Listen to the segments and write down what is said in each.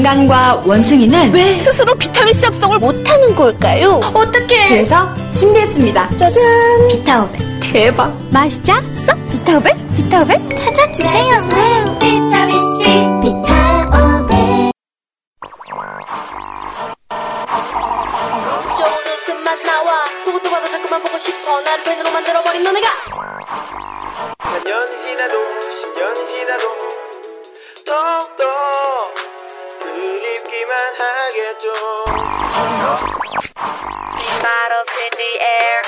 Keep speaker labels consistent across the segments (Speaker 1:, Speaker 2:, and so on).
Speaker 1: 인간과 원숭이는
Speaker 2: 왜 스스로 비타민C 합성을 못하는 걸까요? 어떻게?
Speaker 1: 그래서 준비했습니다.
Speaker 2: 짜잔!
Speaker 1: 비타오백. 대박.
Speaker 2: 마시자. 쏙! 비타오백? 비타오백? 찾아주세요. 네, 비타민C. 비타오백.
Speaker 3: 좋은 웃음만 나와 보고도 봐도 자꾸만 보고 싶어 나를 팬으로 만들어버린 너네가
Speaker 4: 4년이 지나도 10년이 지나도 더욱더 그립기만 하겠죠
Speaker 3: Bottles in the air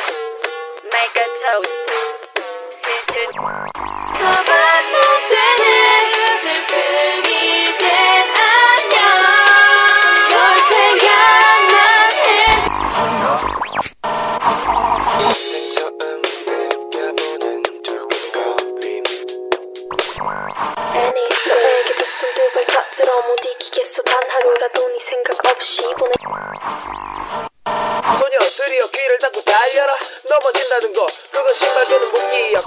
Speaker 3: Make a toast 시술 더만 못되는 슬픔 이젠 안녕 널 생각만 해
Speaker 4: 처음 느껴보는 두 걸음
Speaker 3: 애니 너에게 그 순둥을 다들어 못 이기겠어 단 하루라도 네 생각 없이 보내
Speaker 4: 소녀들이여 귀를 닫고 달려라 넘어진다는 거 그건 신발되는 무기야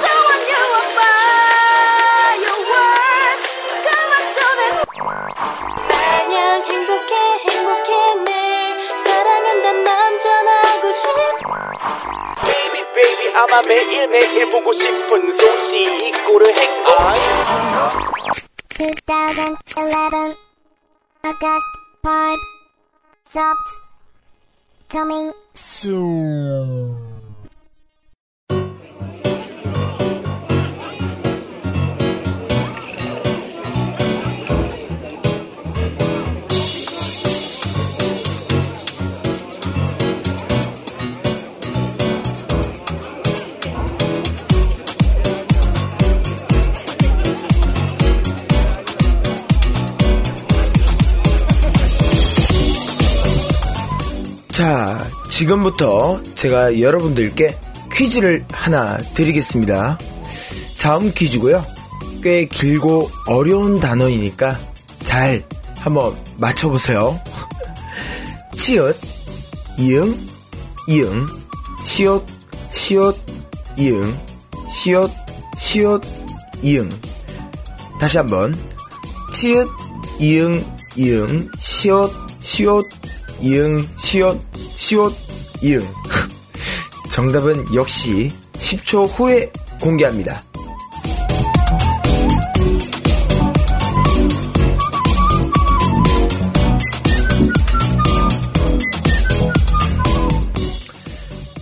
Speaker 3: Someone you a firework Come on show 마냥 행복해 행복해 내 사랑한단 맘 전하고 싶어
Speaker 4: Baby baby 아마 매일매일 보고 싶은 소식 이꼬를 행복
Speaker 5: 2011 August 5 Subs coming
Speaker 4: 자, 지금부터 제가 여러분들께 퀴즈를 하나 드리겠습니다. 자음 퀴즈고요. 꽤 길고 어려운 단어이니까 잘 한번 맞춰보세요. 치읓, 이응, 이응, 시옷, 시옷, 이응, 시옷, 시옷, 이응. 다시 한번 치읓 이응 이응 시옷 시옷 이응 시옷 시옷 이응 정답은 역시 10초 후에 공개합니다.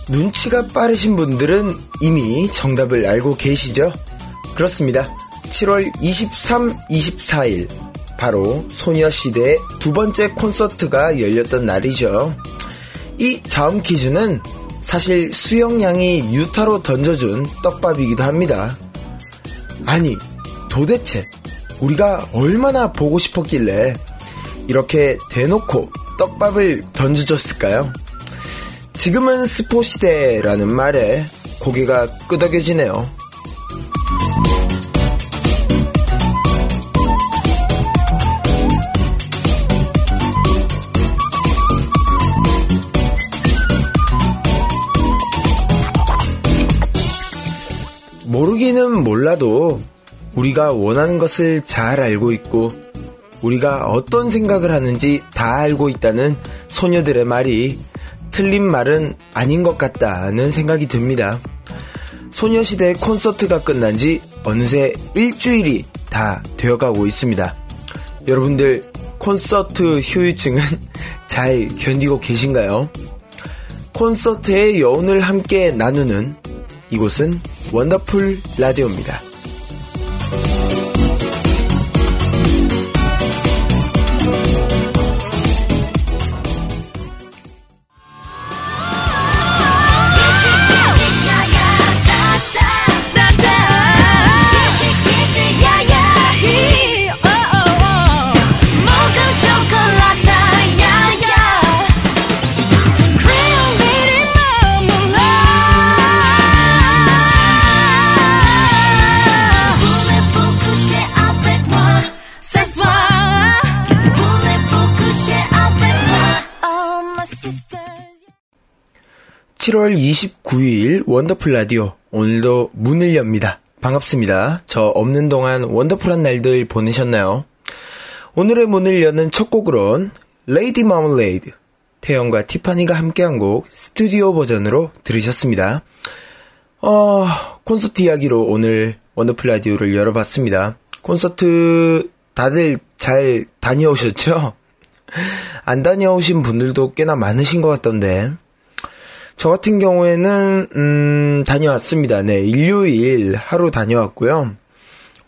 Speaker 4: 눈치가 빠르신 분들은 이미 정답을 알고 계시죠? 그렇습니다. 7월 23, 24일 바로 소녀시대의 두 번째 콘서트가 열렸던 날이죠. 이 자음 퀴즈는 사실 수영양이 유타로 던져준 떡밥이기도 합니다. 아니, 도대체 우리가 얼마나 보고 싶었길래 이렇게 대놓고 떡밥을 던져줬을까요? 지금은 스포 시대라는 말에 고개가 끄덕여지네요. 모르기는 몰라도 우리가 원하는 것을 잘 알고 있고 우리가 어떤 생각을 하는지 다 알고 있다는 소녀들의 말이 틀린 말은 아닌 것 같다는 생각이 듭니다. 소녀시대 콘서트가 끝난 지 어느새 일주일이 다 되어가고 있습니다. 여러분들 콘서트 휴유증은 잘 견디고 계신가요? 콘서트의 여운을 함께 나누는 이곳은 원더풀 라디오입니다.
Speaker 5: oh, Sisters.
Speaker 4: 7월 29일 원더풀 라디오 오늘도 문을 엽니다. 반갑습니다. 저 없는 동안 원더풀한 날들 보내셨나요? 오늘의 문을 여는 첫 곡으론 레이디 마멀레이드 태연과 티파니가 함께한 곡 스튜디오 버전으로 들으셨습니다. 어, 콘서트 이야기로 오늘 원더풀 라디오를 열어봤습니다. 콘서트 다들 잘 다녀오셨죠? 안 다녀오신 분들도 꽤나 많으신 것 같던데. 저 같은 경우에는, 음, 다녀왔습니다. 네, 일요일 하루 다녀왔고요.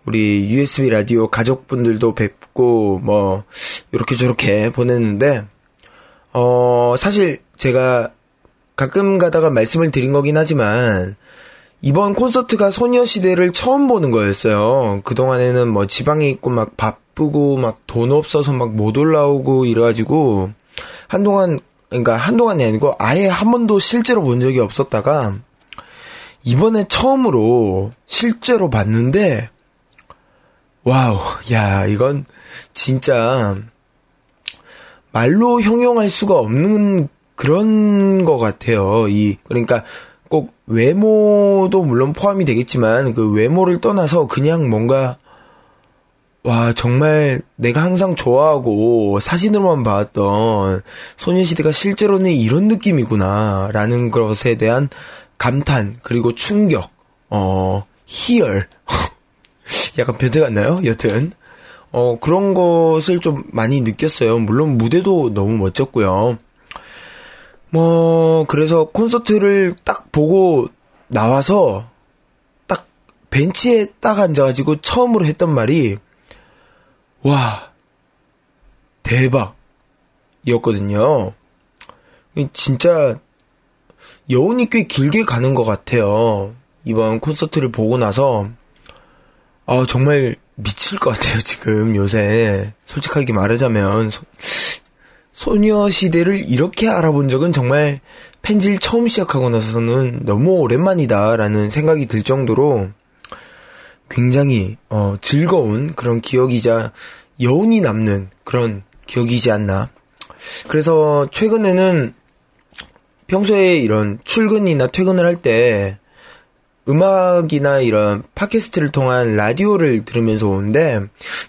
Speaker 4: 우리 USB 라디오 가족분들도 뵙고, 뭐, 이렇게 저렇게 보냈는데, 어, 사실 제가 가끔 가다가 말씀을 드린 거긴 하지만, 이번 콘서트가 소녀시대를 처음 보는 거였어요. 그동안에는 뭐 지방에 있고 막 바쁘고 막 돈 없어서 막 못 올라오고 이래가지고 한동안 그러니까 한동안이 아니고 아예 한 번도 실제로 본 적이 없었다가 이번에 처음으로 실제로 봤는데 와우 야 이건 진짜 말로 형용할 수가 없는 그런 것 같아요. 이, 그러니까 꼭 외모도 물론 포함이 되겠지만 그 외모를 떠나서 그냥 뭔가 와, 정말 내가 항상 좋아하고 사진으로만 봐왔던 소녀시대가 실제로는 이런 느낌이구나. 라는 것에 대한 감탄, 그리고 충격, 어, 희열. 약간 변태 같나요? 여튼. 어, 그런 것을 좀 많이 느꼈어요. 물론 무대도 너무 멋졌고요. 뭐, 그래서 콘서트를 딱 보고 나와서 딱 벤치에 딱 앉아가지고 처음으로 했던 말이 와, 대박! 이었거든요. 진짜 여운이 꽤 길게 가는 것 같아요. 이번 콘서트를 보고 나서 아, 정말 미칠 것 같아요, 지금, 요새. 솔직하게 말하자면. 소, 소녀시대를 이렇게 알아본 적은 정말 팬질 처음 시작하고 나서는 너무 오랜만이다라는 생각이 들 정도로 굉장히, 어, 즐거운 그런 기억이자 여운이 남는 그런 기억이지 않나. 그래서 최근에는 평소에 이런 출근이나 퇴근을 할때 음악이나 이런 팟캐스트를 통한 라디오를 들으면서 오는데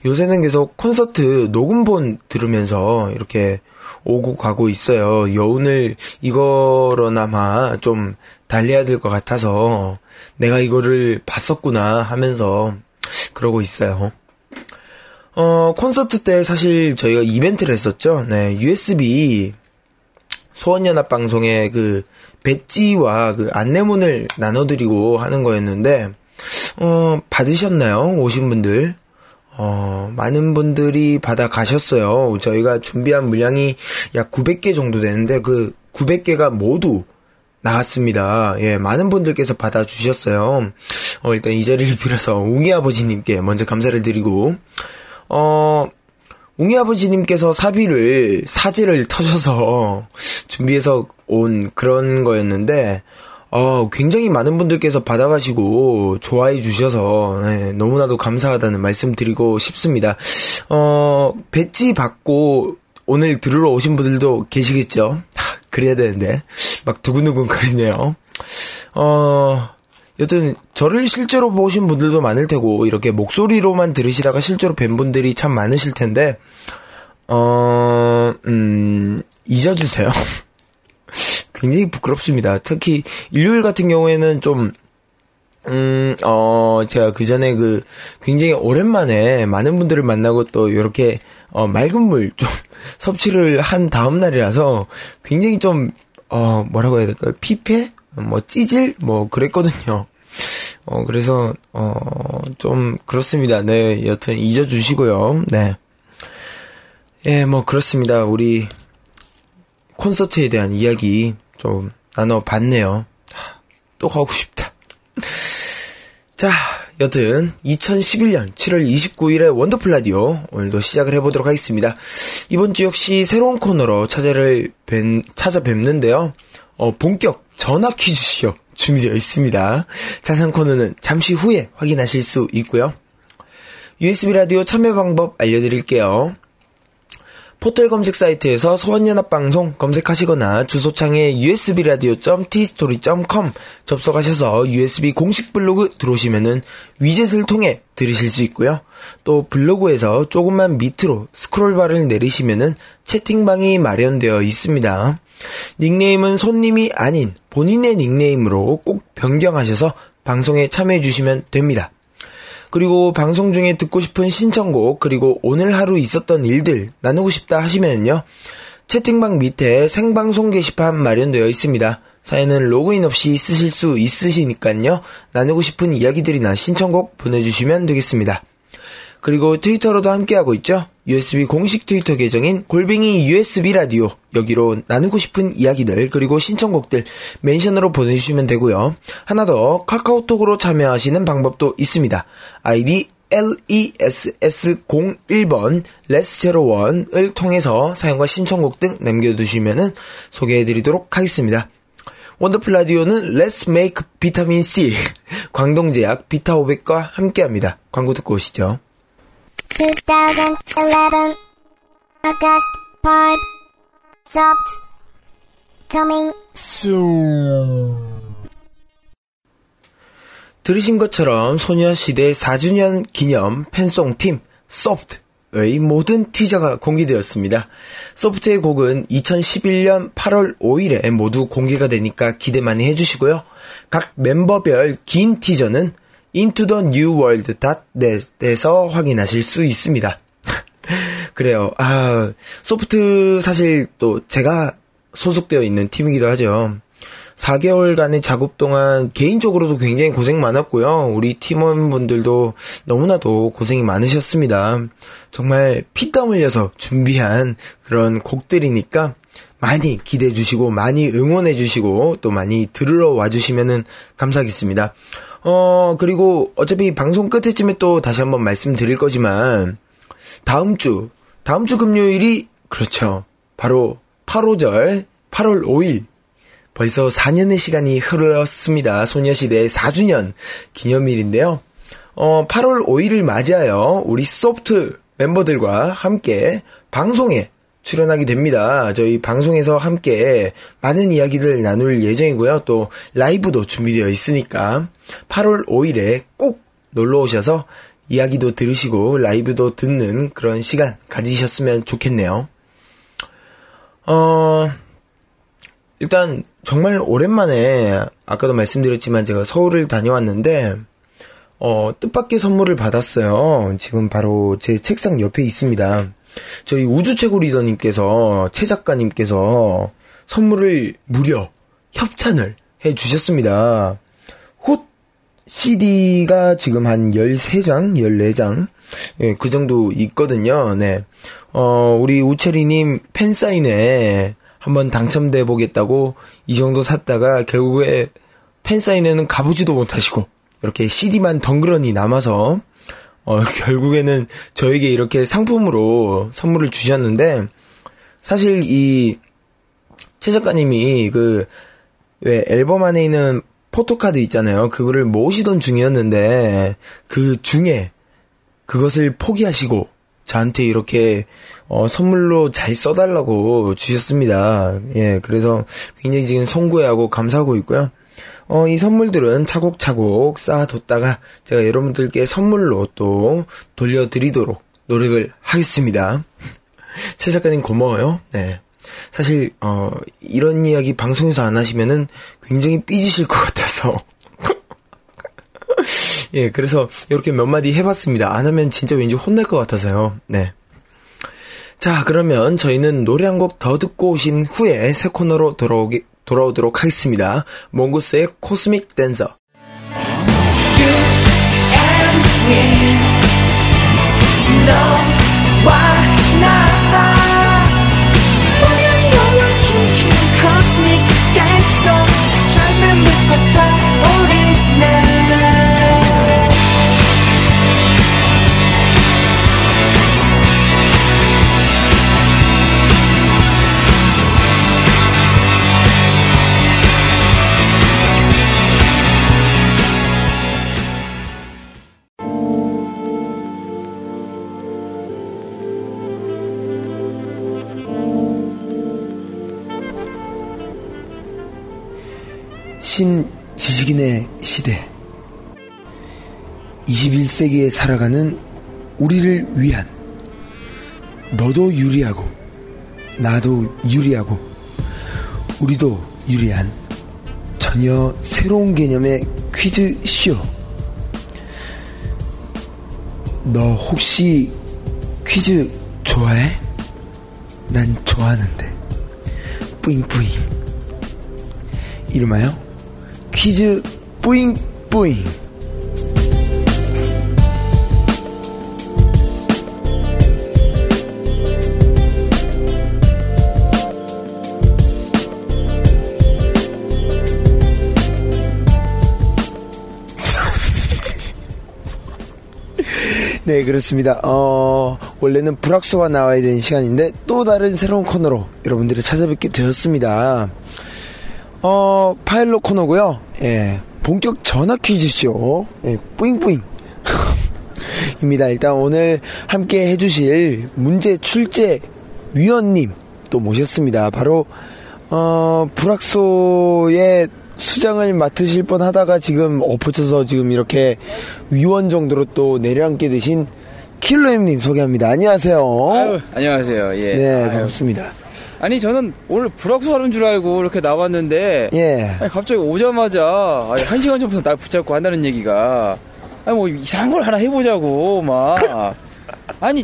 Speaker 4: 요새는 계속 콘서트 녹음본 들으면서 이렇게 오고 가고 있어요. 여운을 이거로나마 좀 달래야 될 것 같아서 내가 이거를 봤었구나 하면서 그러고 있어요. 어, 콘서트 때 사실 저희가 이벤트를 했었죠. 네, USB 소원연합 방송의 그 배지와 그 안내문을 나눠드리고 하는 거였는데 어, 받으셨나요 오신 분들 어, 많은 분들이 받아 가셨어요 저희가 준비한 물량이 약 900개 정도 되는데 그 900개가 모두 나갔습니다. 예, 많은 분들께서 받아주셨어요. 어, 일단 이 자리를 빌어서 웅이 아버지님께 먼저 감사를 드리고, 어, 웅이 아버지님께서 사비를 사지를 터셔서 준비해서 온 그런 거였는데 어, 굉장히 많은 분들께서 받아가시고 좋아해 주셔서 네, 너무나도 감사하다는 말씀드리고 싶습니다. 어, 배지 받고 오늘 들으러 오신 분들도 계시겠죠? 하, 그래야 되는데 막 두근두근 거리네요. 어, 여튼 저를 실제로 보신 분들도 많을 테고 이렇게 목소리로만 들으시다가 실제로 뵌 분들이 참 많으실 텐데 어, 음, 잊어주세요. 굉장히 부끄럽습니다. 특히 일요일 같은 경우에는 좀 음, 어, 제가 그 전에 그 굉장히 오랜만에 많은 분들을 만나고 또 이렇게 어, 맑은 물 좀 섭취를 한 다음 날이라서 굉장히 좀 어, 뭐라고 해야 될까요? 피폐? 뭐 찌질? 뭐 그랬거든요. 어, 그래서 어, 좀 그렇습니다. 네, 여튼 잊어 주시고요. 네. 예, 뭐 그렇습니다. 우리 콘서트에 대한 이야기 좀 나눠봤네요. 하, 또 가고 싶다. 자, 여튼 2011년 7월 29일에 원더풀 라디오 오늘도 시작을 해보도록 하겠습니다. 이번 주 역시 새로운 코너로 찾아를 뵌, 찾아뵙는데요. 어, 본격 전화 퀴즈쇼 준비되어 있습니다. 자세한 코너는 잠시 후에 확인하실 수 있고요. USB 라디오 참여 방법 알려드릴게요. 포털 검색 사이트에서 서원연합방송 검색하시거나 주소창에 usbradio.tstory.com 접속하셔서 usb 공식 블로그 들어오시면은 위젯을 통해 들으실 수 있고요. 또 블로그에서 조금만 밑으로 스크롤바를 내리시면은 채팅방이 마련되어 있습니다. 닉네임은 손님이 아닌 본인의 닉네임으로 꼭 변경하셔서 방송에 참여해 주시면 됩니다. 그리고 방송 중에 듣고 싶은 신청곡, 그리고 오늘 하루 있었던 일들 나누고 싶다 하시면요. 채팅방 밑에 생방송 게시판 마련되어 있습니다. 사연은 로그인 없이 쓰실 수 있으시니까요. 나누고 싶은 이야기들이나 신청곡 보내주시면 되겠습니다. 그리고 트위터로도 함께하고 있죠. USB 공식 트위터 계정인 골뱅이 USB 라디오 여기로 나누고 싶은 이야기들 그리고 신청곡들 멘션으로 보내주시면 되고요. 하나 더 카카오톡으로 참여하시는 방법도 있습니다. 아이디 E LESS01번 레스01을 통해서 사용과 신청곡 등 남겨두시면 소개해드리도록 하겠습니다. 원더풀 라디오는 Let's Make 비타민 C 광동제약 비타 500과 함께합니다. 광고 듣고 오시죠.
Speaker 6: 2011 August 5 Soft Coming
Speaker 4: 들으신 것처럼 소녀시대 4주년 기념 팬송 팀 소프트의 모든 티저가 공개되었습니다. 소프트의 곡은 2011년 8월 5일에 모두 공개가 되니까 기대 많이 해주시고요. 각 멤버별 긴 티저는 into the new world.net에서 확인하실 수 있습니다. 그래요. 아, 소프트 사실 또 제가 소속되어 있는 팀이기도 하죠. 4개월간의 작업 동안 개인적으로도 굉장히 고생 많았고요. 우리 팀원분들도 너무나도 고생이 많으셨습니다. 정말 피땀 흘려서 준비한 그런 곡들이니까 많이 기대해 주시고 많이 응원해 주시고 또 많이 들으러 와 주시면은 감사하겠습니다. 어, 그리고 어차피 방송 끝에쯤에 또 다시 한번 말씀드릴 거지만 다음 주, 다음 주 금요일이, 그렇죠. 바로 8호절, 8월 5일. 벌써 4년의 시간이 흘렀습니다. 소녀시대 4주년 기념일인데요. 어, 8월 5일을 맞이하여 우리 소프트 멤버들과 함께 방송에 출연하게 됩니다. 저희 방송에서 함께 많은 이야기들 나눌 예정이고요. 또 라이브도 준비되어 있으니까 8월 5일에 꼭 놀러 오셔서 이야기도 들으시고 라이브도 듣는 그런 시간 가지셨으면 좋겠네요. 어, 일단 정말 오랜만에 아까도 말씀드렸지만 제가 서울을 다녀왔는데 어, 뜻밖의 선물을 받았어요. 지금 바로 제 책상 옆에 있습니다. 저희 우주최고리더님께서 최 작가님께서 선물을 무려 협찬을 해 주셨습니다. 훗 CD가 지금 한 13장, 14장, 예, 그 정도 있거든요. 네. 어, 우리 우채리님 팬사인회 한번 당첨돼 보겠다고 이 정도 샀다가 결국에 팬사인회는 가보지도 못하시고, 이렇게 CD만 덩그러니 남아서, 어, 결국에는 저에게 이렇게 상품으로 선물을 주셨는데, 사실 이, 최 작가님이 그, 왜 앨범 안에 있는 포토카드 있잖아요. 그거를 모으시던 중이었는데 그 중에 그것을 포기하시고 저한테 이렇게 어, 선물로 잘 써달라고 주셨습니다. 예, 그래서 굉장히 지금 송구해하고 감사하고 있고요. 어, 이 선물들은 차곡차곡 쌓아뒀다가 제가 여러분들께 선물로 또 돌려드리도록 노력을 하겠습니다. 최 작가님 고마워요. 네. 사실 어, 이런 이야기 방송에서 안 하시면은 굉장히 삐지실 것 같아서. 예, 그래서 이렇게 몇 마디 해봤습니다. 안 하면 진짜 왠지 혼날 것 같아서요. 네. 자, 그러면 저희는 노래 한 곡 더 듣고 오신 후에 새 코너로 돌아오기, 돌아오도록 하겠습니다. 몽구스의 코스믹 댄서. 신지식인의 시대 21세기에 살아가는 우리를 위한 너도 유리하고 나도 유리하고 우리도 유리한 전혀 새로운 개념의 퀴즈쇼 너 혹시 퀴즈 좋아해? 난 좋아하는데 뿌잉뿌잉 이름하여 퀴즈 뿌잉뿌잉 네, 그렇습니다. 어, 원래는 불악수가 나와야 되는 시간인데 또 다른 새로운 코너로 여러분들을 찾아뵙게 되었습니다. 어, 파일럿 코너고요. 예. 본격 전화 퀴즈쇼. 예, 뿌잉뿌잉. 입니다. 일단 오늘 함께 해주실 문제 출제 위원님 또 모셨습니다. 바로 어, 불악소의 수장을 맡으실 뻔 하다가 지금 엎어져서 지금 이렇게 위원 정도로 또 내려앉게 되신 킬러엠님 소개합니다. 안녕하세요.
Speaker 7: 안녕하세요. 예.
Speaker 4: 어? 네,
Speaker 7: 아유.
Speaker 4: 반갑습니다.
Speaker 7: 아니 저는 오늘 불악수 하는 줄 알고 이렇게 나왔는데
Speaker 4: 예.
Speaker 7: 아니, 갑자기 오자마자 아니, 한 시간 전부터 날 붙잡고 한다는 얘기가 아니 뭐 이상한 걸 하나 해보자고 막 아니,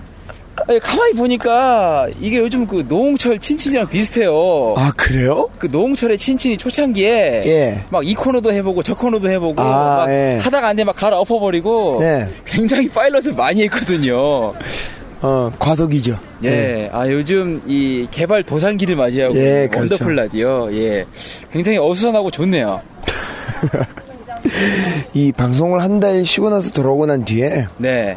Speaker 7: 아니, 가만히 보니까 이게 요즘 그 노홍철 친친이랑 비슷해요.
Speaker 4: 아, 그래요?
Speaker 7: 그 노홍철의 친친이 초창기에
Speaker 4: 예.
Speaker 7: 막 이 코너도 해보고 저 코너도 해보고
Speaker 4: 아,
Speaker 7: 막
Speaker 4: 예.
Speaker 7: 하다가 안돼 막 갈아 엎어버리고
Speaker 4: 네.
Speaker 7: 굉장히 파일럿을 많이 했거든요.
Speaker 4: 어, 과도기죠.
Speaker 7: 예,
Speaker 4: 네.
Speaker 7: 아 요즘 이 개발 도산기를 맞이하고
Speaker 4: 예,
Speaker 7: 있는
Speaker 4: 그렇죠.
Speaker 7: 원더풀 라디오, 예, 굉장히 어수선하고 좋네요.
Speaker 4: 이 방송을 한 달 쉬고 나서 돌아오고 난 뒤에
Speaker 7: 네,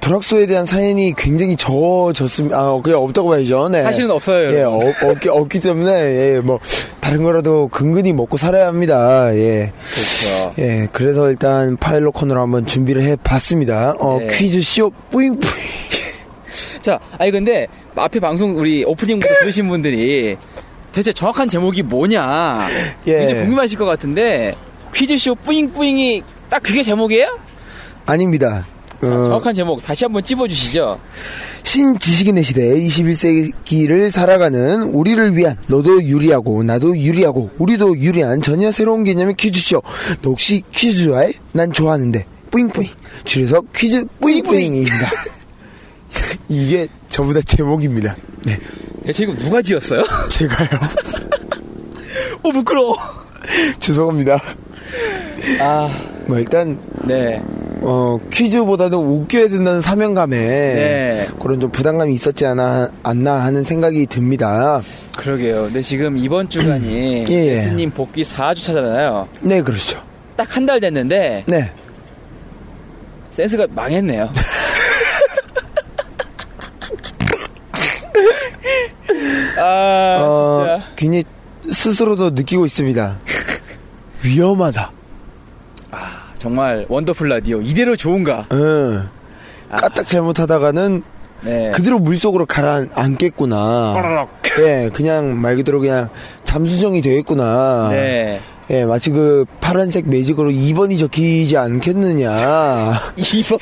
Speaker 4: 불확소에 대한 사연이 굉장히 저어졌습니다. 아, 그냥 없다고 봐야죠. 네.
Speaker 7: 사실은 없어요.
Speaker 4: 예,
Speaker 7: 여러분.
Speaker 4: 없- 없기, 없기 때문에, 예, 뭐, 다른 거라도 근근히 먹고 살아야 합니다. 예.
Speaker 7: 그렇죠.
Speaker 4: 예, 그래서 일단 파일럿 코너로 한번 준비를 해 봤습니다. 어,
Speaker 7: 네.
Speaker 4: 퀴즈 쇼 뿌잉뿌잉.
Speaker 7: 자, 아니 근데 앞에 방송 우리 오프닝부터 들으신 분들이 대체 정확한 제목이 뭐냐
Speaker 4: 예.
Speaker 7: 이제 궁금하실 것 같은데 퀴즈쇼 뿌잉뿌잉이 딱 그게 제목이에요?
Speaker 4: 아닙니다.
Speaker 7: 자,
Speaker 4: 어,
Speaker 7: 정확한 제목 다시 한번 찝어주시죠.
Speaker 4: 신지식인의 시대 21세기를 살아가는 우리를 위한 너도 유리하고 나도 유리하고 우리도 유리한 전혀 새로운 개념의 퀴즈쇼 너 혹시 퀴즈 좋아해? 난 좋아하는데 뿌잉뿌잉 줄여서 퀴즈 뿌잉뿌잉입니다 이게 저보다 제목입니다 네
Speaker 7: 대체 이거 누가 예, 지었어요?
Speaker 4: 제가요 어,
Speaker 7: 오 부끄러워.
Speaker 4: 죄송합니다
Speaker 7: 아,
Speaker 4: 뭐 일단
Speaker 7: 네,
Speaker 4: 어, 퀴즈보다도 웃겨야 된다는 사명감에
Speaker 7: 네.
Speaker 4: 그런 좀 부담감이 있었지 않아, 않나 하는 생각이 듭니다
Speaker 7: 그러게요. 근데 지금 이번 주간이
Speaker 4: 예, 예.
Speaker 7: 예수님 복귀 4주차잖아요.
Speaker 4: 네 그렇죠
Speaker 7: 딱 한 달 됐는데
Speaker 4: 네
Speaker 7: 센스가 망했네요. 아
Speaker 4: 어,
Speaker 7: 진짜
Speaker 4: 괜히 스스로도 느끼고 있습니다. 위험하다.
Speaker 7: 정말 원더풀 라디오 이대로 좋은가?
Speaker 4: 응.
Speaker 7: 아.
Speaker 4: 까딱 잘못하다가는
Speaker 7: 네.
Speaker 4: 그대로 물속으로 가라앉겠구나. 예, 그냥 말 그대로 그냥 잠수정이 되겠구나.
Speaker 7: 네.
Speaker 4: 예, 마치 그 파란색 매직으로 2번이 적히지 않겠느냐.
Speaker 7: 이번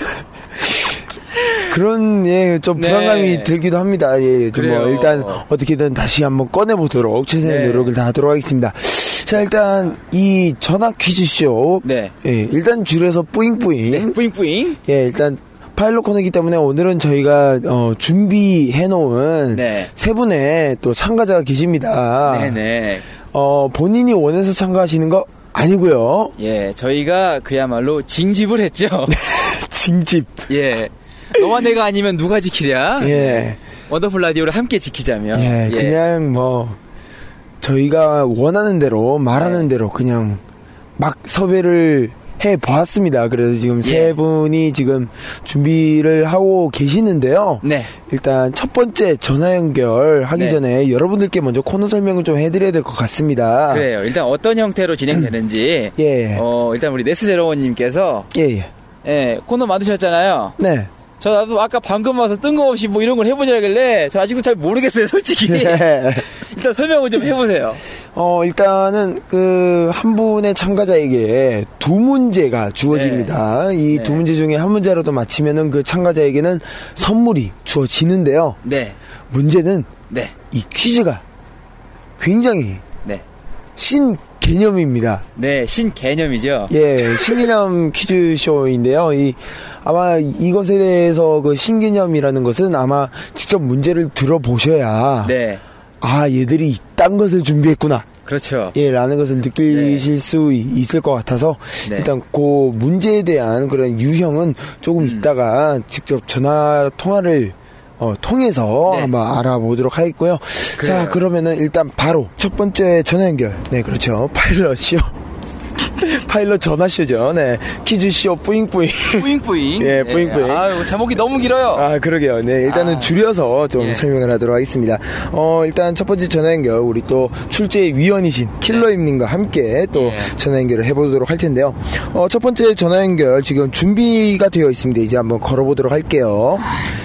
Speaker 4: 그런, 예, 좀
Speaker 7: 네.
Speaker 4: 불안감이 들기도 합니다. 예, 좀 뭐,
Speaker 7: 그래요.
Speaker 4: 일단 어떻게든 다시 한번 꺼내보도록 최선의
Speaker 7: 네.
Speaker 4: 노력을 다하도록 하겠습니다. 자, 일단 이 전화 퀴즈쇼
Speaker 7: 네.
Speaker 4: 예, 일단 줄여서
Speaker 7: 네.
Speaker 4: 뿌잉뿌잉.
Speaker 7: 뿌잉뿌잉.
Speaker 4: 예, 일단 파일럿 코너이기 때문에 오늘은 저희가 어, 준비해놓은
Speaker 7: 네.
Speaker 4: 세 분의 또 참가자가 계십니다.
Speaker 7: 네네.
Speaker 4: 어, 본인이 원해서 참가하시는 거 아니고요.
Speaker 7: 예, 저희가 그야말로 징집을 했죠.
Speaker 4: 징집.
Speaker 7: 예. 너와 내가 아니면 누가 지키랴?
Speaker 4: 예,
Speaker 7: 원더풀 라디오를 함께 지키자며.
Speaker 4: 예, 그냥 뭐 저희가 원하는 대로
Speaker 7: 예.
Speaker 4: 말하는 대로 그냥 막 섭외를 해 보았습니다. 그래서 지금 세
Speaker 7: 예.
Speaker 4: 분이 지금 준비를 하고 계시는데요.
Speaker 7: 네.
Speaker 4: 일단 첫 번째 전화 연결 하기
Speaker 7: 네.
Speaker 4: 전에 여러분들께 먼저 코너 설명을 좀 해드려야 될 것 같습니다.
Speaker 7: 그래요. 일단 어떤 형태로 진행되는지.
Speaker 4: 아. 예.
Speaker 7: 어, 일단 우리 네스제로원님께서
Speaker 4: 예, 예.
Speaker 7: 예, 코너 만드셨잖아요.
Speaker 4: 네.
Speaker 7: 저 나도 아까 방금 와서 뜬금없이 뭐 이런 걸 해보자길래 저 아직도 잘 모르겠어요, 솔직히.
Speaker 4: 예.
Speaker 7: 일단 설명을 좀 해보세요.
Speaker 4: 어, 일단은 그 한 분의 참가자에게 두 문제가 주어집니다. 이 두
Speaker 7: 네.
Speaker 4: 문제 중에 한 문제라도 맞히면은 그 참가자에게는 선물이 주어지는데요.
Speaker 7: 네,
Speaker 4: 문제는
Speaker 7: 네,
Speaker 4: 이 퀴즈가 굉장히
Speaker 7: 네.
Speaker 4: 신개념입니다.
Speaker 7: 네, 신개념이죠.
Speaker 4: 예, 신개념 퀴즈쇼인데요. 이, 아마 이것에 대해서 그 신개념이라는 것은 아마 직접 문제를 들어보셔야
Speaker 7: 네,
Speaker 4: 아, 얘들이 이딴 것을 준비했구나.
Speaker 7: 그렇죠.
Speaker 4: 예, 라는 것을 느끼실 수 이- 있을 것 같아서
Speaker 7: 네.
Speaker 4: 일단 그 문제에 대한 그런 유형은 조금
Speaker 7: 음.
Speaker 4: 있다가 직접 전화 통화를 어, 통해서
Speaker 7: 네.
Speaker 4: 한번 알아보도록 하겠고요. 자,
Speaker 7: 그래요.
Speaker 4: 그러면은 일단 바로 첫 번째 전화 연결. 네, 그렇죠. 파일럿이요. 파일럿 전화쇼죠. 네. 퀴즈쇼 뿌잉뿌잉.
Speaker 7: 뿌잉뿌잉.
Speaker 4: 예, 뿌잉뿌잉.
Speaker 7: 아유, 제목이 너무 길어요.
Speaker 4: 아, 그러게요. 네, 일단은
Speaker 7: 아.
Speaker 4: 줄여서 좀
Speaker 7: 예.
Speaker 4: 설명을 하도록 하겠습니다. 어, 일단 첫 번째 전화 연결, 우리 또 출제 위원이신 킬러임님과 함께 또
Speaker 7: 예.
Speaker 4: 전화 연결을 해보도록 할 텐데요. 어, 첫 번째 전화 연결 지금 준비가 되어 있습니다. 이제 한번 걸어보도록 할게요.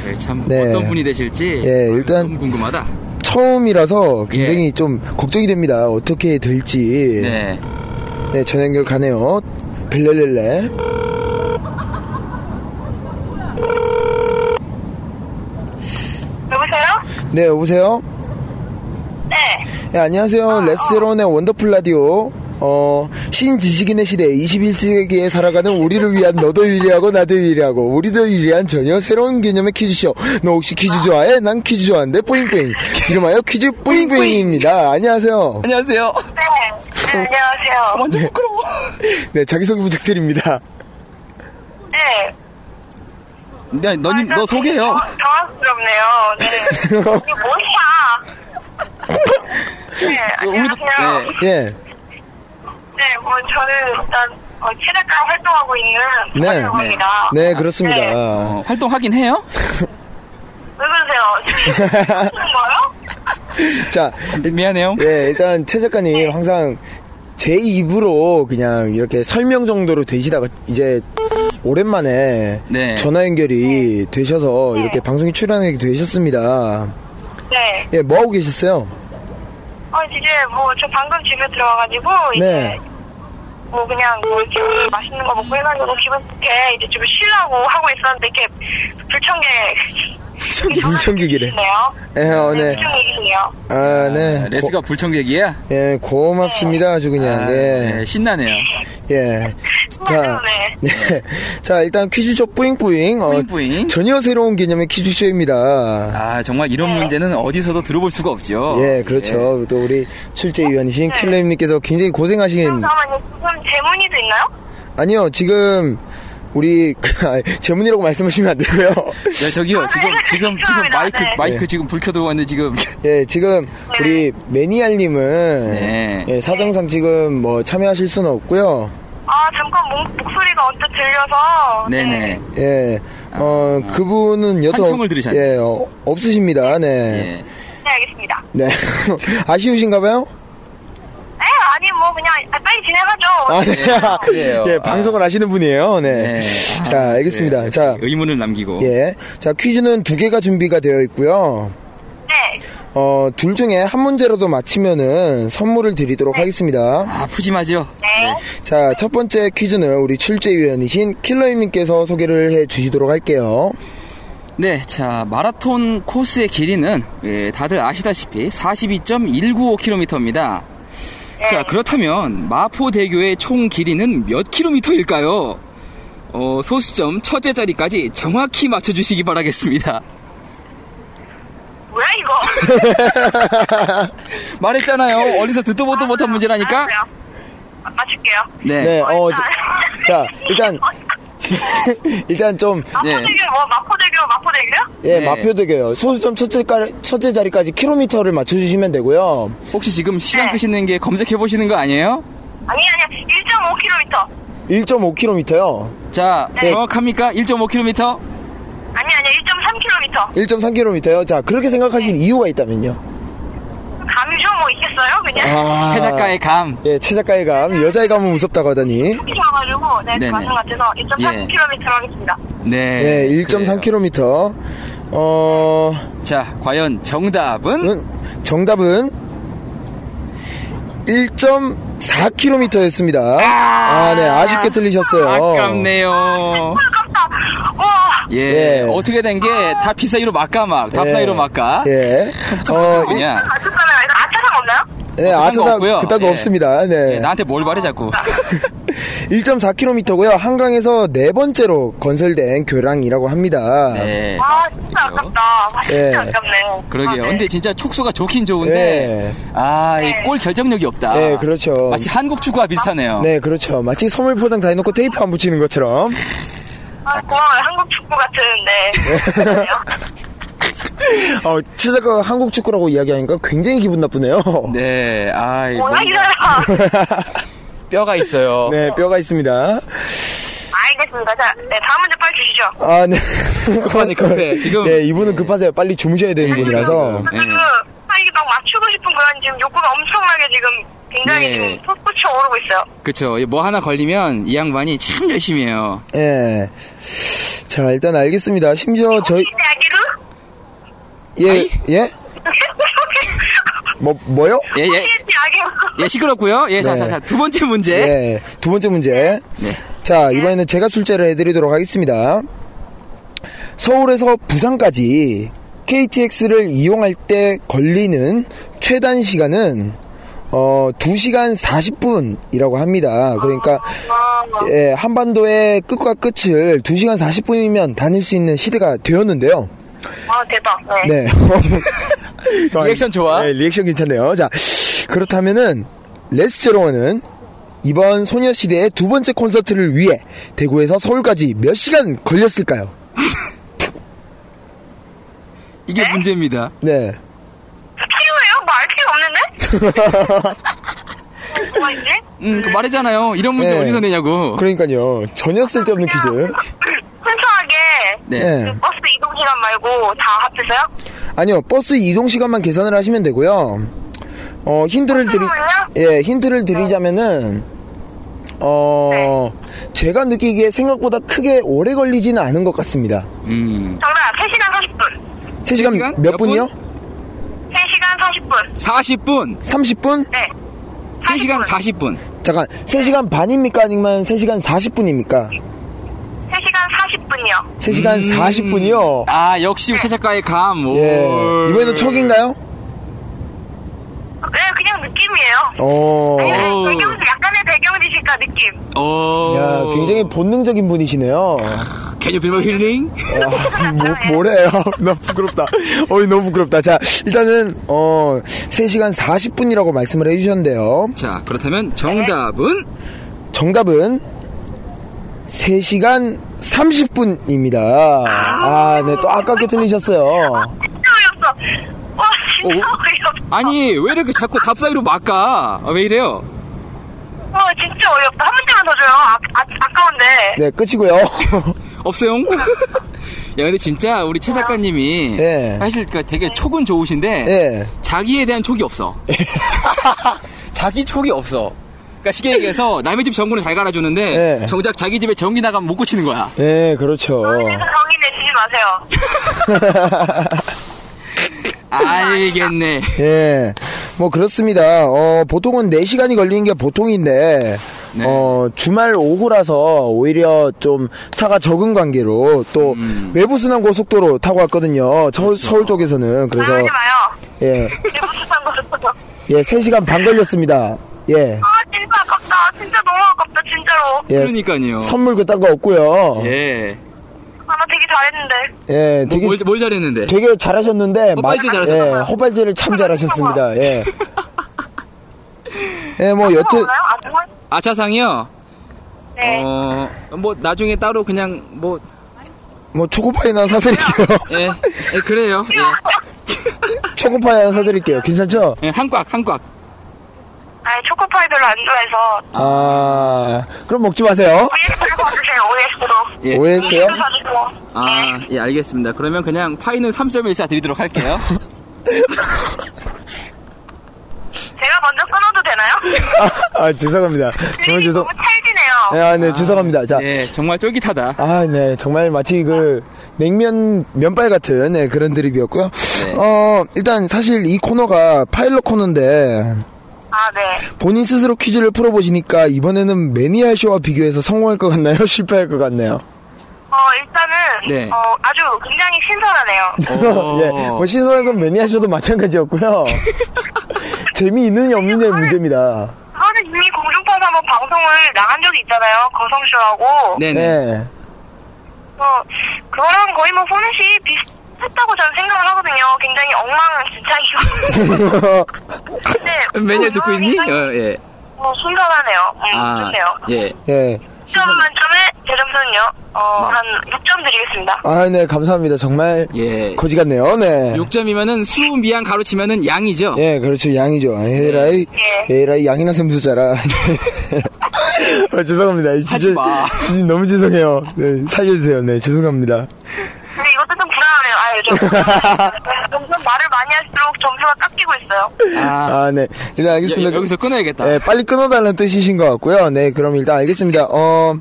Speaker 7: 네, 참
Speaker 4: 네.
Speaker 7: 어떤 분이 되실지
Speaker 4: 예, 일단-
Speaker 7: 너무 궁금하다.
Speaker 4: 처음이라서
Speaker 7: 예.
Speaker 4: 굉장히 좀 걱정이 됩니다. 어떻게 될지.
Speaker 7: 네.
Speaker 4: 네, 전화 연결 가네요. 벨렐렐레.
Speaker 8: 여보세요?
Speaker 4: 네, 여보세요?
Speaker 8: 네.
Speaker 4: 예, 안녕하세요. 레스론의 원더풀 라디오. 어, 신지식인의 시대 21세기에 살아가는 우리를 위한 너도 유리하고 나도 유리하고 우리도 유리한 전혀 새로운 개념의 퀴즈쇼. 너 혹시 퀴즈 좋아해? 난 퀴즈 좋아하는데 뿌잉뿌잉. 이름하여 퀴즈 뿌잉뿌잉입니다. 안녕하세요.
Speaker 7: 안녕하세요.
Speaker 8: 네. 네, 안녕하세요. 아,
Speaker 7: 완전 부끄러워.
Speaker 4: 네, 자기소개 부탁드립니다.
Speaker 8: 네.
Speaker 7: 네, 너님 너 소개해요.
Speaker 8: 어, 당황스럽네요. 네. 이게 뭐야? 네,
Speaker 7: 저 우리도
Speaker 8: 안녕하세요. 네.
Speaker 4: 예.
Speaker 8: 뭐 저는 일단 어, 체력과 활동하고 있는 어,
Speaker 4: 네.
Speaker 8: 권유호입니다.
Speaker 4: 네, 그렇습니다.
Speaker 8: 네.
Speaker 7: 어, 활동하긴 해요?
Speaker 8: 왜
Speaker 4: 네.
Speaker 8: 그러세요? 무슨 거요?
Speaker 4: 자,
Speaker 7: 미안해요.
Speaker 4: 예, 일단 최 작가님 항상 제 입으로 그냥 이렇게 설명 정도로 되시다가 이제 오랜만에
Speaker 7: 네.
Speaker 4: 전화 연결이 되셔서 이렇게 방송에 출연하게 되셨습니다.
Speaker 8: 네.
Speaker 4: 예, 뭐 하고 계셨어요?
Speaker 8: 어, 이제 뭐 저 방금 집에 들어와가지고 이제
Speaker 4: 네.
Speaker 8: 뭐 그냥 뭐 이렇게 오늘 맛있는 거 먹고 해가지고 기분 좋게 이제 좀 쉬려고 하고 있었는데 이렇게 불청객
Speaker 4: 불청객이래.
Speaker 8: 네요.
Speaker 4: 예, 어, 네.
Speaker 8: 불청객이네요.
Speaker 4: 아, 네.
Speaker 7: 아, 레스가 불청객이야?
Speaker 4: 고, 예, 고맙습니다. 아주 그냥.
Speaker 7: 아,
Speaker 4: 예.
Speaker 7: 네, 신나네요.
Speaker 4: 예. 자.
Speaker 8: 네.
Speaker 4: 네. 자, 일단 퀴즈쇼 뿌잉뿌잉. 어,
Speaker 7: 뿌잉뿌잉.
Speaker 4: 전혀 새로운 개념의 퀴즈쇼입니다.
Speaker 7: 아, 정말
Speaker 8: 네.
Speaker 7: 이런 문제는 어디서도 들어볼 수가 없죠.
Speaker 4: 예, 그렇죠. 또 우리 출제위원이신
Speaker 7: 네.
Speaker 4: 킬러님께서 굉장히 고생하신
Speaker 8: 잠깐만요. 지금 재문이도 있나요?
Speaker 4: 아니요, 지금 우리 제문이라고 말씀하시면 안 되고요.
Speaker 7: 예. 야, 저기요. 지금 지금 지금
Speaker 8: 아, 네, 죄송합니다.
Speaker 7: 마이크
Speaker 8: 네.
Speaker 7: 마이크 지금 불 켜들고 왔는데 지금
Speaker 4: 예, 지금 우리 매니알님은
Speaker 7: 네.
Speaker 4: 예, 사정상 지금 뭐 참여하실 수는 없고요.
Speaker 8: 아 잠깐 목, 목소리가 언뜻 들려서
Speaker 7: 네, 네.
Speaker 4: 예, 어 그분은 여튼
Speaker 7: 아. 한청을 들으셨네요.
Speaker 4: 예, 어, 없으십니다. 네,
Speaker 8: 네,
Speaker 7: 예.
Speaker 8: 알겠습니다.
Speaker 4: 네, 아쉬우신가봐요.
Speaker 8: 에 아니 뭐 그냥 아, 빨리 진행하죠.
Speaker 4: 아, 네.
Speaker 7: 그래요.
Speaker 4: 예, 방송을 아시는 분이에요. 네,
Speaker 7: 네. 아,
Speaker 4: 자, 알겠습니다.
Speaker 7: 그래요.
Speaker 4: 자,
Speaker 7: 의문을 남기고.
Speaker 4: 예, 자 퀴즈는 두 개가 준비가 되어 있고요.
Speaker 8: 네.
Speaker 4: 어, 둘 중에 한 문제라도 맞히면은 선물을 드리도록 하겠습니다.
Speaker 7: 아, 푸짐하죠?
Speaker 8: 네.
Speaker 4: 자, 첫 번째 퀴즈는 우리 출제위원이신 킬러임님께서 소개를 해 주시도록 할게요.
Speaker 7: 네, 자, 마라톤 코스의 길이는 예, 다들 아시다시피 42.195km입니다. 자, 그렇다면 마포대교의 총 길이는 몇 킬로미터일까요? 어, 소수점 첫째 자리까지 정확히 맞춰주시기 바라겠습니다.
Speaker 8: 뭐야 이거?
Speaker 7: 말했잖아요. 어디서 듣도 보도 못한 문제라니까?
Speaker 8: 알았어요. 아, 맞출게요.
Speaker 7: 네.
Speaker 4: 네, 어, 자, 자, 일단,
Speaker 9: 어,
Speaker 4: 일단 좀,
Speaker 9: 아, 네.
Speaker 8: 마포대교 뭐 마포대교 마포대교요?
Speaker 4: 예,
Speaker 7: 네.
Speaker 4: 마표되게요. 소수점 첫째, 깔- 첫째 자리까지 킬로미터를 맞춰주시면 되고요.
Speaker 7: 혹시 지금 시간
Speaker 8: 네.
Speaker 7: 끄시는 게 검색해보시는 거 아니에요?
Speaker 8: 아니 아니 1.5km.
Speaker 4: 1.5km요.
Speaker 7: 자, 정확합니까? 1.5km?
Speaker 8: 아니 아니 1.3km.
Speaker 4: 1.3km요. 자, 그렇게 생각하신 이유가 있다면요.
Speaker 8: 감이 좀 뭐 있겠어요? 그냥
Speaker 4: 아.
Speaker 7: 최 작가의 감.
Speaker 4: 예, 최 작가의 감, 여자의 감은 무섭다고 하다니.
Speaker 8: 가지고 네,
Speaker 7: 네네.
Speaker 8: 그 말씀 같아서
Speaker 7: 예.
Speaker 8: 1.3km 하겠습니다.
Speaker 7: 네.
Speaker 4: 예, 1.3km. 어,
Speaker 7: 그래요. 자, 과연 정답은?
Speaker 4: 은- 정답은 1.4km였습니다. 아, 네. 아쉽게 틀리셨어요.
Speaker 7: 아깝네요.
Speaker 9: 깜짝. 와.
Speaker 7: 예.
Speaker 4: 예.
Speaker 7: 어떻게 된 게 다 피사이로 막가막, 답사이로 그렇죠. 막가.
Speaker 4: 네. 예. 어, 이-
Speaker 7: 그냥
Speaker 9: 가셨잖아요. 아차상 없나요?
Speaker 4: 예,
Speaker 7: 어, 거
Speaker 4: 아차상
Speaker 7: 없고요.
Speaker 4: 그딴 거
Speaker 7: 예.
Speaker 4: 없습니다. 네.
Speaker 7: 예, 나한테 뭘 말해 자꾸.
Speaker 4: 1.4km고요. 한강에서 네 번째로 건설된 교량이라고 합니다.
Speaker 7: 네.
Speaker 9: 와 아, 진짜
Speaker 7: 그죠?
Speaker 9: 아깝다. 와, 진짜
Speaker 4: 예.
Speaker 9: 아깝네요.
Speaker 7: 그러게요.
Speaker 9: 아, 네.
Speaker 7: 근데 진짜 촉수가 좋긴 좋은데
Speaker 4: 네.
Speaker 7: 아, 이 골 결정력이 없다.
Speaker 4: 네, 그렇죠.
Speaker 7: 마치 한국 축구와 비슷하네요.
Speaker 4: 네, 그렇죠. 마치 선물 포장 다 해놓고 테이프 안 붙이는 것처럼.
Speaker 9: 아, 고마워요. 한국 축구 같은데. 네. 그러네요.
Speaker 4: 어, 최자가 한국 축구라고 이야기하니까 굉장히 기분 나쁘네요.
Speaker 7: 네. 아, 이
Speaker 9: 뭐야 이
Speaker 7: 뭔가
Speaker 9: 사람.
Speaker 7: 뼈가 있어요.
Speaker 4: 네, 뼈가 있습니다.
Speaker 9: 알겠습니다. 자, 네, 다음 문제 빨리 주시죠.
Speaker 4: 아, 네.
Speaker 7: 급하네, 급해. 지금- 예.
Speaker 4: 네, 이분은 급하세요. 빨리 주무셔야 되는 분이라서.
Speaker 9: 그,
Speaker 7: 음.
Speaker 9: 아, 이게 막 맞추고 싶은 그런 지금 욕구가 엄청나게 지금 굉장히
Speaker 7: 네.
Speaker 9: 지금 솟구쳐 오르고 있어요.
Speaker 7: 그렇죠. 뭐 하나 걸리면 이 양반이 참 열심히 해요.
Speaker 4: 예. 자, 일단 알겠습니다. 심지어 저희,
Speaker 9: 혹시 대학교로?
Speaker 4: 예, 예? 뭐, 뭐요?
Speaker 7: 예, 예.
Speaker 9: 혹시 대학교로?
Speaker 7: 예, 시끄럽고요. 예, 자,
Speaker 4: 네.
Speaker 7: 자, 자, 두 번째 문제.
Speaker 4: 예. 두 번째 문제.
Speaker 7: 네.
Speaker 4: 자, 이번에는 제가 출제를 해드리도록 하겠습니다. 서울에서 부산까지 KTX를 이용할 때 걸리는 최단 시간은 어, 2시간 40분이라고 합니다. 그러니까
Speaker 9: 아,
Speaker 4: 예, 한반도의 끝과 끝을 2시간 40분이면 다닐 수 있는 시대가 되었는데요.
Speaker 9: 아, 대박. 네.
Speaker 4: 네.
Speaker 7: 리액션 좋아.
Speaker 4: 네, 리액션 괜찮네요. 자, 그렇다면은 레스 제로원은 이번 소녀시대의 두 번째 콘서트를 위해 대구에서 서울까지 몇 시간 걸렸을까요?
Speaker 7: 이게 문제입니다.
Speaker 4: 네.
Speaker 9: 필요해요? 뭐 알 필요 없는데? 어, 뭐가 있지?
Speaker 7: 음, 그 말했잖아요. 이런 문제
Speaker 4: 네.
Speaker 7: 어디서 내냐고.
Speaker 4: 그러니까요. 전혀 쓸데없는 퀴즈.
Speaker 9: 순수하게 그
Speaker 7: 네.
Speaker 4: 네.
Speaker 9: 버스 이동 시간 말고 다 합쳐서요?
Speaker 4: 아니요. 버스 이동 시간만 계산을 하시면 되고요. 어, 힌트를 드리 예, 힌트를 드리자면은 어, 제가 느끼기에 생각보다 크게 오래 걸리지는 않은 것 같습니다.
Speaker 7: 음.
Speaker 9: 정답 3시간 40분.
Speaker 4: 3시간,
Speaker 7: 시간?
Speaker 4: 몇
Speaker 7: 몇
Speaker 4: 분이요?
Speaker 9: 3시간 40분.
Speaker 7: 40분.
Speaker 4: 30분?
Speaker 9: 네.
Speaker 7: 3시간 40분.
Speaker 4: 잠깐, 3시간 반입니까? 아니면 3시간 40분입니까?
Speaker 9: 3시간 40분이요.
Speaker 4: 3시간 40분이요?
Speaker 7: 음. 아, 역시 최 작가의 감. 올.
Speaker 4: 예. 이번에도 척인가요?
Speaker 9: 네, 그냥 느낌이에요.
Speaker 4: 어.
Speaker 7: 오.
Speaker 9: 배경, 약간의 배경지식과 느낌.
Speaker 7: 오.
Speaker 4: 야, 굉장히 본능적인 분이시네요.
Speaker 7: 어. Can you feel my healing?
Speaker 4: 아,
Speaker 9: 네.
Speaker 4: 뭐, 뭐래요? 나 부끄럽다. 어이, 너무 부끄럽다. 자, 일단은, 어, 3시간 40분이라고 말씀을 해주셨는데요.
Speaker 7: 자, 그렇다면 정답은
Speaker 4: 정답은 3시간 30분입니다. 아, 네, 또 아깝게 틀리셨어요.
Speaker 9: 진짜 어이없어. 와,
Speaker 7: 어?
Speaker 9: 진짜 어이없어.
Speaker 7: 아니, 왜 이렇게 자꾸 답사이로 막가? 아, 왜 이래요?
Speaker 9: 와, 진짜 어이없다. 한 문제만 더 줘요. 아, 아, 아까운데.
Speaker 4: 네, 끝이고요.
Speaker 7: 없어요. 야, 근데 진짜 우리 최 작가님이
Speaker 4: 예.
Speaker 7: 사실 그 되게 촉은 좋으신데
Speaker 4: 예.
Speaker 7: 자기에 대한 촉이 없어. 자기 촉이 없어. 그러니까 쉽게 얘기해서 남의 집 전구는 잘 갈아주는데
Speaker 4: 예.
Speaker 7: 정작 자기 집에 전기 나가면 못 고치는 거야.
Speaker 4: 네, 그렇죠.
Speaker 9: 그래서 정의 내시지 마세요.
Speaker 7: 알겠네.
Speaker 4: 예. 뭐 그렇습니다. 어, 보통은 4시간이 걸리는 게 보통인데
Speaker 7: 네.
Speaker 4: 어, 주말 오후라서 오히려 좀 차가 적은 관계로 또
Speaker 7: 음.
Speaker 4: 외부 순환 고속도로 타고 왔거든요.
Speaker 7: 그렇죠.
Speaker 4: 저- 서울 쪽에서는 그래서
Speaker 9: 하지 마요. 네,
Speaker 4: 예.
Speaker 9: 일부터 산 거로.
Speaker 4: 예, 3시간 반 걸렸습니다. 예.
Speaker 9: 아, 진짜 아깝다. 진짜 너무 아깝다. 진짜로.
Speaker 4: 예.
Speaker 7: 그러니까요.
Speaker 4: 선물 그딴 거 없고요. 예.
Speaker 7: 예. 뭐
Speaker 9: 아, 나 되게 잘했는데.
Speaker 4: 되게
Speaker 7: 뭘, 뭘 잘했는데?
Speaker 4: 되게 잘하셨는데
Speaker 7: 헛발질
Speaker 4: 마-
Speaker 7: 잘하셨나봐요.
Speaker 4: 예, 호발질을 참 잘하셨습니다. 예. 예, 뭐 여튼
Speaker 9: 없나요? 아, 정말?
Speaker 7: 아차상이요.
Speaker 9: 네.
Speaker 7: 어, 뭐 나중에 따로 그냥 뭐
Speaker 4: 뭐 초코파이 나 사드릴게요.
Speaker 7: 예, 예, 그래요. 예.
Speaker 4: 초코파이 하나 사드릴게요. 괜찮죠?
Speaker 7: 예, 한꽉 한꽉.
Speaker 9: 아, 초코파이 별로 안 좋아해서.
Speaker 4: 아, 그럼 먹지 마세요.
Speaker 9: OS로 봐주세요, OS로. 네.
Speaker 7: 예.
Speaker 4: 오해했어요?
Speaker 9: 봐주세요.
Speaker 7: 아, 예, 알겠습니다. 그러면 그냥 파이는 3.14 드리도록 할게요.
Speaker 9: 제가 먼저 끊어도 되나요?
Speaker 4: 아, 죄송합니다. 정말 죄송.
Speaker 9: 너무 찰지네요.
Speaker 4: 네, 아, 네, 죄송합니다. 자,
Speaker 7: 예, 정말 쫄깃하다.
Speaker 4: 아, 네, 정말 마치 그 냉면 면발 같은 네, 그런 드립이었고요.
Speaker 7: 네.
Speaker 4: 어, 일단 사실 이 코너가 파일럿 코너인데
Speaker 9: 아, 네.
Speaker 4: 본인 스스로 퀴즈를 풀어보시니까 이번에는 매니아 쇼와 비교해서 성공할 것 같나요? 실패할 것 같나요?
Speaker 9: 어, 일단은,
Speaker 7: 네.
Speaker 9: 어, 아주 굉장히 신선하네요.
Speaker 7: 어.
Speaker 4: 예, 뭐 신선한 건 매니아 쇼도 마찬가지였고요. 재미있느냐 없느냐의 문제입니다.
Speaker 9: 저는 이미 공중파에서 한번 방송을 나간 적이 있잖아요. 거성쇼하고.
Speaker 7: 네네.
Speaker 4: 네.
Speaker 9: 어, 그거랑 거의 뭐 소넷이 비슷했다고 저는 생각을 하거든요. 굉장히 엉망진창이고. 근데 그
Speaker 7: 매니아 듣고 있니?
Speaker 9: 굉장히,
Speaker 7: 어, 예.
Speaker 9: 어, 순간하네요. 음, 좋네요.
Speaker 7: 예.
Speaker 4: 예.
Speaker 9: 시험 만점에 제 점수는요. 어,
Speaker 7: 네.
Speaker 9: 한 6점 드리겠습니다.
Speaker 4: 아, 네, 감사합니다. 정말
Speaker 7: 예.
Speaker 4: 거지 같네요. 네.
Speaker 7: 6점이면은 수, 미양 가로치면은 양이죠?
Speaker 4: 예, 그렇죠. 양이죠. 아, 에라이,
Speaker 9: 예.
Speaker 4: 에라이, 양이나 샘수자라. 어, 죄송합니다. 진짜,
Speaker 7: 하지 마.
Speaker 4: 진짜 너무 죄송해요. 네, 살려주세요. 네, 죄송합니다.
Speaker 9: 근데 이것도 좀 불안하네요. 아, 요즘. 점점 말을 많이 할수록 점수가 깎이고 있어요.
Speaker 7: 아,
Speaker 4: 아, 네. 일단
Speaker 7: 여,
Speaker 4: 알겠습니다.
Speaker 7: 여기서 끊어야겠다.
Speaker 4: 네, 빨리 끊어달라는 뜻이신 것 같고요. 네, 그럼 일단 알겠습니다. 어,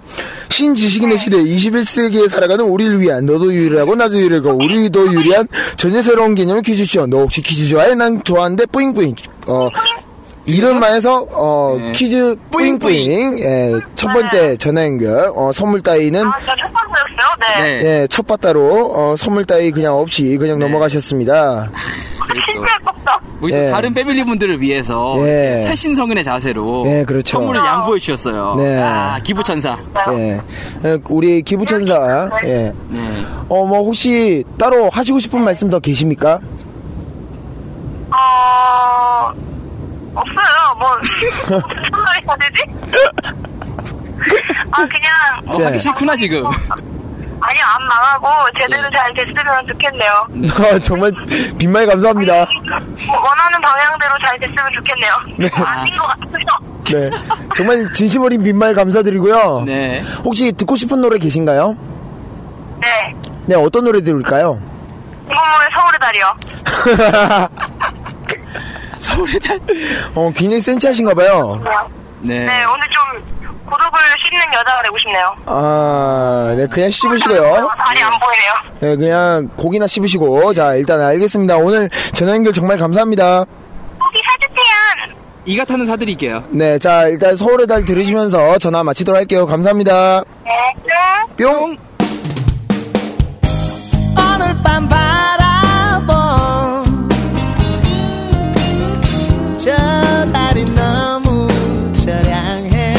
Speaker 4: 신지식인의 시대 21세기에 살아가는 우리를 위한 너도 유리하고 나도 유리하고 우리도 유리한 전혀 새로운 개념의 퀴즈쇼. 너 혹시 퀴즈 좋아해? 난 좋아하는데 뿌잉뿌잉. 어, 이름하에서 어,
Speaker 7: 네.
Speaker 4: 퀴즈 뿌잉뿌잉. 예, 첫 번째 전화 연결. 어, 선물 따위는
Speaker 9: 아, 저 첫 번째였어요? 네.
Speaker 7: 네.
Speaker 4: 예, 첫 바따로 어, 선물 따위 그냥 없이 그냥 넘어가셨습니다.
Speaker 9: 아,
Speaker 7: 그렇죠.
Speaker 9: 실패할 겁니다.
Speaker 7: 우리 또
Speaker 4: 예.
Speaker 7: 다른 패밀리 분들을 위해서
Speaker 4: 예.
Speaker 7: 살신성인의 자세로
Speaker 4: 예, 그렇죠.
Speaker 7: 선물을 양보해 주셨어요.
Speaker 4: 네.
Speaker 7: 아, 기부천사.
Speaker 4: 예. 예, 우리 기부천사. 예.
Speaker 7: 네.
Speaker 4: 어, 뭐, 혹시 따로 하시고 싶은 말씀 더 계십니까?
Speaker 9: 어, 없어요. 뭐, 무슨 말이 해야 되지? 아, 그냥,
Speaker 7: 어,
Speaker 4: 네.
Speaker 7: 하기 싫구나 지금.
Speaker 9: 아니요, 안 망하고, 제대로 잘 됐으면 좋겠네요.
Speaker 4: 아, 정말 빈말 감사합니다.
Speaker 9: 뭐 원하는 방향대로 잘 됐으면 좋겠네요. 아닌 것 같아요.
Speaker 4: 네. 정말 진심 어린 빈말 감사드리고요.
Speaker 7: 네.
Speaker 4: 혹시 듣고 싶은 노래 계신가요?
Speaker 9: 네.
Speaker 4: 네, 어떤 노래 들을까요?
Speaker 9: 이건모의 서울의 달이요.
Speaker 7: 서울에 달.
Speaker 4: 어, 굉장히 센치하신가 봐요.
Speaker 7: 네.
Speaker 9: 네, 오늘 좀 고독을 씹는 여자가 되고 싶네요. 어,
Speaker 4: 아, 네, 그냥 씹으시고요.
Speaker 9: 다리 안 보이네요.
Speaker 4: 네, 그냥 고기나 씹으시고. 자, 일단 알겠습니다. 오늘 전화 연결 정말 감사합니다.
Speaker 9: 고기 사주세요.
Speaker 7: 이가 타는 사드릴게요.
Speaker 4: 네, 자, 일단 서울의 달 들으시면서 전화 마치도록 할게요. 감사합니다.
Speaker 9: 네. 네.
Speaker 4: 뿅!
Speaker 5: 오늘 밤 바라본 저 달이 너무 저량해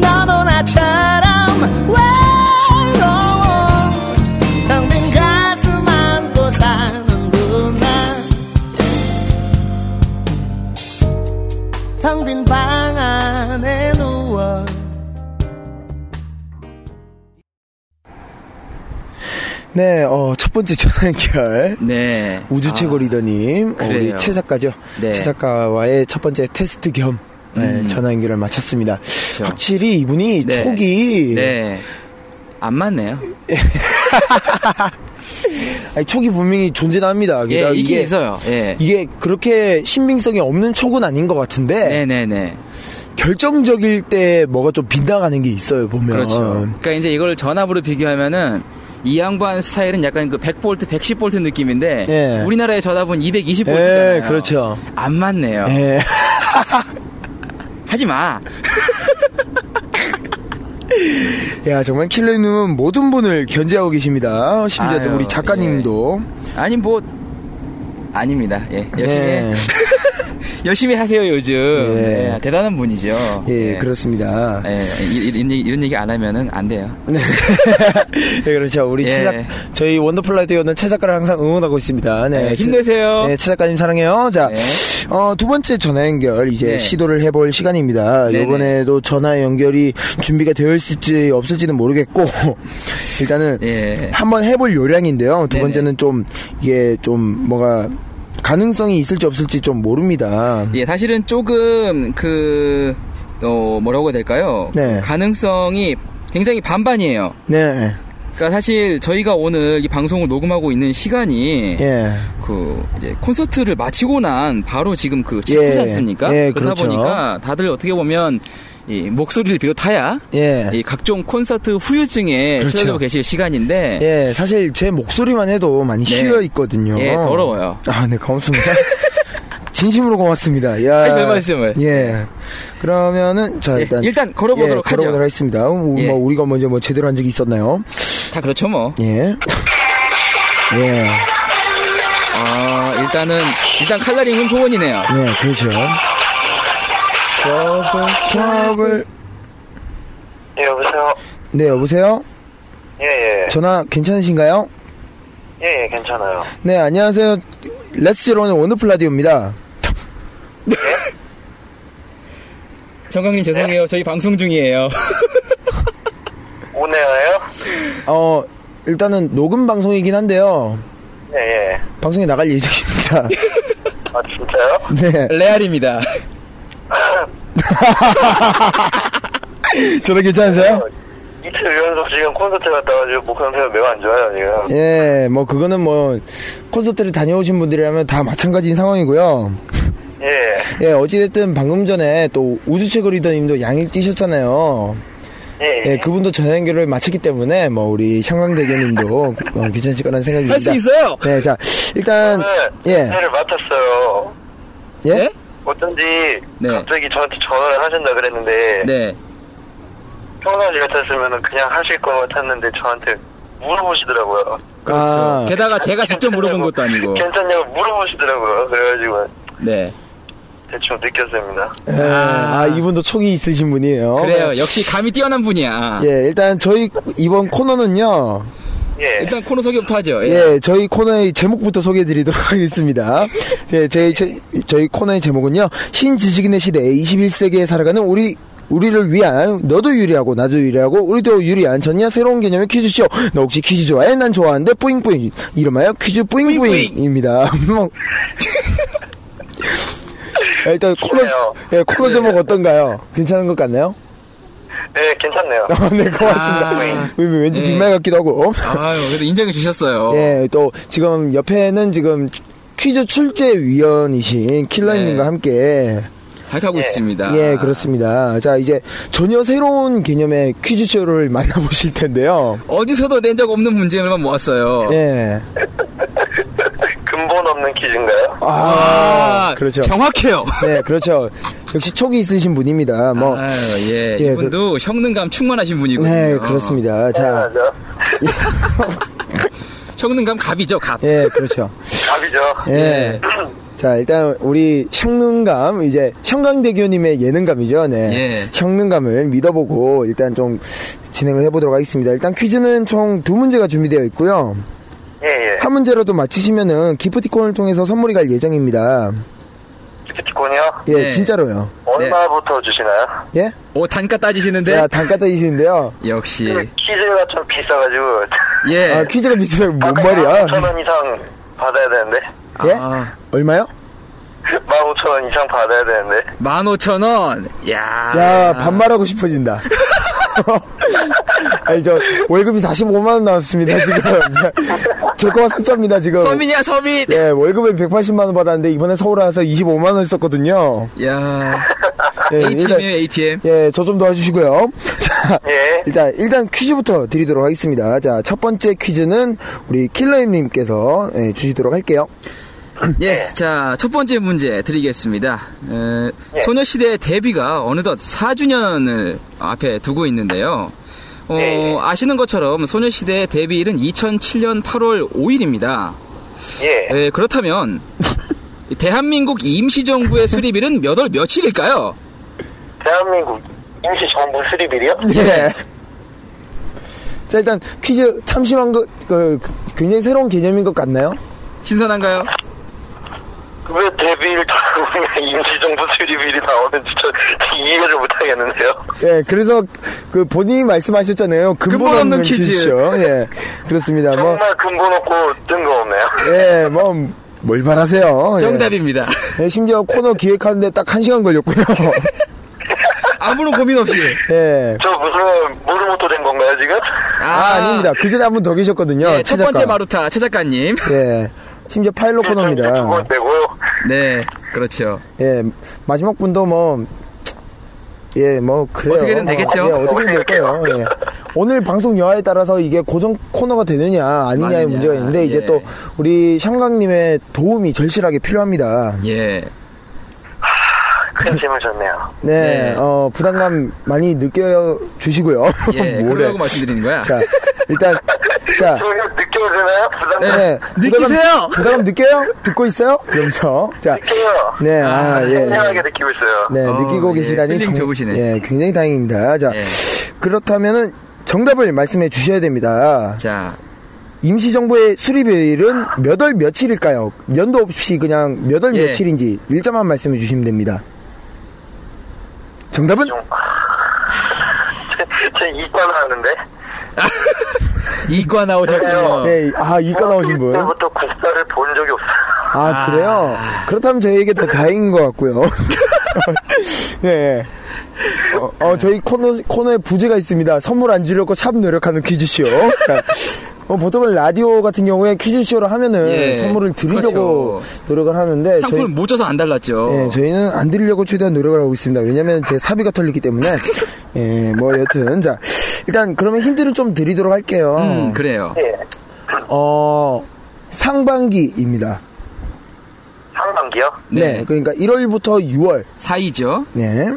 Speaker 5: 너도 나처럼 외로워 텅빈 가슴 안고 사는구나 텅 빈 방 안에 누워
Speaker 4: 네, 어, 첫 번째 전화 연결.
Speaker 7: 네.
Speaker 4: 우주 최고 리더님, 어, 우리
Speaker 7: 그래요.
Speaker 4: 최 작가죠.
Speaker 7: 네.
Speaker 4: 최 작가와의 첫 번째 테스트 겸 네,
Speaker 7: 음. 그렇죠.
Speaker 4: 전화 연결을 마쳤습니다. 확실히 이분이
Speaker 7: 네.
Speaker 4: 초기,
Speaker 7: 네. 안 맞네요.
Speaker 4: 아니, 초기 분명히 존재합니다.
Speaker 7: 예,
Speaker 4: 게다가
Speaker 7: 이게, 있어요. 예.
Speaker 4: 이게 그렇게 신빙성이 없는 촉은 아닌 것 같은데
Speaker 7: 네네네.
Speaker 4: 결정적일 때 뭐가 좀 빗나가는 게 있어요 예. 보면.
Speaker 7: 그렇죠. 그러니까 이제 이걸 전압으로 비교하면은 이 양반 스타일은 약간 그 100볼트, 110볼트 느낌인데
Speaker 4: 예.
Speaker 7: 우리나라의 전압은 220볼트잖아요.
Speaker 4: 예, 그렇죠.
Speaker 7: 안 맞네요.
Speaker 4: 예.
Speaker 7: 하지 마.
Speaker 4: 야 정말 킬러님은 모든 분을 견제하고 계십니다. 심지어 또
Speaker 7: 아유,
Speaker 4: 우리 작가님도.
Speaker 7: 아니 뭐 아닙니다. 예. 열심히
Speaker 4: 예.
Speaker 7: 열심히 하세요 요즘.
Speaker 4: 예.
Speaker 7: 예, 대단한 분이죠.
Speaker 4: 예, 그렇습니다.
Speaker 7: 예, 이- 이런, 얘기- 이런 얘기 안 하면은 안 돼요.
Speaker 4: 네. 네, 그렇죠. 우리
Speaker 7: 예.
Speaker 4: 최 작, 저희 원더풀 라디오는 최 작가를 항상 응원하고 있습니다. 네.
Speaker 7: 예,
Speaker 4: 최-
Speaker 7: 힘내세요.
Speaker 4: 네, 최 작가님 사랑해요. 자,
Speaker 7: 네.
Speaker 4: 어, 두 번째 전화 연결 이제
Speaker 7: 네.
Speaker 4: 시도를 해볼 시간입니다.
Speaker 7: 네네.
Speaker 4: 이번에도 전화 연결이 준비가 되어 있을지 없을지는 모르겠고, 일단은
Speaker 7: 예.
Speaker 4: 한번 해볼 요량인데요. 두
Speaker 7: 네네.
Speaker 4: 번째는 좀 이게 좀 뭔가 가능성이 있을지 없을지 좀 모릅니다.
Speaker 7: 예, 사실은 조금 그, 어, 뭐라고 해야 될까요?
Speaker 4: 네.
Speaker 7: 가능성이 굉장히 반반이에요.
Speaker 4: 네,
Speaker 7: 그러니까 사실 저희가 오늘 이 방송을 녹음하고 있는 시간이
Speaker 4: 예,
Speaker 7: 그 이제 콘서트를 마치고 난 바로 지금 그 직후지
Speaker 4: 예.
Speaker 7: 않습니까?
Speaker 4: 예,
Speaker 7: 그러다
Speaker 4: 그렇죠.
Speaker 7: 보니까 다들 어떻게 보면 이 목소리를 비롯하여
Speaker 4: 예.
Speaker 7: 이 각종 콘서트 후유증에
Speaker 4: 그렇죠.
Speaker 7: 시달리고 계실 시간인데
Speaker 4: 예, 사실 제 목소리만 해도 많이
Speaker 7: 네.
Speaker 4: 휘어 있거든요.
Speaker 7: 예, 더러워요.
Speaker 4: 아, 네, 감사합니다. 진심으로 고맙습니다. 야.
Speaker 7: 아니, 별 말씀을.
Speaker 4: 예. 그러면은 자
Speaker 7: 예,
Speaker 4: 일단
Speaker 7: 일단 걸어보도록
Speaker 4: 예, 걸어보도록
Speaker 7: 하죠.
Speaker 4: 하겠습니다. 음, 뭐,
Speaker 7: 예.
Speaker 4: 우리가 먼저 뭐 제대로 한 적이 있었나요?
Speaker 7: 다 그렇죠 뭐.
Speaker 4: 예. 예.
Speaker 7: 아 일단은 일단 칼라링은 소원이네요.
Speaker 4: 예, 그렇죠.
Speaker 7: 트러블
Speaker 4: 트러블.
Speaker 9: 예, 여보세요?
Speaker 4: 네, 여보세요?
Speaker 9: 예, 예.
Speaker 4: 전화 괜찮으신가요?
Speaker 9: 예, 예, 괜찮아요.
Speaker 4: 네, 안녕하세요. 레스제로는 원더풀 라디오입니다.
Speaker 7: 정강님 죄송해요. 저희 방송 중이에요.
Speaker 9: 오네요?
Speaker 4: 어, 일단은 녹음 방송이긴 한데요.
Speaker 9: 예, 예.
Speaker 4: 방송에 나갈 예정입니다.
Speaker 9: 아, 진짜요?
Speaker 4: 네.
Speaker 7: 레알입니다.
Speaker 4: 전화 괜찮으세요? 네.
Speaker 9: 이틀 연속 지금 콘서트 갔다 와가지고 목 상태가 매우 안 좋아요, 지금.
Speaker 4: 예, 뭐 그거는 뭐 콘서트를 다녀오신 분들이라면 다 마찬가지인 상황이고요.
Speaker 9: 예,
Speaker 4: 예, 어찌됐든 방금 전에 또 우주최고 리더님도 양일 뛰셨잖아요.
Speaker 9: 예,
Speaker 4: 예, 그분도 전화 연결을 마쳤기 때문에 뭐 우리 향강대교님도 어, 괜찮을 거라는 생각이
Speaker 7: 할 수
Speaker 4: 듭니다.
Speaker 7: 있어요.
Speaker 4: 네, 자 일단
Speaker 9: 저는
Speaker 4: 예,
Speaker 9: 회를 맡았어요.
Speaker 4: 예,
Speaker 9: 어쩐지
Speaker 7: 네.
Speaker 9: 갑자기 저한테 전화를 하신다 그랬는데
Speaker 7: 네.
Speaker 9: 평상시 같았으면 그냥 하실 것 같았는데 저한테 물어보시더라고요.
Speaker 4: 아,
Speaker 7: 게다가 제가 직접 물어본
Speaker 9: 괜찮냐고-
Speaker 7: 것도 아니고.
Speaker 9: 괜찮냐고 물어보시더라고요. 그래가지고
Speaker 7: 네.
Speaker 9: 대충 느꼈습니다.
Speaker 4: 예, 아 이분도 촉이 있으신 분이에요.
Speaker 7: 그래요. 역시 감이 뛰어난 분이야.
Speaker 4: 어, 네. 예, 일단 저희 이번 코너는요.
Speaker 9: 예.
Speaker 7: 일단 코너 소개부터 하죠. 예.
Speaker 4: 예, 저희 코너의 제목부터 소개해드리도록 하겠습니다. 예, 저희, 저희, 저희 코너의 제목은요, 신지식인의 시대 21세기에 살아가는 우리, 우리를 위한 너도 유리하고 나도 유리하고 우리도 유리한 전혀 새로운 개념의 퀴즈쇼. 너 혹시 퀴즈 좋아해? 난 좋아하는데 뿌잉뿌잉. 이름하여 퀴즈 뿌잉뿌잉입니다. 뭐. 예, 일단 코너,
Speaker 9: 좋네요.
Speaker 4: 예, 코너 제목 어떤가요? 괜찮은 것 같나요?
Speaker 9: 예, 괜찮네요.
Speaker 4: 아, 네, 고맙습니다.
Speaker 7: 아.
Speaker 4: 왠지
Speaker 7: 예.
Speaker 4: 빈말 같기도 하고.
Speaker 7: 아유, 그래도 인정해 주셨어요.
Speaker 4: 예, 또 지금 옆에는 지금 퀴즈 출제위원이신 킬러님과
Speaker 7: 네.
Speaker 4: 함께
Speaker 7: 발표하고 있습니다.
Speaker 4: 예 그렇습니다. 자 이제 전혀 새로운 개념의 퀴즈쇼를 만나보실 텐데요.
Speaker 7: 어디서도 낸 적 없는 문제만 모았어요.
Speaker 4: 예,
Speaker 9: 근본 없는 퀴즈인가요?
Speaker 4: 아, 그렇죠.
Speaker 7: 정확해요.
Speaker 4: 네 그렇죠. 역시 촉이 있으신 분입니다. 뭐
Speaker 7: 아유, 예.
Speaker 4: 예,
Speaker 7: 이분도 형능감 충만하신 분이거든요.
Speaker 4: 네, 그렇습니다. 자,
Speaker 9: 맞아.
Speaker 7: 형능감 갑이죠, 갑.
Speaker 4: 예, 그렇죠.
Speaker 9: 답이죠.
Speaker 4: 예. 자, 일단 우리 형능감 이제 형강대교님의 예능감이죠. 네.
Speaker 7: 예.
Speaker 4: 형능감을 믿어보고 일단 좀 진행을 해보도록 하겠습니다. 일단 퀴즈는 총 두 문제가 준비되어 있고요.
Speaker 9: 예, 예.
Speaker 4: 한 문제라도 맞히시면은 기프티콘을 통해서 선물이 갈 예정입니다.
Speaker 9: 기프티콘이요?
Speaker 4: 예,
Speaker 7: 네.
Speaker 4: 진짜로요.
Speaker 9: 얼마부터 주시나요?
Speaker 4: 예?
Speaker 7: 오, 단가 따지시는데?
Speaker 4: 야, 단가 따지시는데요.
Speaker 7: 역시.
Speaker 4: 예.
Speaker 9: 그 퀴즈가 좀 비싸가지고.
Speaker 7: 예.
Speaker 4: 아, 퀴즈가 비슷하면 뭔 말이야?
Speaker 9: 15,000원 이상 받아야 되는데.
Speaker 4: 예?
Speaker 7: 아,
Speaker 4: 얼마요?
Speaker 9: 15,000원 이상 받아야 되는데.
Speaker 7: 15,000원. 야.
Speaker 4: 야, 반말하고 싶어진다. 아니, 저, 월급이 45만원 나왔습니다, 지금. 제 거가 3자입니다, 지금.
Speaker 7: 서민이야, 서민.
Speaker 4: 예, 월급을 180만원 받았는데, 이번에 서울 와서 25만원 썼거든요.
Speaker 7: 야.
Speaker 4: 예, 일단,
Speaker 7: ATM이에요, ATM.
Speaker 4: 예, 저 좀 도와주시고요. 자,
Speaker 9: 예.
Speaker 4: 일단, 일단 퀴즈부터 드리도록 하겠습니다. 자, 첫 번째 퀴즈는 우리 킬러임님께서 예, 주시도록 할게요.
Speaker 7: 예, 자, 첫 번째 문제 드리겠습니다. 에,
Speaker 9: 예.
Speaker 7: 소녀시대 데뷔가 어느덧 4주년을 앞에 두고 있는데요. 어,
Speaker 9: 예.
Speaker 7: 아시는 것처럼 소녀시대 데뷔일은 2007년 8월 5일입니다.
Speaker 9: 예.
Speaker 4: 네.
Speaker 7: 예, 그렇다면 대한민국 임시정부의 수립일은 몇 월 며칠일까요?
Speaker 9: 대한민국 임시정부 수립일이요?
Speaker 4: 예. 자, 일단 퀴즈 참신한 것, 그, 그, 굉장히 새로운 개념인 것 같나요?
Speaker 7: 신선한가요?
Speaker 9: 왜 데뷔일 다음에 임시정부 수립일이 나오는지 저 이해를 못하겠는데요.
Speaker 4: 예, 그래서 그 본인이 말씀하셨잖아요. 근본,
Speaker 7: 근본 없는
Speaker 4: 없는
Speaker 7: 퀴즈.
Speaker 4: 퀴즈죠. 예, 그렇습니다. 뭐,
Speaker 9: 정말 근본 없고 뜬금없네요.
Speaker 4: 예, 뭐, 뭘 바라세요? 예.
Speaker 7: 정답입니다.
Speaker 4: 예, 심지어 코너 기획하는데 딱 한 시간 걸렸고요.
Speaker 7: 아무런 고민 없이.
Speaker 4: 예.
Speaker 9: 저 무슨 모르모토 된 건가요 지금?
Speaker 4: 아, 아닙니다. 그 전에 한 분 더 계셨거든요.
Speaker 7: 예, 첫
Speaker 4: 최 작가.
Speaker 7: 번째 마루타 최 작가님.
Speaker 4: 예. 심지어
Speaker 9: 네,
Speaker 4: 파일럿
Speaker 9: 그
Speaker 4: 코너입니다.
Speaker 9: 되고요.
Speaker 7: 네, 그렇죠.
Speaker 4: 예. 마지막 분도 뭐, 예, 뭐, 그래요.
Speaker 7: 어떻게든 되겠죠.
Speaker 4: 예, 어떻게든 될 거예요. 예. 오늘 방송 여하에 따라서 이게 고정 코너가 되느냐, 아니냐의
Speaker 7: 아니냐,
Speaker 4: 문제가 있는데, 이게
Speaker 7: 예.
Speaker 4: 또 우리 샹강님의 도움이 절실하게 필요합니다.
Speaker 7: 예.
Speaker 9: 큰 짐을 졌네요.
Speaker 4: 네,
Speaker 7: 네.
Speaker 4: 어, 부담감 많이 느껴 주시고요.
Speaker 7: 예,
Speaker 4: 뭐래.
Speaker 7: 그러라고 말씀드리는 거야.
Speaker 4: 자, 일단, 자,
Speaker 9: 좀 느껴지나요? 부담
Speaker 4: 네.
Speaker 7: 느끼세요!
Speaker 4: 부담감, 부담감 느껴요? 듣고 있어요? 이러면서. 자,
Speaker 9: 느껴요.
Speaker 4: 네, 아, 예.
Speaker 9: 생생하게 느끼고 있어요.
Speaker 4: 네,
Speaker 7: 어,
Speaker 4: 느끼고
Speaker 7: 예,
Speaker 4: 계시다니.
Speaker 7: 필링 좋으시네.
Speaker 4: 예, 굉장히 다행입니다. 자,
Speaker 7: 예.
Speaker 4: 그렇다면은 정답을 말씀해 주셔야 됩니다.
Speaker 7: 자,
Speaker 4: 임시정부의 수립일은 몇 월 며칠일까요? 연도 없이 그냥 몇 월
Speaker 7: 예.
Speaker 4: 며칠인지 일자만 말씀해 주시면 됩니다. 정답은
Speaker 9: 제 이과 나왔는데.
Speaker 7: 이과
Speaker 9: 어.
Speaker 7: 나오셨군요.
Speaker 4: 네, 아 이과 나오신 분.
Speaker 9: 그때부터 국사를 본 적이 없어요.
Speaker 4: 아 그래요? 그렇다면 저희에게 더 다행인 것 같고요. 예. 예. 어, 어, 저희 코너 코너에 부재가 있습니다. 선물 안 주려고 참 노력하는 퀴즈쇼. 자, 어, 보통은 라디오 같은 경우에 퀴즈쇼를 하면은
Speaker 7: 예,
Speaker 4: 선물을 드리려고
Speaker 7: 그렇죠.
Speaker 4: 노력을 하는데
Speaker 7: 상품을 못 줘서 안 달랐죠.
Speaker 4: 예, 네, 저희는 안 드리려고 최대한 노력을 하고 있습니다. 왜냐면 제 사비가 털리기 때문에. 예, 뭐 여튼 자 일단 그러면 힌트를 좀 드리도록 할게요.
Speaker 7: 음,
Speaker 4: 네.
Speaker 7: 그래요.
Speaker 9: 예.
Speaker 4: 어 상반기입니다.
Speaker 9: 상반기요?
Speaker 4: 네.
Speaker 7: 네.
Speaker 4: 그러니까 1월부터 6월.
Speaker 7: 사이죠.
Speaker 4: 네.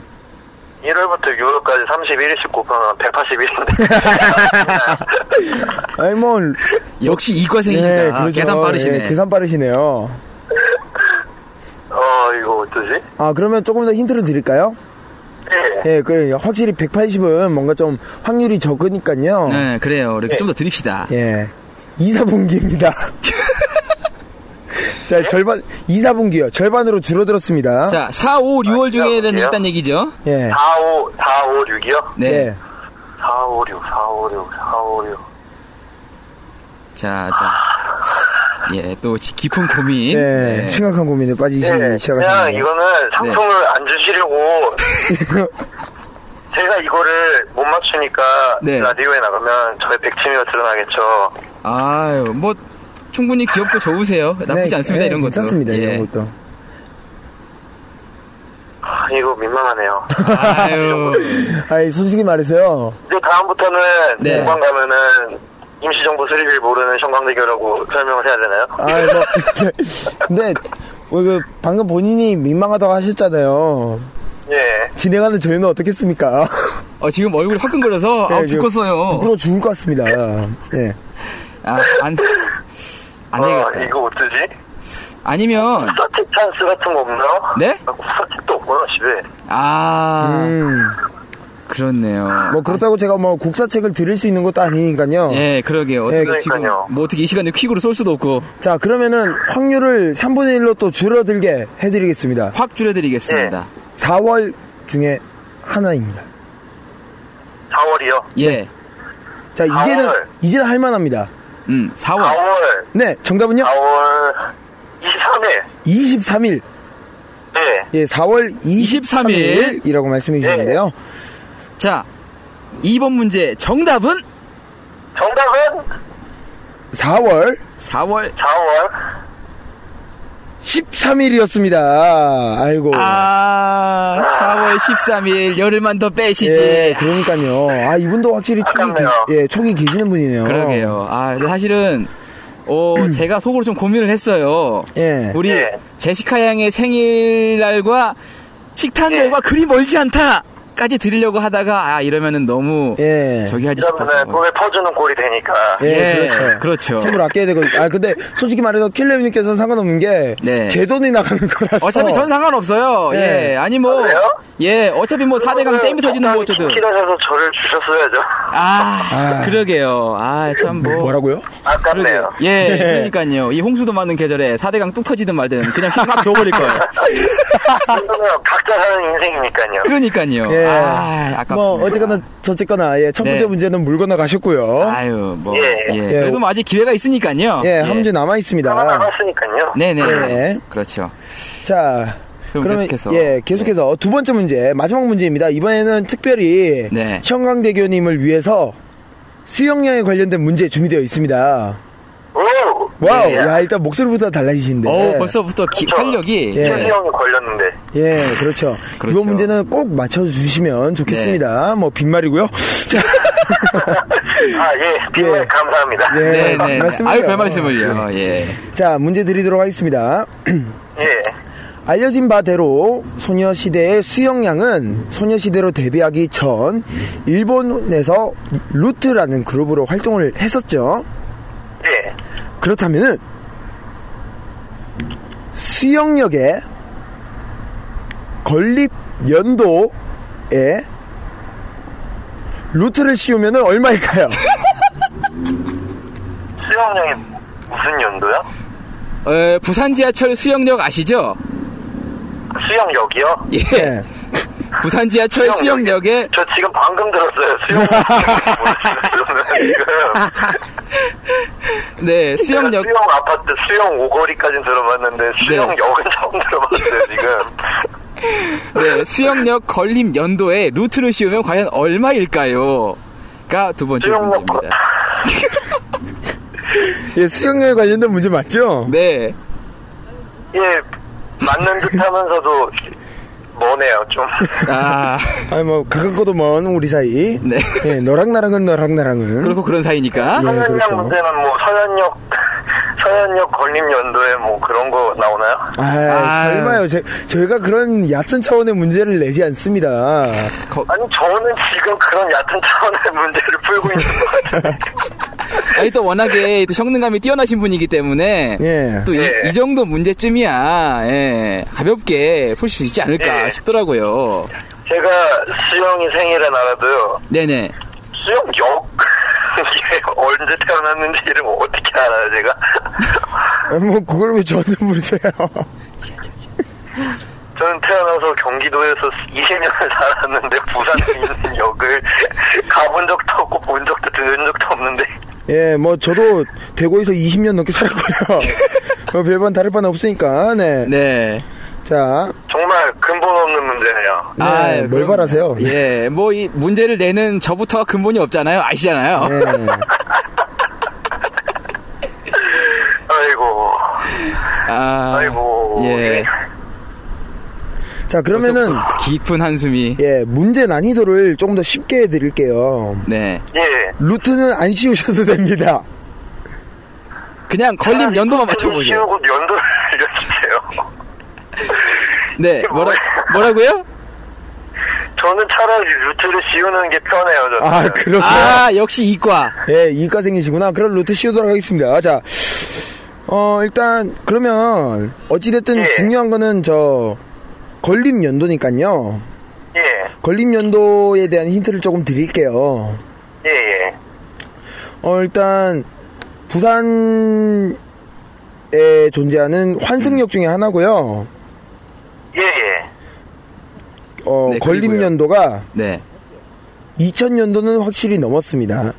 Speaker 9: 1월부터 6월까지 31일씩 곱하면 181인데.
Speaker 4: 아니 뭐
Speaker 7: 역시 이과생이시다. 아,
Speaker 4: 네, 그렇죠.
Speaker 7: 계산 빠르시네.
Speaker 4: 예, 계산 빠르시네요.
Speaker 9: 어, 이거 어쩌지?
Speaker 4: 아 그러면 조금 더 힌트를 드릴까요?
Speaker 9: 예.
Speaker 4: 예, 그 확실히 180은 뭔가 좀 확률이 적으니까요.
Speaker 7: 네, 그래요. 이렇게 좀 더 드립시다.
Speaker 4: 예. 2, 4분기입니다. 자, 절반, 2, 4분기요. 절반으로 줄어들었습니다.
Speaker 7: 자, 4, 5, 6월 중에는
Speaker 9: 아,
Speaker 7: 일단 얘기죠.
Speaker 4: 예.
Speaker 9: 4, 5, 4, 5, 6이요?
Speaker 7: 네.
Speaker 4: 예.
Speaker 9: 4, 5, 6, 4, 5, 6, 4, 5, 6.
Speaker 7: 자, 자. 예, 또 지- 깊은 고민.
Speaker 4: 예.
Speaker 7: 네.
Speaker 4: 심각한 고민에 빠지시기
Speaker 9: 예, 그냥
Speaker 4: 시작하셨네요.
Speaker 9: 이거는 상품을 안 주시려고 제가 이거를 못 맞추니까
Speaker 7: 네.
Speaker 9: 라디오에 나가면 저의 백치미가 드러나겠죠.
Speaker 7: 아유, 뭐 충분히 귀엽고 좋으세요. 나쁘지
Speaker 4: 네,
Speaker 7: 않습니다.
Speaker 4: 예,
Speaker 7: 이런 것도.
Speaker 4: 괜찮습니다,
Speaker 7: 예.
Speaker 4: 이런 것도.
Speaker 9: 아, 이거 민망하네요.
Speaker 7: 아유.
Speaker 4: 아이, 솔직히 말해서요.
Speaker 9: 이제 다음부터는
Speaker 7: 네.
Speaker 9: 공방 가면은 임시정부 수립일 모르는 형광대교라고 설명을 해야 되나요?
Speaker 4: 아이, 뭐. 근데, 뭐, 그, 방금 본인이 민망하다고 하셨잖아요.
Speaker 9: 예.
Speaker 4: 진행하는 저희는 어떻겠습니까?
Speaker 7: 어, 지금 얼굴이 화끈거려서 아우
Speaker 4: 예, 지금
Speaker 7: 죽겠어요.
Speaker 4: 부끄러워 죽을 것 같습니다. 예.
Speaker 7: 아, 안, 안
Speaker 9: 어,
Speaker 7: 되겠다.
Speaker 9: 이거 어쩌지?
Speaker 7: 아니면,
Speaker 9: 국사책 찬스 같은 거 없나요?
Speaker 7: 네?
Speaker 9: 아, 국사책도 없구나, 집에.
Speaker 7: 아,
Speaker 4: 음.
Speaker 7: 그렇네요.
Speaker 4: 뭐, 그렇다고 제가 뭐, 국사책을 드릴 수 있는 것도 아니니까요.
Speaker 7: 예, 그러게요. 어떻게
Speaker 4: 예,
Speaker 7: 지금,
Speaker 9: 그러니까요.
Speaker 7: 뭐 어떻게 이 시간에 퀵으로 쏠 수도 없고,
Speaker 4: 자, 그러면은 확률을 3분의 1로 또 줄어들게 해드리겠습니다.
Speaker 7: 확 줄여드리겠습니다.
Speaker 4: 4월 중에 하나입니다.
Speaker 9: 4월이요.
Speaker 7: 예.
Speaker 4: 자, 이제는,
Speaker 9: 4월.
Speaker 4: 이제는 할만합니다.
Speaker 7: 음, 4월.
Speaker 9: 4월,
Speaker 4: 네, 정답은요?
Speaker 7: 아.
Speaker 9: 4월 23일.
Speaker 4: 23일.
Speaker 9: 예.
Speaker 4: 예, 4월
Speaker 7: 23일. 예.
Speaker 4: 23일이라고 말씀해 주셨는데요.
Speaker 7: 자, 2번 문제 정답은
Speaker 9: 정답은
Speaker 4: 4월
Speaker 7: 4월.
Speaker 9: 4월
Speaker 4: 13일이었습니다. 아이고.
Speaker 7: 아, 4월 13일. 열흘만 더 빼시지.
Speaker 4: 예, 그러니까요. 아, 이분도 확실히 초기,
Speaker 9: 아깝네요.
Speaker 4: 기, 예, 초기 계시는 분이네요.
Speaker 7: 그러게요. 아, 근데 사실은, 어, 제가 속으로 좀 고민을 했어요.
Speaker 4: 예.
Speaker 7: 우리
Speaker 9: 예.
Speaker 7: 제시카 양의 생일날과 식탄절과 그리 멀지 않다까지 드리려고 하다가 아 이러면은 너무
Speaker 4: 예.
Speaker 7: 저기 하지 싶어서
Speaker 9: 이러면은 뭐, 꿈에 퍼주는 꼴이 되니까
Speaker 4: 예,
Speaker 7: 예,
Speaker 4: 그렇죠.
Speaker 7: 그렇죠.
Speaker 4: 선물 아껴야 되거든요. 아, 근데 솔직히 말해서 킬러님께서는 상관없는 게,
Speaker 7: 네.
Speaker 4: 제 돈이 나가는 거라서.
Speaker 7: 어차피 전 상관없어요.
Speaker 4: 예.
Speaker 7: 예. 아니 뭐
Speaker 9: 아, 그래요? 아,
Speaker 7: 예, 어차피 뭐 4대강 땡이 터지는 거 어쩌든.
Speaker 9: 키러셔서 저를 주셨어야죠
Speaker 7: 아,
Speaker 4: 아.
Speaker 7: 그러게요. 아, 참 뭐.
Speaker 4: 뭐라고요?
Speaker 9: 아깝네요
Speaker 7: 예,
Speaker 4: 네.
Speaker 7: 그러니까요. 이 홍수도 많은 계절에 4대강 뚝 터지든 말든 그냥 확 줘버릴 거예요.
Speaker 9: 그러면 각자 사는 인생이니까요
Speaker 7: 그러니까요.
Speaker 4: 예.
Speaker 7: 아, 아깝습니다.
Speaker 4: 뭐, 어쨌거나, 저쨌거나, 예, 첫 번째
Speaker 7: 네.
Speaker 4: 문제는 물 건너가셨고요.
Speaker 7: 아유, 뭐.
Speaker 9: 예.
Speaker 7: 예. 그래도 뭐 아직 기회가 있으니까요.
Speaker 4: 예, 한 문제 남아있습니다.
Speaker 9: 하나 남았으니까요
Speaker 7: 네네.
Speaker 4: 네.
Speaker 7: 그렇죠.
Speaker 4: 자.
Speaker 7: 그럼
Speaker 4: 그러면,
Speaker 7: 계속해서. 네.
Speaker 4: 예, 계속해서 두 번째 문제, 마지막 문제입니다. 이번에는 특별히
Speaker 7: 네.
Speaker 4: 형광대교님을 위해서 수영량에 관련된 문제 준비되어 있습니다.
Speaker 9: 오!
Speaker 4: 와우,
Speaker 9: 예.
Speaker 4: 야 일단 목소리부터 달라지신데.
Speaker 7: 네, 어우, 벌써부터 기,
Speaker 9: 그렇죠.
Speaker 7: 활력이.
Speaker 4: 예.
Speaker 9: 태수 형이 걸렸는데
Speaker 4: 예, 그렇죠.
Speaker 7: 그렇죠. 네.
Speaker 4: 이번 문제는 꼭 맞춰주시면 좋겠습니다. 뭐 빈말이고요. 자,
Speaker 9: 아예 빈말
Speaker 4: 예.
Speaker 9: 감사합니다
Speaker 4: 예.
Speaker 7: 네, 네.
Speaker 4: 말씀이요.
Speaker 7: 아유, 별 말씀을요. 예.
Speaker 4: 자 문제 드리도록 하겠습니다.
Speaker 9: 예
Speaker 4: 알려진 바대로 소녀시대의 수영양은 소녀시대로 데뷔하기 전 일본에서 루트라는 그룹으로 활동을 했었죠.
Speaker 9: 예.
Speaker 4: 그렇다면은 수영역의 건립 연도에 루트를 씌우면은 얼마일까요?
Speaker 9: 수영량이 무슨 연도야?
Speaker 7: 어, 부산 지하철 수영역 아시죠?
Speaker 9: 수영역이요?
Speaker 7: 예. 부산 지하철 수영역에
Speaker 9: 저 지금 방금 들었어요. 수영역. 모르시는 지금.
Speaker 7: 네
Speaker 9: 제가
Speaker 7: 수영역
Speaker 9: 수영 아파트 수영 오거리까지는 들어봤는데 수영역은 처음 들어봤어요 지금.
Speaker 7: 네 수영역 건립 연도에 루트를 씌우면 과연 얼마일까요? 가 두 번째
Speaker 9: 수영역
Speaker 7: 문제입니다.
Speaker 4: 예, 수영여에 관련된 문제 맞죠?
Speaker 7: 네.
Speaker 9: 예 맞는 듯하면서도 머네요 좀.
Speaker 7: 아
Speaker 4: 아니 뭐 가깝고도 먼 우리 사이.
Speaker 7: 네. 그렇죠.
Speaker 4: 예, 너랑 나랑은 너랑 나랑은.
Speaker 7: 그렇고 네, 그런 사이니까.
Speaker 4: 예,
Speaker 9: 서현역
Speaker 4: 그렇죠.
Speaker 9: 문제는 뭐 서현역 서현역 건립 연도에 뭐 그런 거 나오나요?
Speaker 4: 아,
Speaker 7: 아유.
Speaker 4: 설마요. 제, 저희가 그런 얕은 차원의 문제를 내지 않습니다.
Speaker 7: 거-
Speaker 9: 아니 저는 지금 그런 얕은 차원의 문제를 풀고 있는 것 같아요.
Speaker 7: 아니 또 워낙에 또 성능감이 뛰어나신 분이기 때문에
Speaker 4: 예.
Speaker 7: 또 이
Speaker 9: 예.
Speaker 7: 정도 문제쯤이야 예, 가볍게 풀 수 있지 않을까
Speaker 9: 예.
Speaker 7: 싶더라고요.
Speaker 9: 제가 수영이 생일을 알아도요.
Speaker 7: 네네.
Speaker 9: 수영역 이게 언제 태어났는지 이름 어떻게 알아요 제가?
Speaker 4: 아, 뭐 그걸 왜 저한테 물으세요?
Speaker 9: 저는 태어나서 경기도에서 20년을 살았는데 부산에 있는 역을 가본 적도 없고 본 적도 들은 적도 없는데
Speaker 4: 예, 뭐 저도 대구에서 20년 넘게 살았고요. 뭐 별반 다를 바는 없으니까. 네.
Speaker 7: 네.
Speaker 4: 자,
Speaker 9: 정말 근본 없는 문제네요.
Speaker 4: 네, 뭘 바라세요?
Speaker 7: 아, 예, 뭐 이 문제를 내는 저부터가 근본이 없잖아요. 아시잖아요.
Speaker 4: 예.
Speaker 9: 아이고
Speaker 7: 아,
Speaker 9: 아이고
Speaker 7: 예.
Speaker 4: 자, 그러면은
Speaker 7: 벌써부터 깊은 한숨이.
Speaker 4: 예, 문제 난이도를 조금 더 쉽게 해 드릴게요.
Speaker 7: 네.
Speaker 9: 예
Speaker 4: 루트는 안 씌우셔도 됩니다.
Speaker 7: 그냥 걸림 연도만 맞춰보세요.
Speaker 9: 씌우고 연도를 알려주세요.
Speaker 7: 네. 뭐라 뭐라고요?
Speaker 9: 저는 차라리 루트를 씌우는 게 편해요. 저는.
Speaker 4: 아, 그러세요?
Speaker 7: 아, 역시 이과.
Speaker 4: 예, 이과생이시구나. 그럼 루트 씌우도록 하겠습니다. 자, 어, 일단, 그러면, 어찌됐든
Speaker 9: 예.
Speaker 4: 중요한 거는 저, 걸림 연도니까요.
Speaker 9: 예,
Speaker 4: 걸림 연도에 대한 힌트를 조금 드릴게요.
Speaker 9: 예, 예.
Speaker 4: 어, 일단, 부산에 존재하는 환승역 중에 하나고요.
Speaker 9: 예, 예.
Speaker 4: 어,
Speaker 7: 네,
Speaker 4: 걸림
Speaker 7: 그리고요.
Speaker 4: 연도가
Speaker 7: 네.
Speaker 4: 2000년도는 확실히 넘었습니다.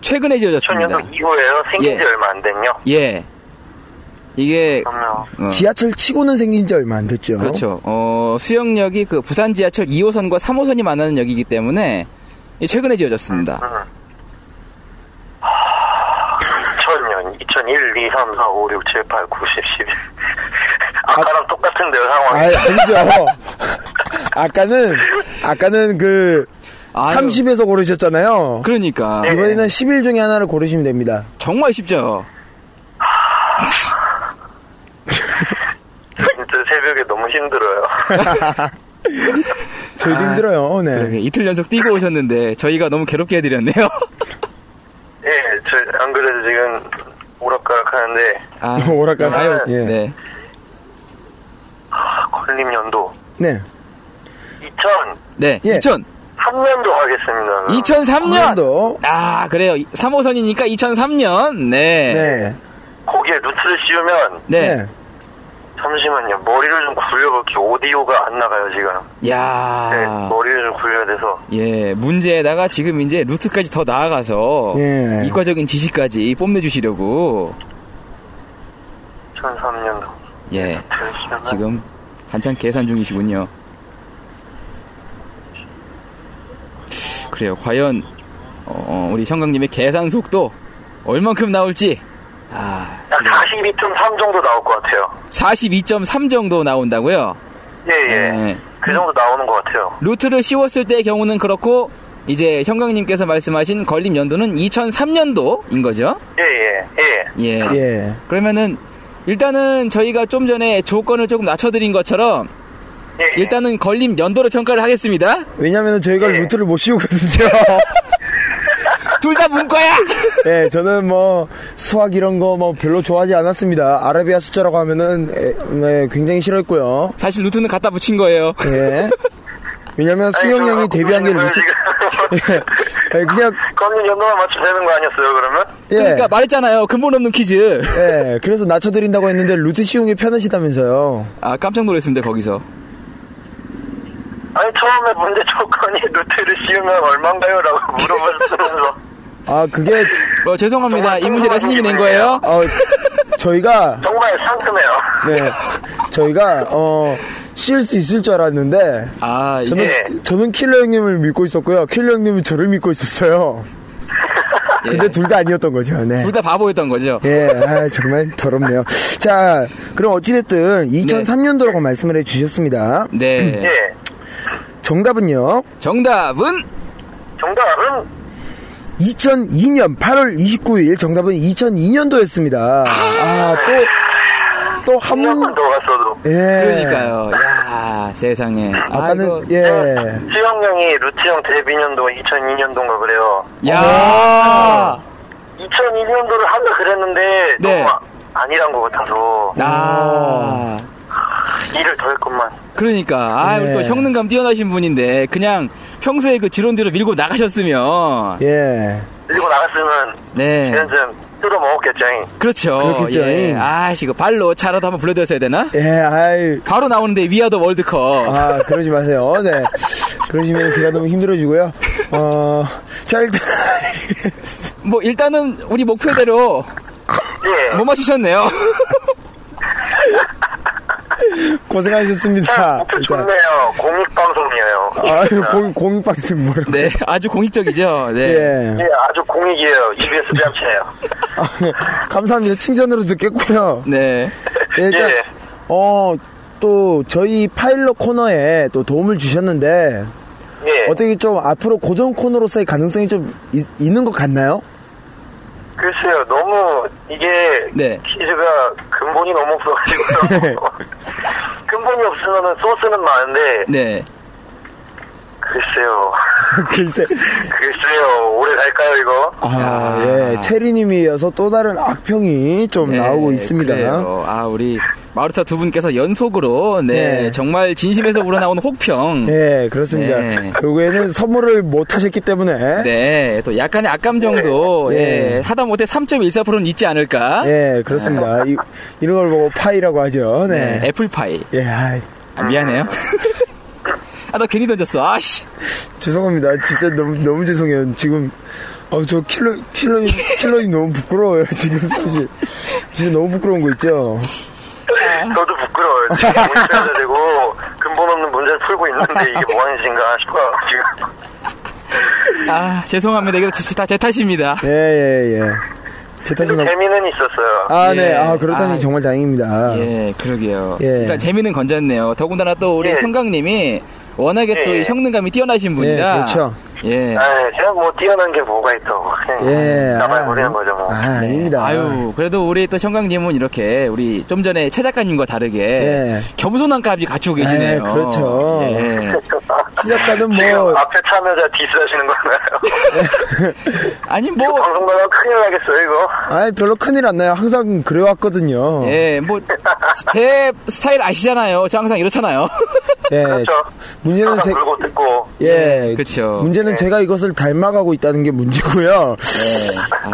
Speaker 7: 최근에 지어졌습니다.
Speaker 9: 2000년도 이후에요. 생긴
Speaker 7: 예.
Speaker 9: 지 얼마 안 됐요.
Speaker 7: 예. 이게
Speaker 9: 그러면
Speaker 7: 어,
Speaker 4: 지하철 치고는 생긴 지 얼마 안 됐죠.
Speaker 7: 그렇죠. 어, 수영역이 그 부산 지하철 2호선과 3호선이 만나는 역이기 때문에 이 최근에 지어졌습니다.
Speaker 9: 음. 2000년, 2001, 2, 3, 4, 5, 6, 7, 8, 9, 10, 11. 아까랑 똑같은데요,
Speaker 4: 아,
Speaker 9: 상황이.
Speaker 4: 아니죠. 아까는, 아까는 그,
Speaker 7: 아유,
Speaker 4: 30에서 고르셨잖아요.
Speaker 7: 그러니까
Speaker 9: 네.
Speaker 4: 이번에는 10일 중에 하나를 고르시면 됩니다.
Speaker 7: 정말 쉽죠.
Speaker 9: 진짜 새벽에 너무 힘들어요.
Speaker 4: 저희도
Speaker 7: 아,
Speaker 4: 힘들어요. 어, 네.
Speaker 7: 그러게, 이틀 연속 뛰고 오셨는데 저희가 너무 괴롭게 해드렸네요.
Speaker 9: 예, 저, 안 그래도 지금 오락가락 하는데,
Speaker 7: 아,
Speaker 4: 오락가락.
Speaker 7: 아유,
Speaker 4: 예.
Speaker 7: 네.
Speaker 9: 아, 걸림연도.
Speaker 4: 네.
Speaker 9: 2003년도
Speaker 7: 네.
Speaker 4: 예.
Speaker 7: 2000.
Speaker 9: 하겠습니다.
Speaker 7: 2003년.
Speaker 4: 년도.
Speaker 7: 아, 그래요. 3호선이니까 2003년. 네.
Speaker 4: 네.
Speaker 9: 거기에 루트를 씌우면,
Speaker 7: 네.
Speaker 9: 잠시만요. 머리를 좀 굴려볼게요. 오디오가 안 나가요, 지금.
Speaker 7: 야.
Speaker 9: 네,
Speaker 4: 아.
Speaker 9: 머리를 좀 굴려야 돼서.
Speaker 7: 예, 문제에다가 지금 이제 루트까지 더 나아가서
Speaker 4: 예.
Speaker 7: 이과적인 지식까지 뽐내주시려고
Speaker 9: 2003년도. 네,
Speaker 7: 예,
Speaker 9: 잠시만요.
Speaker 7: 지금 한창 계산 중이시군요. 그래요, 과연 어, 우리 형광님의 계산 속도 얼만큼 나올지 아,
Speaker 4: 네.
Speaker 9: 약 42.3 정도 나올 것 같아요.
Speaker 7: 42.3 정도 나온다고요.
Speaker 9: 예, 예.
Speaker 7: 네.
Speaker 9: 그 정도 나오는 것 같아요.
Speaker 7: 루트를 씌웠을 때의 경우는 그렇고 이제 형광님께서 말씀하신 걸림 연도는 2003년도인 거죠.
Speaker 9: 예, 예, 예.
Speaker 7: 예.
Speaker 4: 예.
Speaker 7: 그러면은 일단은 저희가 좀 전에 조건을 조금 낮춰드린 것처럼
Speaker 9: 예,
Speaker 7: 일단은 걸림 연도로 평가를 하겠습니다.
Speaker 4: 왜냐면 저희가 루트를 못 씌우거든요.
Speaker 7: 둘 다 문과야.
Speaker 4: 예, 저는 뭐 수학 이런 거 뭐 별로 좋아하지 않았습니다. 아라비아 숫자라고 하면은 에, 네, 굉장히 싫어했고요.
Speaker 7: 사실 루트는 갖다 붙인 거예요.
Speaker 4: 예. 왜냐면 수영 형이 데뷔한 게 루트. 예. 예, 그냥
Speaker 9: 건님 연도만 맞추면 되는 거 아니었어요 그러면?
Speaker 4: 예.
Speaker 7: 그러니까 말했잖아요. 근본 없는 퀴즈.
Speaker 4: 예, 그래서 낮춰드린다고 했는데 루트 씌운 게 편하시다면서요.
Speaker 7: 아 깜짝 놀랐습니다 거기서.
Speaker 9: 아니 처음에 문제 조건이 루트를 씌우면 얼마인가요? 라고 물어봤으면서
Speaker 4: 아, 그게
Speaker 7: 뭐 죄송합니다. 이 문제 레스님이 낸 거예요.
Speaker 4: 어, 저희가
Speaker 9: 정말 상큼해요
Speaker 4: 네, 저희가 어 씌울 수 있을 줄 알았는데
Speaker 7: 아
Speaker 4: 저는
Speaker 7: 이게
Speaker 4: 저는 킬러 형님을 믿고 있었고요. 킬러 형님은 저를 믿고 있었어요. 근데 둘 다 아니었던 거죠. 네.
Speaker 7: 예. 둘 다 바보였던 거죠.
Speaker 4: 예, 아, 정말 더럽네요. 자, 그럼 어찌됐든 2003년도라고 말씀을 해주셨습니다.
Speaker 7: 네.
Speaker 4: 음.
Speaker 9: 예
Speaker 4: 정답은요,
Speaker 7: 정답은
Speaker 9: 정답은
Speaker 4: 2002년 8월 29일 정답은 2002년도였습니다. 아, 또, 또 한,
Speaker 9: 1년만 더 갔어도
Speaker 4: 예.
Speaker 7: 그러니까요. 야 세상에. 아이고.
Speaker 4: 아까는, 예.
Speaker 9: 네, 수영 형이 루트 형 데뷔 년도 2002년도인가 그래요
Speaker 7: 야.
Speaker 4: 아.
Speaker 9: 2002년도를 한다 그랬는데
Speaker 7: 네.
Speaker 9: 너무 아, 아니란 것 같아서
Speaker 7: 아.
Speaker 9: 일을 더 했건만
Speaker 7: 그러니까 아,
Speaker 4: 네.
Speaker 7: 우리 또 형능감 뛰어나신 분인데 그냥 평소에 그 지론대로 밀고 나가셨으면
Speaker 4: 예.
Speaker 9: 밀고 나갔으면
Speaker 7: 네
Speaker 9: 2년쯤 뜯어 먹었겠죠
Speaker 7: 그렇죠.
Speaker 4: 그렇겠죠,
Speaker 7: 예.
Speaker 4: 잉.
Speaker 7: 아씨 이거 발로 차라도 한번 불러드렸어야 되나?
Speaker 4: 예, 아이.
Speaker 7: 바로 나오는데 위아더 월드컵.
Speaker 4: 아, 그러지 마세요. 네. 그러시면 제가 너무 힘들어지고요. 어, 자, 일단.
Speaker 7: 뭐 일단은 우리 목표대로
Speaker 9: 예
Speaker 7: 못 맞추셨네요.
Speaker 9: 아,
Speaker 4: 고생하셨습니다.
Speaker 9: 목표
Speaker 4: 일단.
Speaker 9: 좋네요 공익방송이에요
Speaker 4: 아유, 공, 공익박스는 뭐예요?
Speaker 7: 네, 아주 공익적이죠. 네.
Speaker 4: 예.
Speaker 9: 예, 아주 공익이에요 EBS 뺨치네요
Speaker 4: 아, 네. 감사합니다. 칭찬으로 듣겠고요.
Speaker 7: 네.
Speaker 4: 예, 일단,
Speaker 9: 예.
Speaker 4: 어, 또, 저희 파일럿 코너에 또 도움을 주셨는데,
Speaker 9: 예
Speaker 4: 어떻게 좀 앞으로 고정 코너로서의 가능성이 좀 있, 있는 것 같나요?
Speaker 9: 글쎄요, 너무 이게
Speaker 7: 네.
Speaker 9: 퀴즈가 근본이 너무
Speaker 4: 네.
Speaker 9: 없어가지고 근본이 없으면은 소스는 많은데
Speaker 7: 네.
Speaker 9: 글쎄요,
Speaker 4: 그 글쎄.
Speaker 9: 글쎄요, 오래 갈까요 이거?
Speaker 4: 아,
Speaker 7: 야.
Speaker 4: 예. 체리님이 이어서 또 다른 악평이 좀
Speaker 7: 네,
Speaker 4: 나오고 있습니다.
Speaker 7: 그래요. 아, 우리 마루타 두 분께서 연속으로 네,
Speaker 4: 네.
Speaker 7: 정말 진심에서 우러나온 혹평.
Speaker 4: 예, 그렇습니다.
Speaker 7: 네.
Speaker 4: 결국에는 선물을 못 하셨기 때문에.
Speaker 7: 네, 또 약간의 악감정도
Speaker 4: 네.
Speaker 7: 예, 하다 못해 3.14%는 있지 않을까?
Speaker 4: 예, 그렇습니다. 이, 이런 걸 보고 파이라고 하죠. 네.
Speaker 7: 네, 애플파이.
Speaker 4: 예, 아이,
Speaker 7: 아, 미안해요. 아, 나 괜히 던졌어. 아씨.
Speaker 4: 죄송합니다. 진짜 너무, 너무 죄송해요. 지금, 어, 저 킬러, 킬러, 킬러님 너무 부끄러워요. 지금 사실. 진짜 너무 부끄러운 거 있죠?
Speaker 9: 저도 부끄러워요. 지금 문제를 되고 근본 없는 문제를 풀고 있는데 이게 뭐 하는 짓인가 싶어요. 지금
Speaker 7: 아, 죄송합니다. 이거 다 제 탓입니다.
Speaker 4: 예, 예, 예. 제 탓은
Speaker 9: 그래도
Speaker 4: 없...
Speaker 9: 재미는 있었어요.
Speaker 4: 아, 네.
Speaker 7: 예.
Speaker 4: 아, 그렇다니
Speaker 7: 아,
Speaker 4: 정말 다행입니다.
Speaker 7: 예, 그러게요.
Speaker 4: 네. 예.
Speaker 7: 진짜 재미는 건졌네요. 더군다나 또 우리
Speaker 9: 예.
Speaker 7: 성강님이 워낙에 또
Speaker 9: 예.
Speaker 7: 이 성능감이 뛰어나신 분이라.
Speaker 4: 예, 그렇죠.
Speaker 7: 예.
Speaker 9: 아, 제가 뭐 뛰어난 게 뭐가 있다고 그냥
Speaker 4: 예.
Speaker 9: 나만
Speaker 4: 아,
Speaker 9: 보내는 거죠 뭐.
Speaker 4: 아, 아닙니다.
Speaker 7: 아유, 그래도 우리 또 청강님은 이렇게 우리 좀 전에 최 작가님과 다르게
Speaker 4: 예.
Speaker 7: 겸손한 값이 갖추고 계시네요.
Speaker 4: 예, 그렇죠.
Speaker 7: 예.
Speaker 4: 시작가는
Speaker 9: 지금 아-
Speaker 4: 뭐,
Speaker 9: 앞에 참여자 디스하시는 건가요?
Speaker 7: 아니
Speaker 9: 이거
Speaker 7: 뭐,
Speaker 9: 방송 나면 큰일 나겠어요 이거.
Speaker 4: 아 별로 큰일 안 나요. 항상 그래왔거든요.
Speaker 7: 예, 뭐 제 스타일 아시잖아요. 저 항상 이렇잖아요.
Speaker 4: 예.
Speaker 9: 그렇죠.
Speaker 4: 문제는
Speaker 9: 항상
Speaker 4: 제,
Speaker 9: 물고 네. 뜯고
Speaker 4: 예.
Speaker 7: 그쵸.
Speaker 4: 문제는 제가 이것을 닮아가고 있다는 게 문제고요.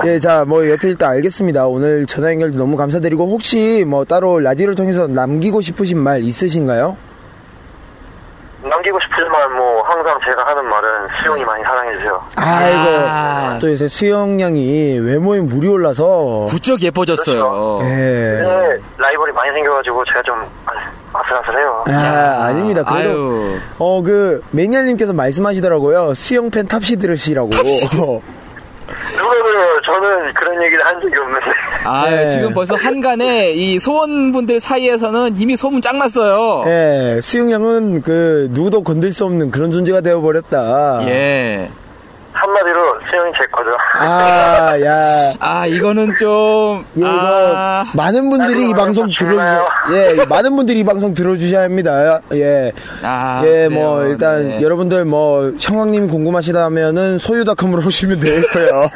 Speaker 4: 예, 자, 뭐, 여튼 일단 알겠습니다. 오늘 전화 연결 너무 감사드리고, 혹시 뭐 따로 라디오를 통해서 남기고 싶으신 말 있으신가요?
Speaker 9: 남기고 싶지만 뭐 항상 제가 하는 말은 수용이 많이 사랑해주세요.
Speaker 4: 아이고.
Speaker 7: 아.
Speaker 4: 또 요새 수영량이 외모에 물이 올라서.
Speaker 7: 부쩍 예뻐졌어요.
Speaker 4: 예.
Speaker 9: 네. 라이벌이 많이 생겨가지고 제가 좀 아- 아슬아슬해요.
Speaker 4: 아, 아닙니다. 그래도,
Speaker 7: 아유.
Speaker 4: 어, 그, 매니아님께서 말씀하시더라고요. 수영팬 탑시 들으시라고.
Speaker 9: 누가 그래요? 저는 그런 얘기를 한 적이 없는데.
Speaker 7: 아유,
Speaker 4: 예.
Speaker 7: 지금 벌써 한간에 이 소원분들 사이에서는 이미 소문 짱 났어요.
Speaker 4: 예, 수영량은 그, 누구도 건들 수 없는 그런 존재가 되어버렸다.
Speaker 7: 예.
Speaker 9: 한 한마디로 수영이 제 거죠.
Speaker 4: 아, 야.
Speaker 7: 아, 이거는 좀. 아.
Speaker 4: 예, 이거 많은 분들이 이 방송 들어 예, 많은 분들이 이 방송 들어주셔야 합니다. 예,
Speaker 7: 아,
Speaker 4: 예, 뭐
Speaker 7: 그래요.
Speaker 4: 일단
Speaker 7: 네.
Speaker 4: 여러분들 뭐 형광님이 궁금하시다면은 소유닷컴으로 오시면 될 거예요.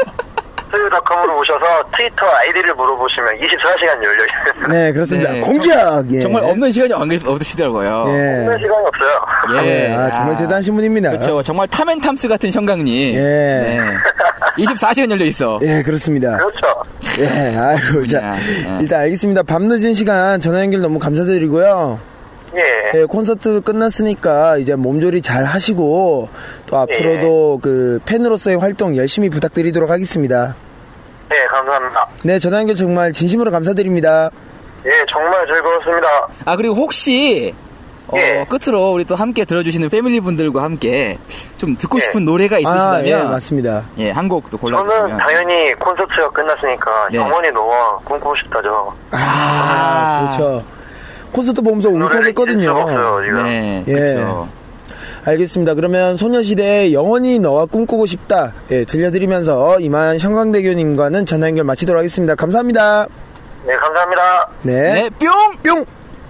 Speaker 9: 소유닷컴으로 오셔서 트위터 아이디를 물어보시면 24시간 열려 있는
Speaker 4: 네, 그렇습니다.
Speaker 7: 네,
Speaker 4: 공격. 예.
Speaker 7: 정말 없는 시간이 없- 없으시더라고요.
Speaker 4: 예.
Speaker 9: 시간이 없어요.
Speaker 4: 예, 아, 정말 대단하신 분입니다.
Speaker 7: 그렇죠. 정말 탐앤탐스 같은 형광님.
Speaker 4: 예.
Speaker 7: 24시간 열려 있어.
Speaker 4: 예, 그렇습니다.
Speaker 9: 그렇죠.
Speaker 4: 예, 아이고, 자,
Speaker 7: 그렇군요. 예.
Speaker 4: 일단 알겠습니다. 밤 늦은 시간 전화 연결 너무 감사드리고요.
Speaker 9: 예.
Speaker 4: 예, 콘서트 끝났으니까 이제 몸조리 잘 하시고 또
Speaker 7: 예.
Speaker 4: 앞으로도 그 팬으로서의 활동 열심히 부탁드리도록 하겠습니다.
Speaker 9: 예, 감사합니다.
Speaker 4: 네, 전화 연결 정말 진심으로 감사드립니다.
Speaker 9: 예, 정말 즐거웠습니다.
Speaker 7: 아 그리고 혹시 어,
Speaker 9: 예.
Speaker 7: 끝으로 우리 또 함께 들어주시는 패밀리 분들과 함께 좀 듣고
Speaker 9: 예.
Speaker 7: 싶은 노래가
Speaker 4: 아, 예,
Speaker 7: 네, 있으시다면
Speaker 4: 맞습니다.
Speaker 7: 예, 한 곡도
Speaker 9: 저는
Speaker 7: 골라주시면
Speaker 9: 당연히 콘서트가 끝났으니까
Speaker 7: 네.
Speaker 9: 영원히 너와 꿈꾸고 싶다죠.
Speaker 4: 아, 그렇죠. 음, 콘서트 보면서
Speaker 9: 노래를 잊을 수가
Speaker 4: 울컥했거든요.
Speaker 9: 없어요, 지금.
Speaker 7: 네,
Speaker 4: 예.
Speaker 7: 그렇죠.
Speaker 4: 알겠습니다. 그러면 소녀시대의 영원히 너와 꿈꾸고 싶다. 예, 들려드리면서 이만 형광대교님과는 전화 연결 마치도록 하겠습니다. 감사합니다.
Speaker 9: 네, 감사합니다.
Speaker 7: 네, 뿅!
Speaker 4: 예. 뿅!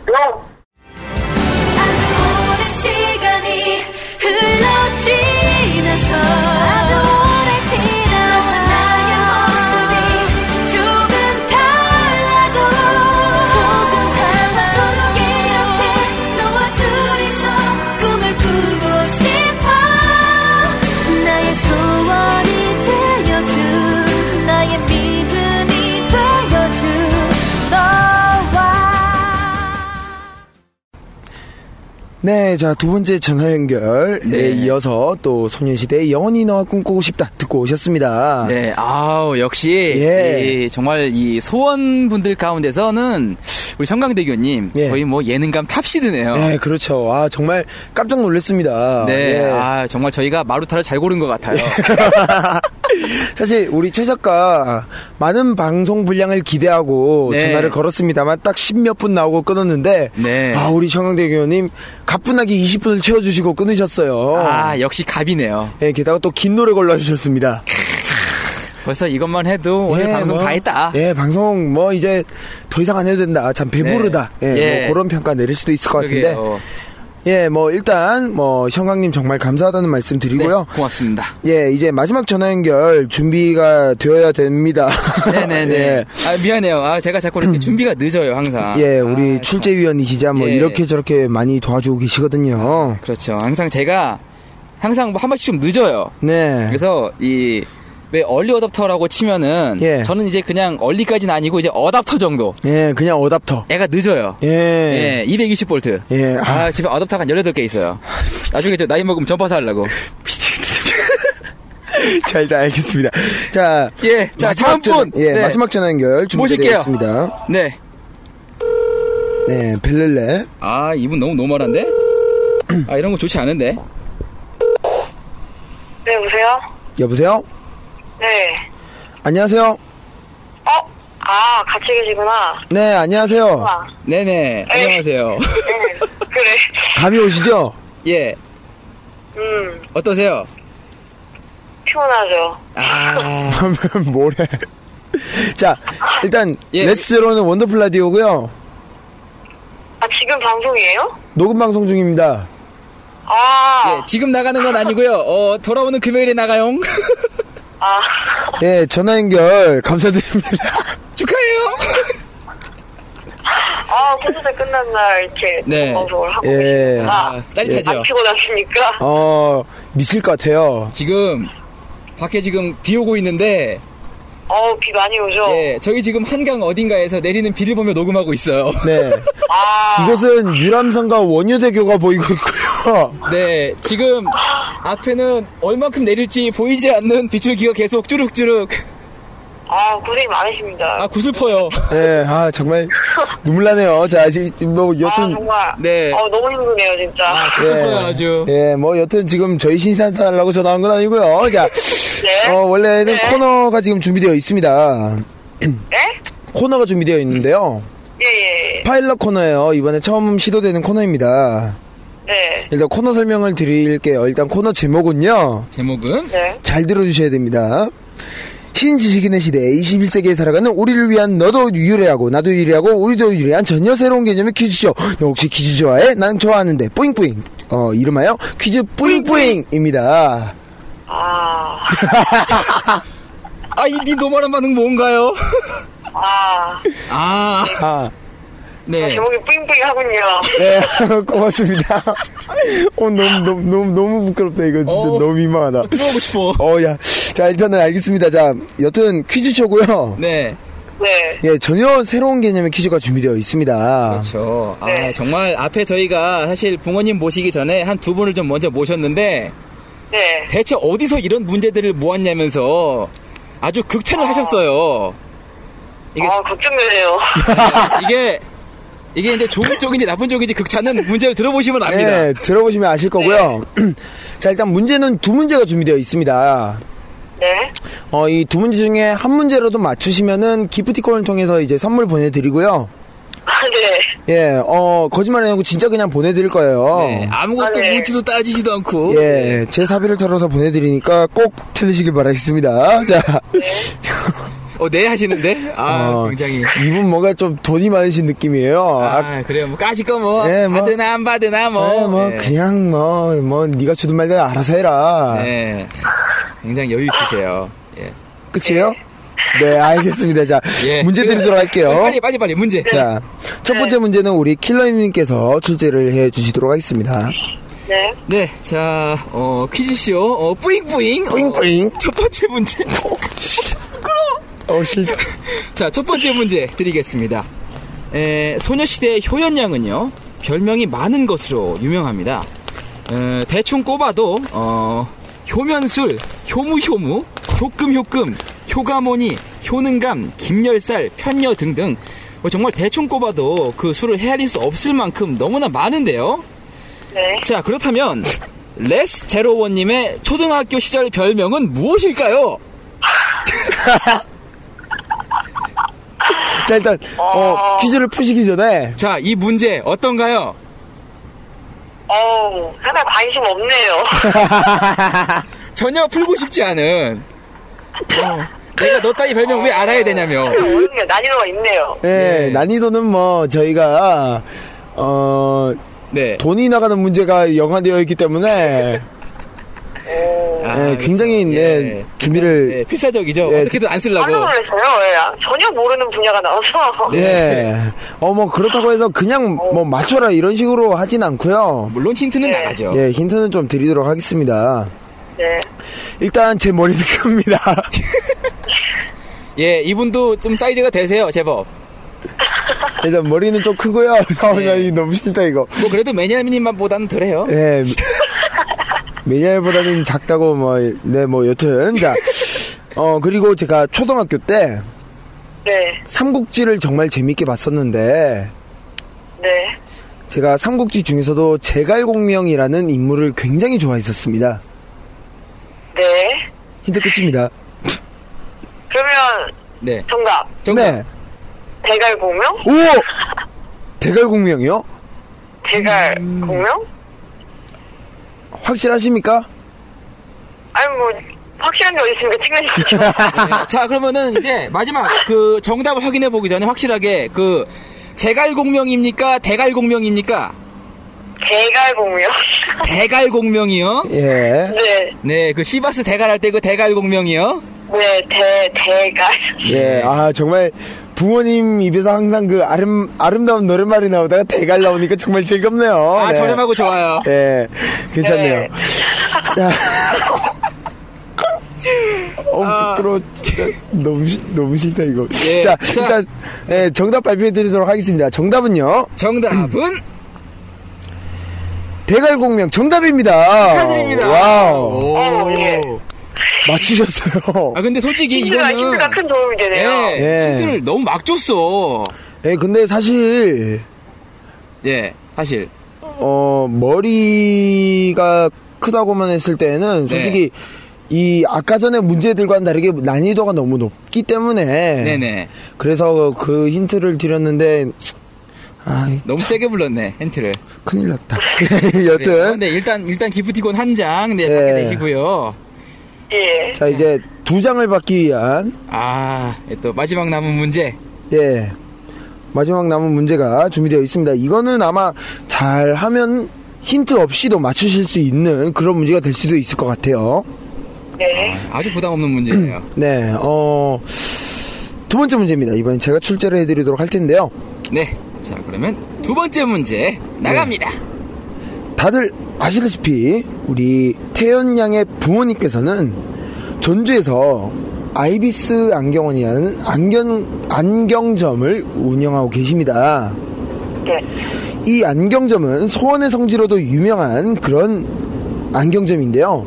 Speaker 9: 뿅!
Speaker 5: 오랜 시간이 흘러 지나서 아주 오래 지나서 나의 모습이 조금 달라도 조금 달라도 이렇게 너와 둘이서 꿈을 꾸고 싶어 나의 소원이 되어준 나의 믿음이 되어준 너와
Speaker 4: 네, 자, 두 번째 전화 연결에 예,
Speaker 7: 네.
Speaker 4: 이어서 또 소녀시대의 영원히 너와 꿈꾸고 싶다 듣고 오셨습니다.
Speaker 7: 네, 아우, 역시,
Speaker 4: 예.
Speaker 7: 이 정말 이 소원분들 가운데서는 우리 형광대교님
Speaker 4: 예.
Speaker 7: 거의 뭐 예능감 탑시드네요.
Speaker 4: 네, 그렇죠. 아, 정말 깜짝 놀랐습니다.
Speaker 7: 네,
Speaker 4: 예.
Speaker 7: 아, 정말 저희가 마루타를 잘 고른 것 같아요.
Speaker 4: 사실 우리 최 작가 많은 방송 분량을 기대하고
Speaker 7: 네.
Speaker 4: 전화를 걸었습니다만 딱 십 몇 분 나오고 끊었는데
Speaker 7: 네.
Speaker 4: 아, 우리 청강대교님 가뿐하게 20분을 채워주시고 끊으셨어요.
Speaker 7: 아, 역시 갑이네요.
Speaker 4: 예, 게다가 또 긴 노래 걸러주셨습니다.
Speaker 7: 벌써 이것만 해도 오늘
Speaker 4: 예,
Speaker 7: 어, 방송
Speaker 4: 뭐,
Speaker 7: 다 했다.
Speaker 4: 예, 방송 뭐 이제 더 이상 안 해도 된다. 아, 참 배부르다.
Speaker 7: 네.
Speaker 4: 예,
Speaker 7: 예.
Speaker 4: 뭐 그런 평가 내릴 수도 있을 것 같은데.
Speaker 7: 그러게요.
Speaker 4: 예, 뭐 일단 뭐 형광님 정말 감사하다는 말씀
Speaker 7: 네,
Speaker 4: 드리고요.
Speaker 7: 고맙습니다.
Speaker 4: 예, 이제 마지막 전화 연결 준비가 되어야 됩니다.
Speaker 7: 네네네.
Speaker 4: 예.
Speaker 7: 아, 미안해요. 아, 제가 자꾸 이렇게 준비가 늦어요, 항상.
Speaker 4: 예, 우리
Speaker 7: 아,
Speaker 4: 출제위원이 기자 뭐
Speaker 7: 예.
Speaker 4: 이렇게 저렇게 많이 도와주고 계시거든요.
Speaker 7: 그렇죠. 항상 제가 항상 뭐한 번씩 좀 늦어요.
Speaker 4: 네.
Speaker 7: 그래서 이. 왜 얼리 어답터라고 치면은
Speaker 4: 예.
Speaker 7: 저는 이제 그냥 얼리까지는 아니고 이제 어답터 정도
Speaker 4: 예, 그냥 어답터.
Speaker 7: 애가 늦어요
Speaker 4: 예.
Speaker 7: 예, 220볼트
Speaker 4: 예,
Speaker 7: 아, 집에 어답터가 한 18개 있어요 나중에 저 나이 먹으면 전파사 하려고
Speaker 4: 자, 일단 알겠습니다. 자,
Speaker 7: 예, 자,
Speaker 4: 마지막
Speaker 7: 다음 분.
Speaker 4: 전- 예,
Speaker 7: 네.
Speaker 4: 마지막 전화 연결
Speaker 7: 모실게요.
Speaker 4: 준비되었습니다.
Speaker 7: 네
Speaker 4: 네, 벨렐레.
Speaker 7: 아, 이분 너무 노멀한데? 아, 이런 거 좋지 않은데?
Speaker 8: 네, 여보세요?
Speaker 4: 여보세요?
Speaker 8: 네.
Speaker 4: 안녕하세요?
Speaker 8: 어? 아, 같이 계시구나.
Speaker 4: 네, 안녕하세요.
Speaker 8: 와.
Speaker 7: 네네,
Speaker 8: 에이.
Speaker 7: 안녕하세요.
Speaker 8: 네. 그래.
Speaker 4: 감이 오시죠?
Speaker 7: 예,
Speaker 8: 음,
Speaker 7: 어떠세요?
Speaker 8: 피곤하죠.
Speaker 7: 아,
Speaker 4: 뭐래. 자, 일단,
Speaker 7: 예.
Speaker 4: 레스로는 원더풀 라디오고요
Speaker 8: 아, 지금 방송이에요?
Speaker 4: 녹음 방송 중입니다.
Speaker 8: 아,
Speaker 7: 예, 지금 나가는 건 아니고요. 어, 돌아오는 금요일에 나가용.
Speaker 8: 아,
Speaker 4: 예, 전화 연결 감사드립니다.
Speaker 7: 축하해요.
Speaker 8: 아, 콘서트 끝난 날 이렇게
Speaker 7: 네.
Speaker 8: 방송을 하고
Speaker 4: 예.
Speaker 8: 계시구나.
Speaker 7: 아, 짜릿하죠.
Speaker 8: 안 피곤하십니까?
Speaker 4: 어, 미칠 것 같아요.
Speaker 7: 지금 밖에 지금 비 오고 있는데,
Speaker 8: 어, 비 많이 오죠?
Speaker 7: 예, 저희 지금 한강 어딘가에서 내리는 비를 보며 녹음하고 있어요.
Speaker 4: 네.
Speaker 8: 아,
Speaker 4: 이곳은 유람선과 원효대교가 보이고 있고요.
Speaker 7: 네, 지금 앞에는 얼만큼 내릴지 보이지 않는 비줄기가 계속 주룩주룩.
Speaker 8: 아, 고생이 많으십니다.
Speaker 7: 아, 구슬퍼요.
Speaker 4: 네, 아, 정말 눈물 나네요. 자, 이제 뭐,
Speaker 8: 아,
Speaker 4: 여튼.
Speaker 8: 정말.
Speaker 7: 네.
Speaker 8: 어, 너무 힘드네요, 진짜.
Speaker 7: 아, 죽겠어요, 아주.
Speaker 4: 예, 뭐, 여튼 지금 저희 신사한테 하려고 전화한 건 아니고요. 자,
Speaker 8: 네.
Speaker 4: 어, 원래는
Speaker 8: 네.
Speaker 4: 코너가 지금 준비되어 있습니다.
Speaker 8: 네?
Speaker 4: 코너가 준비되어 있는데요.
Speaker 8: 예, 예.
Speaker 4: 파일럿 코너예요. 이번에 처음 시도되는 코너입니다.
Speaker 8: 네.
Speaker 4: 일단 코너 설명을 드릴게요. 일단 코너 제목은요.
Speaker 7: 제목은?
Speaker 8: 네.
Speaker 4: 잘 들어주셔야 됩니다. 신지식인의 시대에 21세기에 살아가는 우리를 위한 너도 유리하고 나도 유리하고 우리도 유리한 전혀 새로운 개념의 퀴즈쇼. 너 혹시 퀴즈 좋아해? 난 좋아하는데. 뿌잉뿌잉. 어, 이름하여 퀴즈 뿌잉뿌잉입니다.
Speaker 8: 아,
Speaker 7: 아, 이, 니 노멀한 반응 뭔가요?
Speaker 8: 아,
Speaker 7: 아,
Speaker 4: 아,
Speaker 7: 네.
Speaker 8: 제목이 뿌잉뿌잉 하군요.
Speaker 4: 네. 고맙습니다. 어, 너무, 너무, 너무, 너무 부끄럽다. 이거 진짜
Speaker 7: 어.
Speaker 4: 너무 민망하다.
Speaker 7: 들어오고 싶어.
Speaker 4: 어, 야. 자, 일단은 알겠습니다. 자, 여튼 퀴즈쇼고요.
Speaker 7: 네.
Speaker 8: 네.
Speaker 4: 예, 전혀 새로운 개념의 퀴즈가 준비되어 있습니다.
Speaker 7: 그렇죠. 아,
Speaker 8: 네.
Speaker 7: 정말 앞에 저희가 사실 붕어님 모시기 전에 한 두 분을 좀 먼저 모셨는데
Speaker 8: 네.
Speaker 7: 대체 어디서 이런 문제들을 모았냐면서 아주 극찬을 하셨어요. 이게-
Speaker 8: 아, 걱정되네요.
Speaker 7: 그러니까 이게 이게 이제 좋은 쪽인지 나쁜 쪽인지 극찬은 문제를 들어보시면 압니다. 네.
Speaker 4: 네, 들어보시면 아실 거고요. 자, 일단 문제는 두 문제가 준비되어 있습니다.
Speaker 8: 네.
Speaker 4: 어, 이 두 문제 중에 한 문제라도 맞추시면은 기프티콘을 통해서 이제 선물 보내드리고요.
Speaker 8: 아, 네.
Speaker 4: 예, 어, 거짓말 안 하고 진짜 그냥 보내드릴 거예요.
Speaker 7: 네, 아무것도
Speaker 8: 아, 네.
Speaker 7: 묻지도 따지지도 않고.
Speaker 4: 어. 예, 제 사비를 털어서 보내드리니까 꼭 틀리시길 바라겠습니다. 자,
Speaker 7: 어, 네 하시는데? 아,
Speaker 4: 어,
Speaker 7: 굉장히.
Speaker 4: 이분 뭔가 좀 돈이 많으신 느낌이에요.
Speaker 7: 아,
Speaker 4: 아,
Speaker 7: 그래요. 뭐, 까짓 거 뭐,
Speaker 4: 네, 뭐.
Speaker 7: 받으나 안 받으나 뭐.
Speaker 4: 네, 뭐
Speaker 7: 네.
Speaker 4: 그냥 뭐, 뭐 네가 주든 말든 알아서 해라.
Speaker 7: 네. 굉장히 여유 있으세요. 예.
Speaker 4: 끝이에요? 네, 알겠습니다. 자,
Speaker 7: 예.
Speaker 4: 문제 드리도록 할게요.
Speaker 7: 빨리, 빨리, 빨리, 문제.
Speaker 4: 자, 첫 번째 문제는 우리 킬러님께서 출제를 해 주시도록 하겠습니다.
Speaker 8: 네.
Speaker 7: 네, 자, 어, 퀴즈쇼, 어, 뿌잉뿌잉.
Speaker 4: 뿌잉뿌잉.
Speaker 7: 어, 첫 번째 문제.
Speaker 4: 어, 실
Speaker 7: 자, 첫 번째 문제 드리겠습니다. 에, 소녀시대 효연양은요, 별명이 많은 것으로 유명합니다. 에, 대충 꼽아도, 어, 효면술, 효무효무, 효금효금, 효가모니, 효능감, 김열살, 편녀 등등, 뭐 정말 대충 꼽아도 그 수를 헤아릴 수 없을 만큼 너무나 많은데요.
Speaker 8: 네.
Speaker 7: 자, 그렇다면, 레스 제로원님의 초등학교 시절 별명은 무엇일까요?
Speaker 4: 자, 일단 어, 퀴즈를 푸시기 전에
Speaker 7: 자, 이 문제 어떤가요?
Speaker 8: 어우, 상당히 관심 없네요.
Speaker 7: 전혀 풀고 싶지 않은. 어, 내가 너 따위 별명 왜 알아야 되냐며.
Speaker 8: 모르겠네요. 난이도가 있네요.
Speaker 4: 예,
Speaker 7: 네.
Speaker 4: 난이도는 뭐 저희가 어,
Speaker 7: 네.
Speaker 4: 돈이 나가는 문제가 영화되어 있기 때문에
Speaker 7: 아,
Speaker 4: 예,
Speaker 7: 그렇죠.
Speaker 4: 굉장히 네,
Speaker 7: 예. 예,
Speaker 4: 필사를
Speaker 7: 필사적이죠.
Speaker 4: 예.
Speaker 7: 어떻게든 안
Speaker 8: 깜짝
Speaker 7: 쓰려고.
Speaker 8: 놀랐어요. 예. 전혀 모르는 분야가 나와서.
Speaker 4: 예. 어, 뭐 그렇다고 해서 그냥 뭐 맞춰라 이런 식으로 하진 않고요.
Speaker 7: 물론 힌트는
Speaker 8: 예.
Speaker 7: 나가죠.
Speaker 4: 예, 힌트는 좀 드리도록 하겠습니다.
Speaker 8: 네.
Speaker 4: 일단 제 머리도 큽니다.
Speaker 7: 예, 이분도 좀 사이즈가 되세요, 제법.
Speaker 4: 일단 머리는 좀 크고요. 아, 나 이거 너무 싫다 이거.
Speaker 7: 뭐 그래도 매니아미님만보다는 덜해요.
Speaker 4: 예. 매니아보다는 작다고 뭐, 네, 뭐, 여튼. 자. 어, 그리고 제가 초등학교 때
Speaker 8: 네.
Speaker 4: 삼국지를 정말 재밌게 봤었는데,
Speaker 8: 네.
Speaker 4: 제가 삼국지 중에서도 제갈공명이라는 인물을 굉장히 좋아했었습니다.
Speaker 8: 네.
Speaker 4: 힌트 끝입니다.
Speaker 8: 그러면
Speaker 7: 네.
Speaker 8: 정답.
Speaker 7: 정답.
Speaker 4: 네.
Speaker 8: 대갈 공명?
Speaker 4: 오! 대갈공명이요?
Speaker 8: 대갈
Speaker 7: 음.
Speaker 8: 공명?
Speaker 4: 확실하십니까?
Speaker 8: 아니 뭐 확실한 게 어디 있습니까? 찍는 거.
Speaker 7: 네. 자, 그러면은 이제 마지막 그 정답을 확인해 보기 전에 확실하게 그 제갈공명입니까? 대갈공명입니까?
Speaker 8: 대갈 공명.
Speaker 7: 대갈공명이요?
Speaker 4: 예.
Speaker 8: 네.
Speaker 7: 네, 그 시바스 대갈할 때 그 대갈공명이요?
Speaker 8: 네. 대 대갈.
Speaker 4: 예.
Speaker 7: 네.
Speaker 4: 아, 정말 부모님 입에서 항상 그 아름, 아름다운 노랫말이 나오다가 대갈 나오니까 정말 즐겁네요.
Speaker 7: 아,
Speaker 4: 네.
Speaker 7: 저렴하고 좋아요.
Speaker 4: 예, 괜찮네요.
Speaker 8: 네.
Speaker 4: 자. 어, 부끄러워. 진짜 너무, 싫- 너무 싫다, 이거.
Speaker 7: 아. 예,
Speaker 4: 자,
Speaker 7: 자.
Speaker 4: 일단, 예, 정답 발표해 드리도록 하겠습니다. 정답은요,
Speaker 7: 정답은
Speaker 4: 대갈공명 정답입니다.
Speaker 7: 축하드립니다.
Speaker 4: 와우.
Speaker 7: 오.
Speaker 8: 어, 예.
Speaker 4: 맞히셨어요.
Speaker 7: 아 근데 솔직히
Speaker 8: 힌트가
Speaker 7: 이거는
Speaker 8: 힌트가 큰 도움이 되네요.
Speaker 7: 예,
Speaker 4: 예.
Speaker 7: 힌트를 너무 막 줬어.
Speaker 4: 예, 근데 사실,
Speaker 7: 예, 사실.
Speaker 4: 어, 머리가 크다고만 했을 때는 솔직히 이 아까 전에 문제들과는 다르게 난이도가 너무 높기 때문에
Speaker 7: 네, 네.
Speaker 4: 그래서 그 힌트를 드렸는데 아이,
Speaker 7: 너무 세게 불렀네 헨트를.
Speaker 4: 큰일 났다. 여튼
Speaker 7: 네 일단 일단 기프티콘 한 장
Speaker 4: 예.
Speaker 7: 네, 받게 되시고요.
Speaker 8: 예.
Speaker 4: 자 이제 두 장을 받기 위한
Speaker 7: 아또 마지막 남은 문제.
Speaker 4: 예 마지막 남은 문제가 준비되어 있습니다. 이거는 아마 잘 하면 힌트 없이도 맞추실 수 있는 그런 문제가 될 수도 있을 것 같아요.
Speaker 8: 네.
Speaker 7: 아주 부담 없는 문제예요.
Speaker 4: 네, 어, 두 번째 문제입니다. 이번엔 제가 출제를 해드리도록 할 텐데요.
Speaker 7: 네. 자 그러면 두 번째 문제 나갑니다.
Speaker 4: 다들 아시다시피 우리 태연 양의 부모님께서는 전주에서 아이비스 안경원이라는 안경 안경점을 운영하고 계십니다. 이 안경점은 소원의 성지로도 유명한 그런 안경점인데요.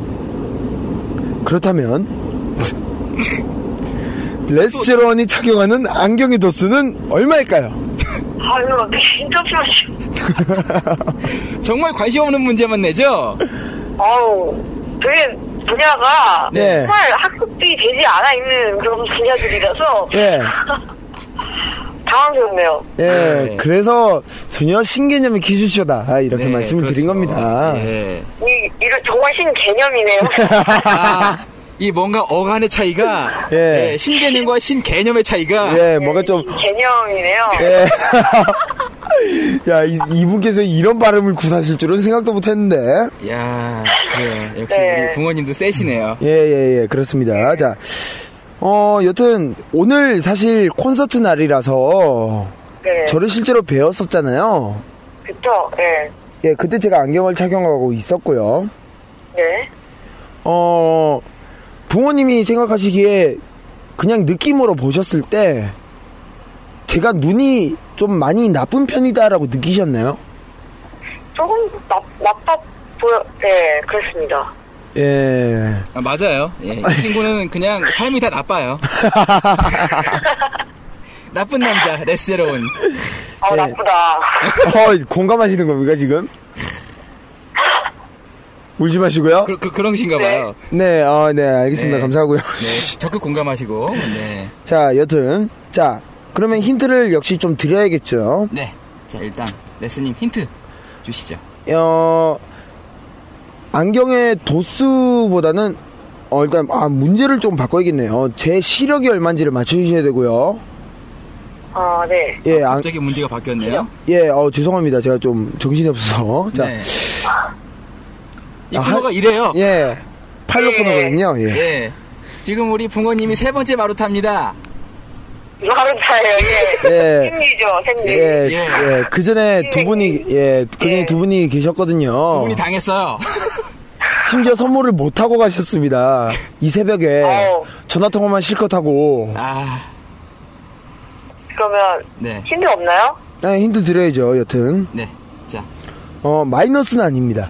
Speaker 4: 그렇다면 레스제로원이 착용하는 안경의 도수는 얼마일까요?
Speaker 8: 아유, 근데 진짜 싫어.
Speaker 4: 네.
Speaker 7: 정말 관심 없는 문제만 내죠.
Speaker 8: 아우, 되게 분야가
Speaker 7: 네.
Speaker 8: 정말 학습이 되지 않아 있는 그런 분야들이라서
Speaker 4: 예.
Speaker 8: 당황스럽네요.
Speaker 4: 예, 그래서 전혀 신개념의 기술쇼다 아, 이렇게
Speaker 8: 네,
Speaker 4: 말씀을
Speaker 7: 그렇죠.
Speaker 4: 드린 겁니다.
Speaker 8: 이, 이거 정말 신개념이네요.
Speaker 7: 예. 아, 이 뭔가 어간의 차이가
Speaker 4: 예.
Speaker 7: 예, 신개념과 신개념의 차이가
Speaker 4: 예, 뭔가 좀
Speaker 8: 개념이네요.
Speaker 4: 예. 야, 이, 이분께서 이런 발음을 구사하실 줄은 생각도 못했는데.
Speaker 7: 야 그래 역시 우리 부모님도 세시네요.
Speaker 4: 예, 예, 예, 그렇습니다. 자, 어, 여튼, 오늘 사실 콘서트 날이라서,
Speaker 8: 네.
Speaker 4: 저를 실제로 배웠었잖아요.
Speaker 8: 그쵸? 예.
Speaker 4: 예, 그때 제가 안경을 착용하고 있었고요.
Speaker 8: 네.
Speaker 4: 어, 부모님이 생각하시기에 그냥 느낌으로 보셨을 때, 제가 눈이 좀 많이 나쁜 편이다라고 느끼셨나요?
Speaker 8: 조금 나, 나빠 보여, 예, 그렇습니다.
Speaker 4: 예.
Speaker 7: 아, 맞아요. 예, 이 친구는 그냥 삶이 다 나빠요. 나쁜 남자 레스제로운.
Speaker 8: 아
Speaker 7: 네.
Speaker 8: 나쁘다.
Speaker 4: 어, 공감하시는 겁니까, 지금? 울지 마시고요.
Speaker 7: 그, 그, 그런신가 봐요.
Speaker 4: 네, 어, 네, 알겠습니다.
Speaker 7: 네.
Speaker 4: 감사하고요.
Speaker 7: 네, 적극 공감하시고. 네.
Speaker 4: 자, 여튼. 자, 그러면 힌트를 역시 좀 드려야겠죠.
Speaker 7: 네. 자 일단 레스님 힌트 주시죠.
Speaker 4: 어, 안경의 도수보다는, 어, 일단, 아, 문제를 좀 바꿔야겠네요. 제 시력이 얼마인지를 맞춰주셔야 되고요.
Speaker 8: 아, 네.
Speaker 4: 예, 안-
Speaker 7: 갑자기 문제가 바뀌었네요.
Speaker 4: 예, 어, 죄송합니다. 제가 좀 정신이 없어서. 자, 아,
Speaker 7: 네. 이 코너가 이래요.
Speaker 4: 예. 팔로 끊어거든요. 예.
Speaker 7: 예. 지금 우리 부모님이 세 번째 마루타입니다.
Speaker 8: 마루타예요.
Speaker 4: 예.
Speaker 8: 생리죠, 생리.
Speaker 7: 네.
Speaker 4: 예, 예. 그 전에 두 분이, 예, 그 전에 두 분이 계셨거든요.
Speaker 7: 분이 당했어요.
Speaker 4: 심지어 선물을 못 하고 가셨습니다. 이 새벽에 전화 통화만 실컷 하고.
Speaker 7: 아,
Speaker 8: 그러면
Speaker 7: 네.
Speaker 8: 힌트 없나요?
Speaker 4: 아, 힌트 드려야죠. 여튼.
Speaker 7: 네. 자,
Speaker 4: 어 마이너스는 아닙니다.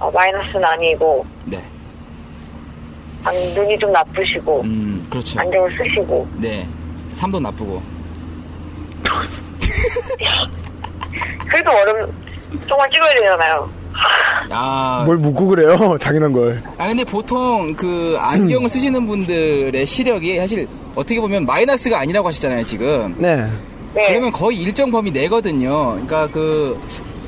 Speaker 8: 어, 마이너스는 아니고.
Speaker 7: 네.
Speaker 8: 안, 눈이 좀 나쁘시고.
Speaker 7: 음, 그렇죠.
Speaker 8: 안경을 쓰시고.
Speaker 7: 네. 삶도 나쁘고.
Speaker 8: 그래도 얼음 조금만 찍어야 되잖아요.
Speaker 7: 아.
Speaker 4: 뭘 묻고 그래요? 당연한 걸.
Speaker 7: 아, 근데 보통 그 안경을 쓰시는 분들의 시력이 사실 어떻게 보면 마이너스가 아니라고 하시잖아요, 지금.
Speaker 4: 네.
Speaker 7: 그러면 거의 일정 범위 내거든요. 그러니까 그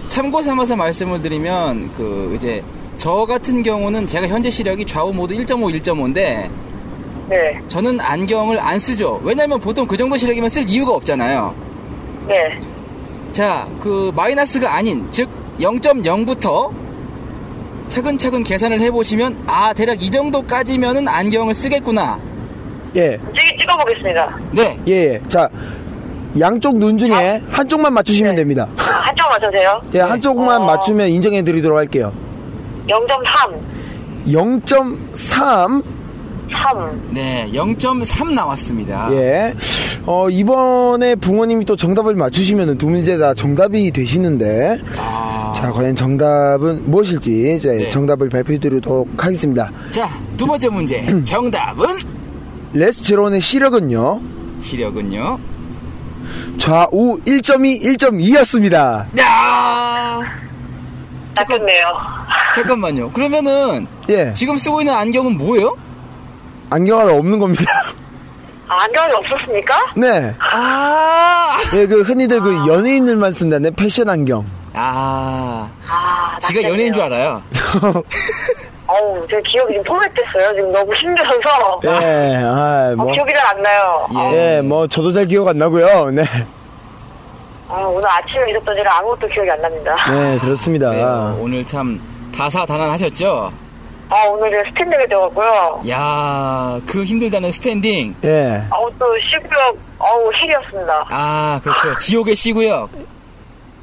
Speaker 7: 참고 삼아서 말씀을 드리면 그 이제 저 같은 경우는 제가 현재 시력이 좌우 모두 1.5, 1.5인데
Speaker 8: 네.
Speaker 7: 저는 안경을 안 쓰죠. 왜냐면 보통 그 정도 시력이면 쓸 이유가 없잖아요.
Speaker 8: 네.
Speaker 7: 자, 그 마이너스가 아닌 즉 0.0부터 차근차근 계산을 해보시면 아 대략 이 정도까지면은 안경을 쓰겠구나.
Speaker 4: 예.
Speaker 8: 찍, 찍어보겠습니다.
Speaker 7: 네.
Speaker 4: 예. 예. 자 양쪽 눈 중에 한쪽만 맞추시면 됩니다.
Speaker 8: 아, 한쪽 맞으세요?
Speaker 4: 예, 한쪽만 맞추면 인정해드리도록 할게요.
Speaker 8: 0.3.
Speaker 4: 0.3.
Speaker 8: 3.
Speaker 7: 네, 0.3 나왔습니다.
Speaker 4: 예. 어, 이번에 부모님이 또 정답을 맞추시면 두 문제 다 정답이 되시는데. 자, 과연 정답은 무엇일지 이제
Speaker 7: 아. 네.
Speaker 4: 정답을 발표해 드리도록 하겠습니다.
Speaker 7: 자, 두 번째 문제. 정답은
Speaker 4: 레스 제로원의 시력은요.
Speaker 7: 시력은요.
Speaker 4: 좌우 1.2, 1.2였습니다.
Speaker 7: 야!
Speaker 8: 나쁘네요.
Speaker 7: 잠깐만요. 그러면은
Speaker 4: 예.
Speaker 7: 지금 쓰고 있는 안경은 뭐예요?
Speaker 4: 안경알 없는 겁니다.
Speaker 8: 아, 안경이 없었습니까?
Speaker 4: 네.
Speaker 7: 아,
Speaker 4: 예, 그 흔히들 그 연예인들만 쓴다는 패션 안경.
Speaker 7: 아. 지가 연예인 줄 알아요.
Speaker 8: 어우, 제 기억이 지금 포맷됐어요. 지금 너무 힘들어서.
Speaker 4: 예, 아,
Speaker 8: 어,
Speaker 4: 뭐.
Speaker 8: 기억이 잘 안 나요.
Speaker 4: 예, 뭐 저도 잘 기억 안 나고요. 네,
Speaker 8: 아, 오늘 아침에 있었던 일은 아무것도 기억이 안 납니다.
Speaker 4: 네 그렇습니다.
Speaker 7: 오늘 참 다사다난하셨죠?
Speaker 8: 아, 오늘은 스탠딩이 되었고요.
Speaker 7: 야, 그 힘들다는 스탠딩.
Speaker 4: 예.
Speaker 8: 어우, 또 시구역, 어우, 힐이었습니다.
Speaker 7: 아, 그렇죠. 지옥의 시구역.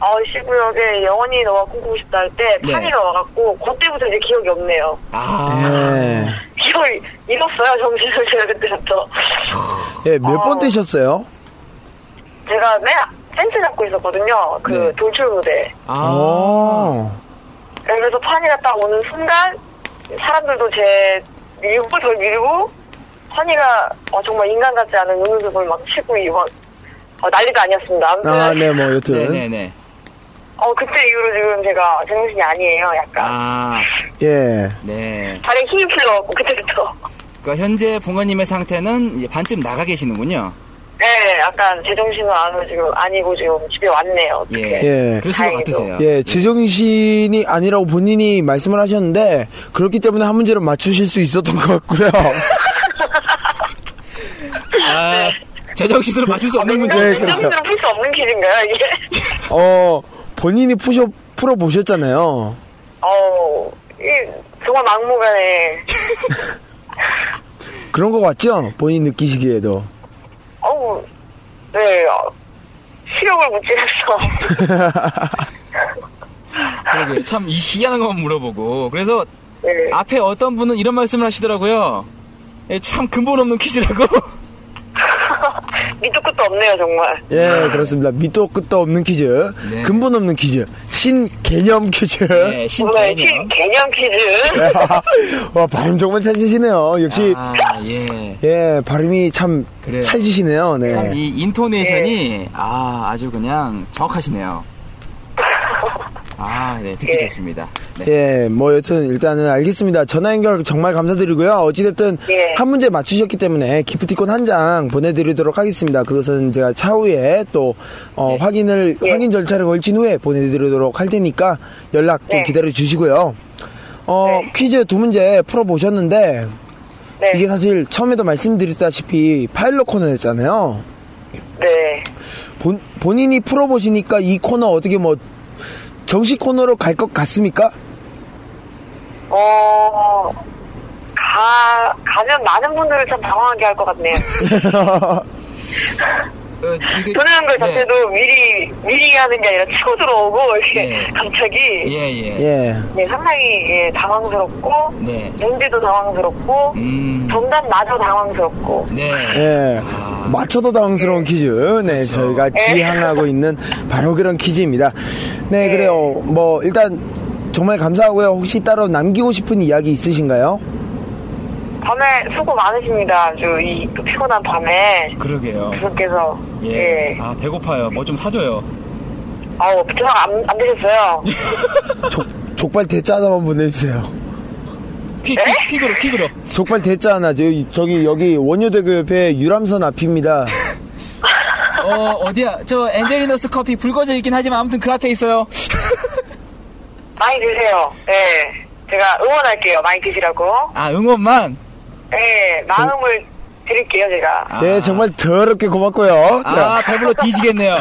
Speaker 8: 어우, 아, 시구역에 영원히 너와 꿈꾸고 싶다 할 때,
Speaker 7: 네.
Speaker 8: 판이 나와갖고, 그때부터 이제 기억이 없네요.
Speaker 7: 아.
Speaker 4: 예,
Speaker 8: 기억이 잃었어요, 정신을 제가 그때부터.
Speaker 4: 예, 몇 번 뜨셨어요?
Speaker 8: 제가 맨 센스 잡고 있었거든요. 그
Speaker 4: 네.
Speaker 8: 돌출 무대.
Speaker 7: 아.
Speaker 4: 오.
Speaker 8: 그래서 판이가 딱 오는 순간 사람들도 제 밀고 저 밀고 환희가 어, 정말 인간 같지 않은 눈웃음을 막 치고 이막 어, 난리도 아니었습니다. 아무튼
Speaker 4: 아, 네, 뭐 여튼.
Speaker 7: 네네네.
Speaker 8: 어 그때 이후로 지금 제가 정신이 아니에요. 약간
Speaker 7: 아.
Speaker 4: 예.
Speaker 7: 네.
Speaker 8: 발에 힘이 풀려갖고 그때부터
Speaker 7: 그러니까 현재 붕어님의 상태는 이제 반쯤 나가 계시는군요.
Speaker 8: 네 약간 제정신은 아니, 지금 아니고 지금 집에 왔네요.
Speaker 7: 예.
Speaker 4: 예.
Speaker 7: 그러신 것 같으세요.
Speaker 4: 예, 지정신이 아니라고 본인이 말씀을 하셨는데 그렇기 때문에 한 문제를 맞추실 수 있었던 것 같고요.
Speaker 7: 아, 제정신으로 맞출 수 없는 문제.
Speaker 4: 네,
Speaker 8: 정신으로
Speaker 4: 그렇죠.
Speaker 8: 풀 수 없는 길인가요 이게?
Speaker 4: 어, 본인이 푸셔 풀어 보셨잖아요.
Speaker 8: 어, 이 정말 막무가내.
Speaker 4: 그런 것
Speaker 7: 네.
Speaker 4: 같죠? 본인 느끼시기에도.
Speaker 8: 어우, 네, 어, 시력을 못 지냈어.
Speaker 7: 그러게 참 이- 희한한 것만 물어보고 그래서 앞에 어떤 분은 이런 말씀을 하시더라고요. 예, 참 근본 없는 퀴즈라고. 아.
Speaker 8: 밑도 끝도 없네요
Speaker 7: 어,
Speaker 8: 정말.
Speaker 4: 예, 그렇습니다. 밑도 끝도 없는 퀴즈,
Speaker 7: 네.
Speaker 4: 근본 없는 퀴즈, 신 개념 퀴즈.
Speaker 7: 예,
Speaker 8: 정말 퀴- 개념
Speaker 7: 네.
Speaker 8: 퀴즈.
Speaker 4: 와, 발음 정말 찰지시네요. 역시.
Speaker 7: 아, 예.
Speaker 4: 예, 발음이 참
Speaker 7: 그래요.
Speaker 4: 찰지시네요. 네.
Speaker 7: 참 이 인토네이션이 아 아주 그냥 정확하시네요. 아, 네 듣기 좋습니다. 네.
Speaker 4: 예, 뭐 여튼 일단은 알겠습니다. 전화 연결 정말 감사드리고요. 어찌됐든 한 문제 맞추셨기 때문에 기프티콘 한 장 보내드리도록 하겠습니다. 그것은 제가 차후에 또 어, 확인을 확인 절차를 걸친 후에 보내드리도록 할 테니까 연락 좀 기다려 주시고요. 어 퀴즈 두 문제 풀어 보셨는데 이게 사실 처음에도 말씀드렸다시피 파일럿 코너였잖아요.
Speaker 8: 네.
Speaker 4: 본 본인이 풀어 보시니까 이 코너 어떻게 뭐 정식 코너로 갈 것 같습니까?
Speaker 8: 어, 가, 가면 많은 분들을 참 당황하게 할 것 같네요.
Speaker 7: 어,
Speaker 8: 도전한
Speaker 7: 네.
Speaker 8: 걸 자체도 미리, 미리 하는 게 아니라 치고 들어오고, 이렇게 갑자기.
Speaker 7: 네. 예.
Speaker 4: 예.
Speaker 8: 네, 상당히 예, 당황스럽고,
Speaker 7: 네. 음.
Speaker 8: 문제도 당황스럽고, 정답마저 당황스럽고.
Speaker 7: 네.
Speaker 4: 예. 맞춰도 당황스러운 퀴즈. 네, 저희가
Speaker 8: 네.
Speaker 4: 지향하고 있는 바로 그런 퀴즈입니다. 네, 그래요. 뭐, 일단 정말 감사하고요. 혹시 따로 남기고 싶은 이야기 있으신가요?
Speaker 8: 밤에 수고 많으십니다. 아주 이또 피곤한 밤에.
Speaker 7: 그러게요.
Speaker 8: 분께서.
Speaker 7: 예.
Speaker 8: 예.
Speaker 7: 아 배고파요. 뭐 좀 사줘요.
Speaker 8: 아우, 저랑 안, 안 되셨어요.
Speaker 4: 족발 대짜 하나만 보내주세요.
Speaker 7: 퀵, 퀵, 퀵으로, 퀵으로.
Speaker 4: 족발 대짜 하나. 저기, 저기, 여기 원효대교 옆에 유람선 앞입니다.
Speaker 7: 어 어디야? 저 엔젤리너스 커피 붉어져 있긴 하지만 아무튼 그 앞에 있어요.
Speaker 8: 많이 드세요. 예. 제가 응원할게요. 많이 드시라고.
Speaker 7: 아 응원만.
Speaker 8: 예. 마음을 드릴게요, 제가.
Speaker 4: 네, 정말 더럽게 고맙고요.
Speaker 7: 아, 배불러 뒤지겠네요.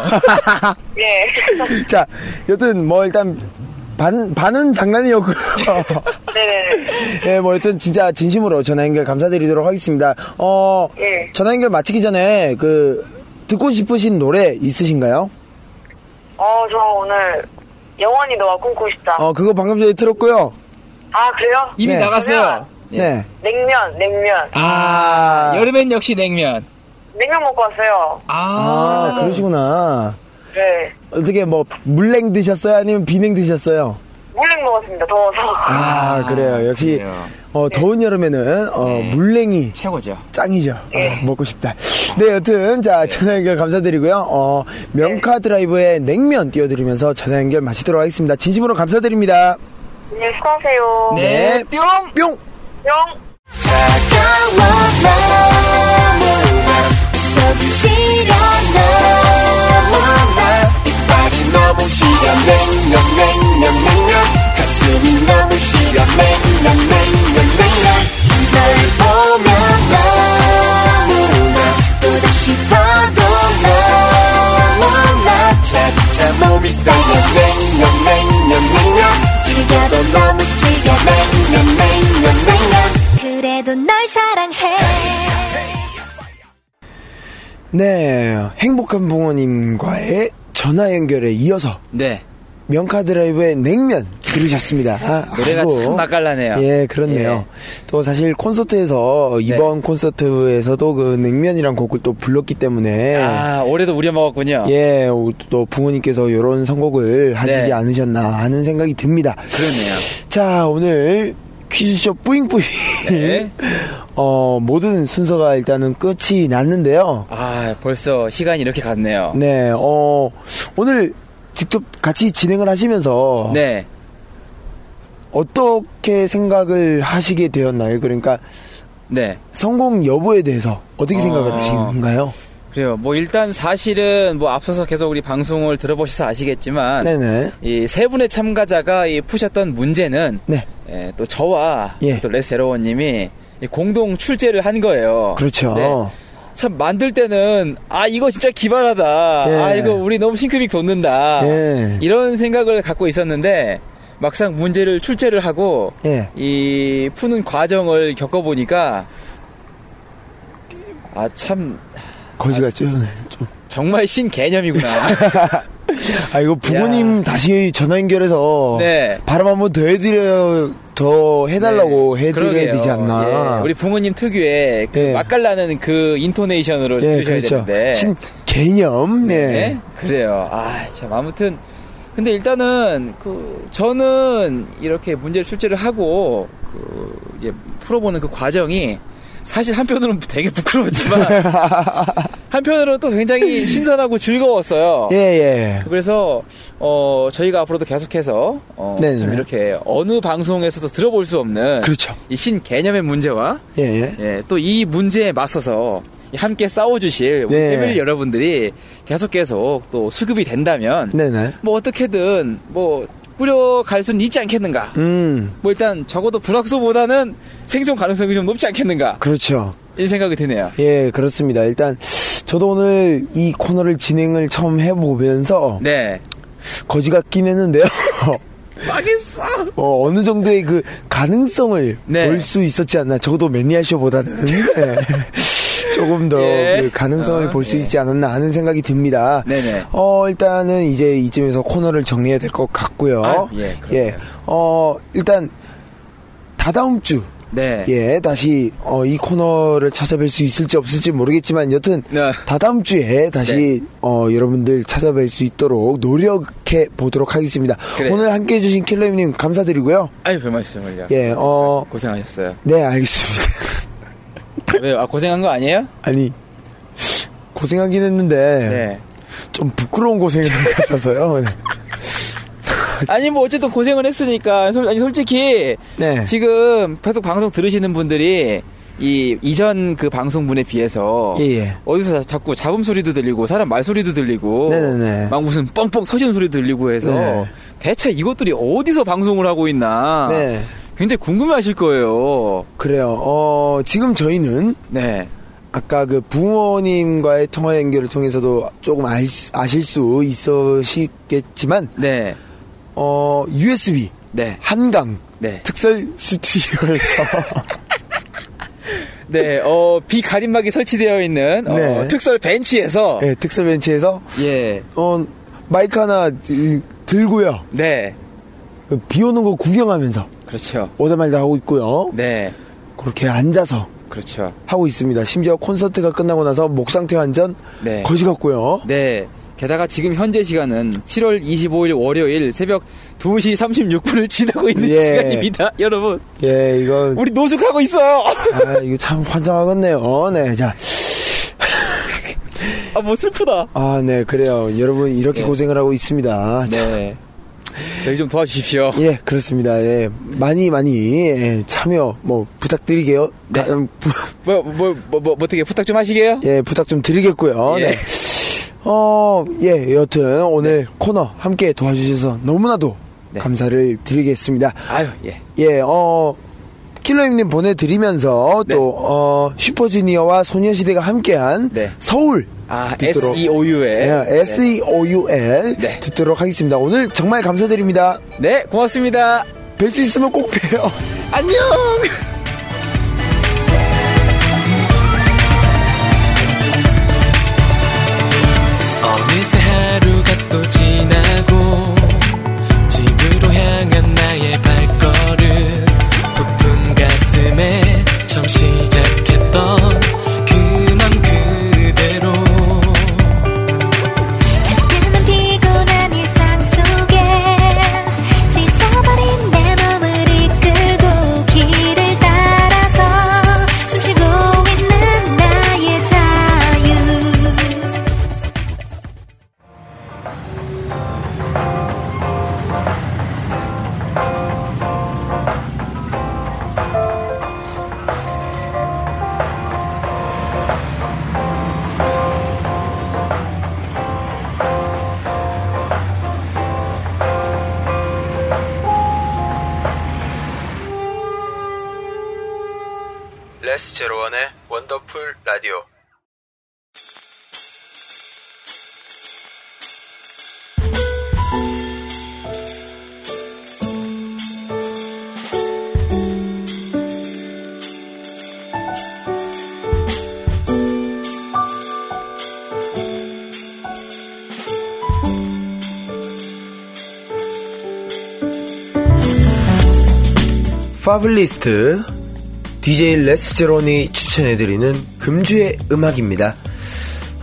Speaker 8: 예.
Speaker 4: 자, 여튼 뭐 일단 반 반은 장난이었고요. 네, 뭐 여튼 진짜 진심으로 전화 연결 감사드리도록 하겠습니다. 어,
Speaker 8: 예.
Speaker 4: 전화 연결 마치기 전에 그 듣고 싶으신 노래 있으신가요?
Speaker 8: 어, 저 오늘 영원히 너와 꿈꾸고 싶다.
Speaker 4: 어, 그거 방금 전에 들었고요.
Speaker 8: 아, 그래요?
Speaker 4: 네.
Speaker 8: 그러면
Speaker 4: 네.
Speaker 8: 냉면, 냉면.
Speaker 7: 아, 예. 여름엔 역시 냉면.
Speaker 8: 냉면 먹고 왔어요.
Speaker 4: 아, 그러시구나.
Speaker 8: 네.
Speaker 4: 어떻게 뭐 물냉 드셨어요? 아니면 비냉 드셨어요?
Speaker 8: 물냉 먹었습니다. 더워서.
Speaker 4: 아, 그래요. 역시 어, 더운 여름에는 어, 물냉이
Speaker 7: 최고죠.
Speaker 4: 짱이죠. 아, 먹고 싶다. 네, 여튼 자 전화 연결 감사드리고요. 어, 명카 드라이브의 냉면 띄워드리면서 전화 연결 마치도록 하겠습니다. 진심으로 감사드립니다.
Speaker 8: 네, 수고하세요.
Speaker 4: 네,
Speaker 7: 뿅!
Speaker 4: 뿅!
Speaker 8: 뿅!
Speaker 10: 차가워 너무나 속이 시려 너무
Speaker 5: 나도 널 사랑해
Speaker 4: 네, 행복한 부모님과의 전화 연결에 이어서
Speaker 7: 네.
Speaker 4: 명카 드라이브의 냉면 들으셨습니다. 아,
Speaker 7: 노래가
Speaker 4: 아이고.
Speaker 7: 참 맛깔나네요.
Speaker 4: 예, 그렇네요. 또 사실 콘서트에서 이번
Speaker 7: 네.
Speaker 4: 콘서트에서도 그 냉면이란 곡을 또 불렀기 때문에
Speaker 7: 아, 올해도 우려먹었군요.
Speaker 4: 예, 또 부모님께서 이런 선곡을 하시지
Speaker 7: 네.
Speaker 4: 않으셨나 하는 생각이 듭니다.
Speaker 7: 그러네요.
Speaker 4: 자, 오늘 퀴즈쇼 뿌잉뿌잉.
Speaker 7: 네.
Speaker 4: 어, 모든 순서가 일단은 끝이 났는데요.
Speaker 7: 아, 벌써 시간이 이렇게 갔네요.
Speaker 4: 네, 어, 오늘 직접 같이 진행을 하시면서
Speaker 7: 네.
Speaker 4: 어떻게 생각을 하시게 되었나요? 그러니까
Speaker 7: 네.
Speaker 4: 성공 여부에 대해서 어떻게 생각을
Speaker 7: 어.
Speaker 4: 하시는 건가요?
Speaker 7: 그래요. 뭐 일단 사실은 뭐 앞서서 계속 우리 방송을 들어보셔서 아시겠지만
Speaker 4: 네네.
Speaker 7: 이 세 분의 참가자가 이 푸셨던 문제는
Speaker 4: 네.
Speaker 7: 예, 또 저와
Speaker 4: 예.
Speaker 7: 또 레세로원님이 공동 출제를 한 거예요.
Speaker 4: 그렇죠.
Speaker 7: 네. 참 만들 때는 아 이거 진짜 기발하다.
Speaker 4: 예.
Speaker 7: 아 이거 우리 너무 싱크빅 돋는다.
Speaker 4: 예.
Speaker 7: 이런 생각을 갖고 있었는데 막상 문제를 출제를 하고
Speaker 4: 예.
Speaker 7: 이 푸는 과정을 겪어보니까 아 참
Speaker 4: 거지 같죠? 네, 좀.
Speaker 7: 정말 신 개념이구나.
Speaker 4: 아, 이거 부모님 다시 전화 연결해서
Speaker 7: 네.
Speaker 4: 발음 한번 더 해드려, 더 해달라고 해드려야
Speaker 7: 네. 그러게요.
Speaker 4: 되지 않나.
Speaker 7: 예. 우리 부모님 특유의 그
Speaker 4: 예.
Speaker 7: 맛깔나는 그 인토네이션으로
Speaker 4: 예,
Speaker 7: 들으셔야
Speaker 4: 그렇죠.
Speaker 7: 되는데.
Speaker 4: 신 개념, 예.
Speaker 7: 네, 그래요. 아, 참 아무튼 근데 일단은 그 저는 이렇게 문제를 출제를 하고 그 이제 풀어보는 그 과정이 사실 한편으로는 되게 부끄러웠지만 한편으로는 또 굉장히 신선하고 즐거웠어요.
Speaker 4: 예, 예.
Speaker 7: 그래서 어 저희가 앞으로도 계속해서 어,
Speaker 4: 네네.
Speaker 7: 참 이렇게 어느 방송에서도 들어볼 수 없는
Speaker 4: 그렇죠.
Speaker 7: 이 신 개념의 문제와
Speaker 4: 예, 예.
Speaker 7: 또 이 문제에 맞서서 함께 싸워주실 우리
Speaker 4: 네.
Speaker 7: 패밀리 여러분들이 계속 계속 또 수급이 된다면
Speaker 4: 네네.
Speaker 7: 뭐 어떻게든 뭐 꾸려갈 수는 있지 않겠는가.
Speaker 4: 음,
Speaker 7: 뭐 일단 적어도 불확소보다는 생존 가능성이 좀 높지 않겠는가.
Speaker 4: 그렇죠.
Speaker 7: 이 생각이 드네요.
Speaker 4: 예, 그렇습니다. 일단, 저도 오늘 이 코너를 진행을 처음 해보면서
Speaker 7: 네.
Speaker 4: 거지 같긴 했는데요.
Speaker 7: 망했어.
Speaker 4: 어, 어느 정도의 그 가능성을
Speaker 7: 네.
Speaker 4: 볼 수 있었지 않나. 적어도 매니아쇼보다는. 예. 조금 더
Speaker 7: 예.
Speaker 4: 그 가능성을
Speaker 7: 어,
Speaker 4: 볼 수
Speaker 7: 예.
Speaker 4: 있지 않았나 하는 생각이 듭니다.
Speaker 7: 네네.
Speaker 4: 어, 일단은 이제 이쯤에서 코너를 정리해야 될 것 같고요.
Speaker 7: 아, 예, 그럼요.
Speaker 4: 예. 어, 일단 다다음 주
Speaker 7: 네.
Speaker 4: 예, 다시 어, 이 코너를 찾아뵐 수 있을지 없을지 모르겠지만 여튼
Speaker 7: 네.
Speaker 4: 다다음 주에 다시 어, 여러분들 찾아뵐 수 있도록 노력해 보도록 하겠습니다.
Speaker 7: 그래요.
Speaker 4: 오늘 함께 해주신 킬러님 감사드리고요.
Speaker 7: 아유 별 말씀을요.
Speaker 4: 예, 어,
Speaker 7: 고생하셨어요.
Speaker 4: 네, 알겠습니다.
Speaker 7: 왜요? 아 고생한 거 아니에요?
Speaker 4: 아니 고생하긴 했는데
Speaker 7: 네.
Speaker 4: 좀 부끄러운 고생인 것 같아서요. 네.
Speaker 7: 아니 뭐 어쨌든 고생을 했으니까 솔, 아니 솔직히
Speaker 4: 네.
Speaker 7: 지금 계속 방송 들으시는 분들이 이 이전 그 방송분에 비해서
Speaker 4: 예, 예.
Speaker 7: 어디서 자, 꾸 잡음 소리도 들리고 사람 말 소리도 들리고
Speaker 4: 네네네.
Speaker 7: 막 무슨 뻥뻥 터지는 소리도 들리고 해서
Speaker 4: 네.
Speaker 7: 대체 이것들이 어디서 방송을 하고 있나
Speaker 4: 네.
Speaker 7: 굉장히 궁금해하실 거예요.
Speaker 4: 그래요. 어, 지금 저희는
Speaker 7: 네.
Speaker 4: 아까 그 부모님과의 통화 연결을 통해서도 조금 아, 아실 수 있으시겠지만
Speaker 7: 네.
Speaker 4: 어, USB
Speaker 7: 네.
Speaker 4: 한강
Speaker 7: 네.
Speaker 4: 특설 스튜디오에서
Speaker 7: 네, 어, 비가림막이 설치되어 있는 어,
Speaker 4: 네.
Speaker 7: 특설 벤치에서
Speaker 4: 예, 특설 벤치에서
Speaker 7: 예.
Speaker 4: 어, 마이크 하나 들- 들고요.
Speaker 7: 네.
Speaker 4: 비 오는 거 구경하면서
Speaker 7: 그렇죠.
Speaker 4: 오다 말다 하고 있고요.
Speaker 7: 네.
Speaker 4: 그렇게 앉아서
Speaker 7: 그렇죠.
Speaker 4: 하고 있습니다. 심지어 콘서트가 끝나고 나서 목 상태 완전
Speaker 7: 네.
Speaker 4: 거지 같고요.
Speaker 7: 네. 게다가 지금 현재 시간은 7월 25일 월요일 새벽 2시 36분을 지나고 있는
Speaker 4: 예.
Speaker 7: 시간입니다. 여러분,
Speaker 4: 예, 이거
Speaker 7: 우리 노숙하고 있어요.
Speaker 4: 아, 이거 참 환장하겠네요. 네, 자,
Speaker 7: 아, 뭐 슬프다.
Speaker 4: 아, 네, 그래요. 여러분 이렇게
Speaker 7: 네.
Speaker 4: 고생을 하고 있습니다. 자,
Speaker 7: 네. 저희 좀 도와주십시오.
Speaker 4: 예, 그렇습니다. 예, 많이 많이 예, 참여 뭐 부탁드리게요. 가- 음, 부-
Speaker 7: 뭐, 뭐, 뭐, 뭐, 어떻게 부탁 좀 하시게요?
Speaker 4: 예, 부탁 좀 드리겠고요.
Speaker 7: 예.
Speaker 4: 네. 어, 예, 여튼 오늘
Speaker 7: 네.
Speaker 4: 코너 함께 도와주셔서 너무나도 감사를 드리겠습니다.
Speaker 7: 아유, 예.
Speaker 4: 예, 어, 킬러님님 보내드리면서
Speaker 7: 네.
Speaker 4: 또, 어, 슈퍼주니어와 소녀시대가 함께한 서울.
Speaker 7: 네. 아, SEOUL.
Speaker 4: 예, SEOUL.
Speaker 7: 네.
Speaker 4: 듣도록 하겠습니다. 오늘 정말 감사드립니다.
Speaker 7: 네, 고맙습니다.
Speaker 4: 뵐 수 있으면 꼭 봬요.
Speaker 7: 안녕!
Speaker 11: 어느새 하루가 또 지나고 집으로 향한 나의 발걸음 부푼 가슴에 처음 시작했던 그만 그대로
Speaker 5: 가끔은 피곤한 일상 속에 지쳐버린 내 몸을 이끌고 길을 따라서 숨쉬고 있는 나의 자유
Speaker 4: 레스 제로원의 원더풀 라디오. 파블리스트 DJ 레스제론이 추천해드리는 금주의 음악입니다.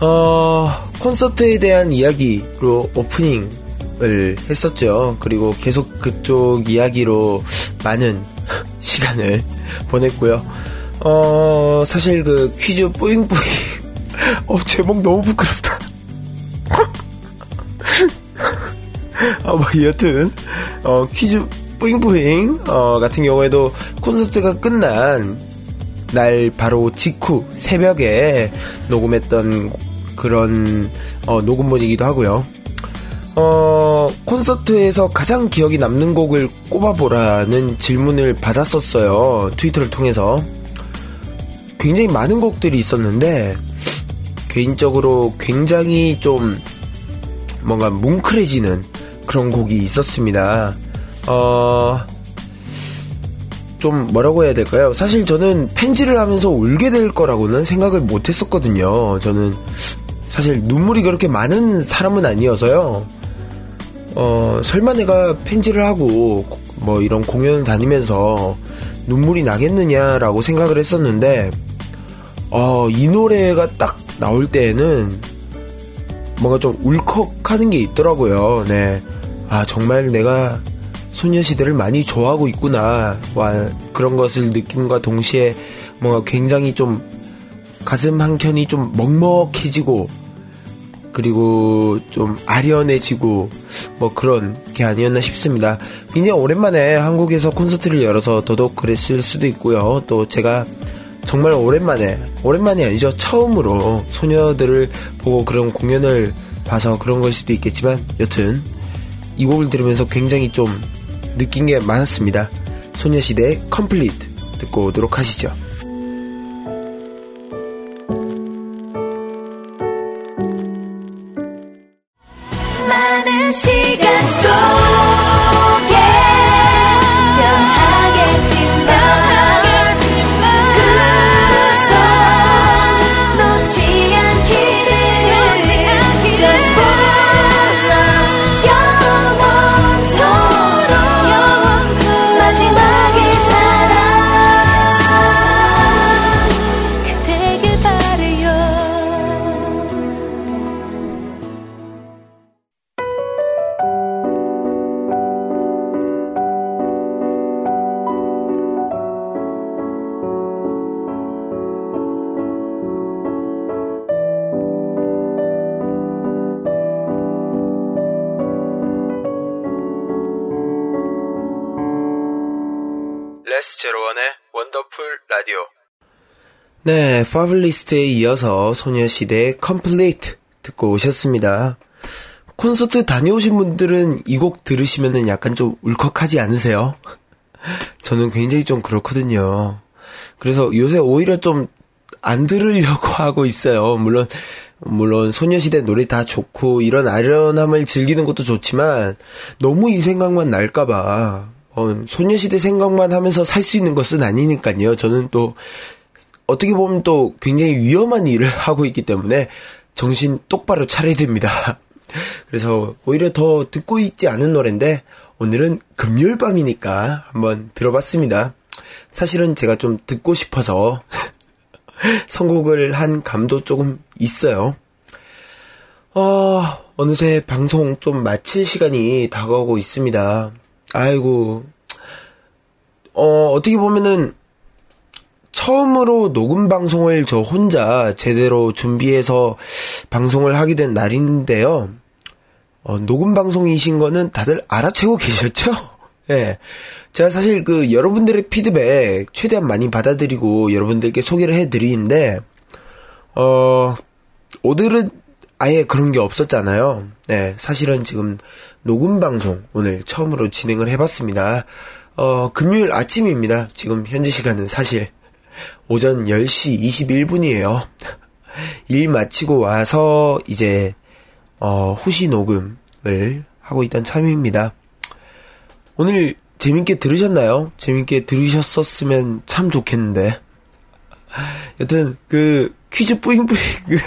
Speaker 4: 어, 콘서트에 대한 이야기로 오프닝을 했었죠. 그리고 계속 그쪽 이야기로 많은 시간을 보냈고요. 어, 사실 그 퀴즈 뿌잉뿌잉. 어, 제목 너무 부끄럽다. 아, 뭐, 여튼, 어, 퀴즈 뿌잉뿌잉, 어, 같은 경우에도 콘서트가 끝난 날 바로 직후 새벽에 녹음했던 그런, 어, 녹음본이기도 하고요. 어, 콘서트에서 가장 기억에 남는 곡을 꼽아보라는 질문을 받았었어요. 트위터를 통해서. 굉장히 많은 곡들이 있었는데, 개인적으로 굉장히 좀 뭔가 뭉클해지는 그런 곡이 있었습니다. 어, 좀 뭐라고 해야 될까요? 사실 저는 펜질을 하면서 울게 될 거라고는 생각을 못 했었거든요. 저는 사실 눈물이 그렇게 많은 사람은 아니어서요. 어, 설마 내가 펜질을 하고 뭐 이런 공연을 다니면서 눈물이 나겠느냐라고 생각을 했었는데, 어, 이 노래가 딱 나올 때에는 뭔가 좀 울컥하는 게 있더라고요. 네. 아, 정말 내가 소녀시대를 많이 좋아하고 있구나. 와, 그런 것을 느낌과 동시에 뭔가 굉장히 좀 가슴 한켠이 좀 먹먹해지고 그리고 좀 아련해지고 뭐 그런 게 아니었나 싶습니다. 굉장히 오랜만에 한국에서 콘서트를 열어서 더더욱 그랬을 수도 있고요. 또 제가 정말 오랜만에 오랜만이 아니죠. 처음으로 소녀들을 보고 그런 공연을 봐서 그런 걸 수도 있겠지만 여튼 이 곡을 들으면서 굉장히 좀 느낀 게 많았습니다. 소녀시대 컴플리트 듣고 오도록 하시죠.
Speaker 5: 많은 시간 속에 변하겠지만 두손 놓지 않기를 Just one love 영원토록 마지막에 사랑 그대길 바래요
Speaker 4: 레스 제로원의 원더풀 라디오. 네, 파블리스트에 이어서 소녀시대의 컴플레이트 듣고 오셨습니다. 콘서트 다녀오신 분들은 이 곡 들으시면은 약간 좀 울컥하지 않으세요? 저는 굉장히 좀 그렇거든요. 그래서 요새 오히려 좀 안 들으려고 하고 있어요. 물론 물론 소녀시대 노래 다 좋고 이런 아련함을 즐기는 것도 좋지만 너무 이 생각만 날까봐 어, 소녀시대 생각만 하면서 살 수 있는 것은 아니니까요. 저는 또 어떻게 보면 또 굉장히 위험한 일을 하고 있기 때문에 정신 똑바로 차려야 됩니다. 그래서 오히려 더 듣고 있지 않은 노래인데 오늘은 금요일 밤이니까 한번 들어봤습니다. 사실은 제가 좀 듣고 싶어서 선곡을 한 감도 조금 있어요. 어, 어느새 방송 좀 마칠 시간이 다가오고 있습니다. 아이고, 어, 어떻게 보면은 처음으로 녹음 방송을 저 혼자 제대로 준비해서 방송을 하게 된 날인데요. 어, 녹음 방송이신 거는 다들 알아채고 계셨죠? 예. 제가 사실 그 여러분들의 피드백 최대한 많이 받아들이고 여러분들께 소개를 해드리는데, 어, 오늘은 아예 그런 게 없었잖아요. 네, 사실은 지금 녹음 방송 오늘 처음으로 진행을 해봤습니다. 어, 금요일 아침입니다. 지금 현재 시간은 사실 오전 10시 21분이에요. 일 마치고 와서 이제 어, 후시 녹음을 하고 있던 참입니다. 오늘 재밌게 들으셨나요? 재밌게 들으셨었으면 참 좋겠는데. 여튼 그 퀴즈 뿌잉뿌잉 그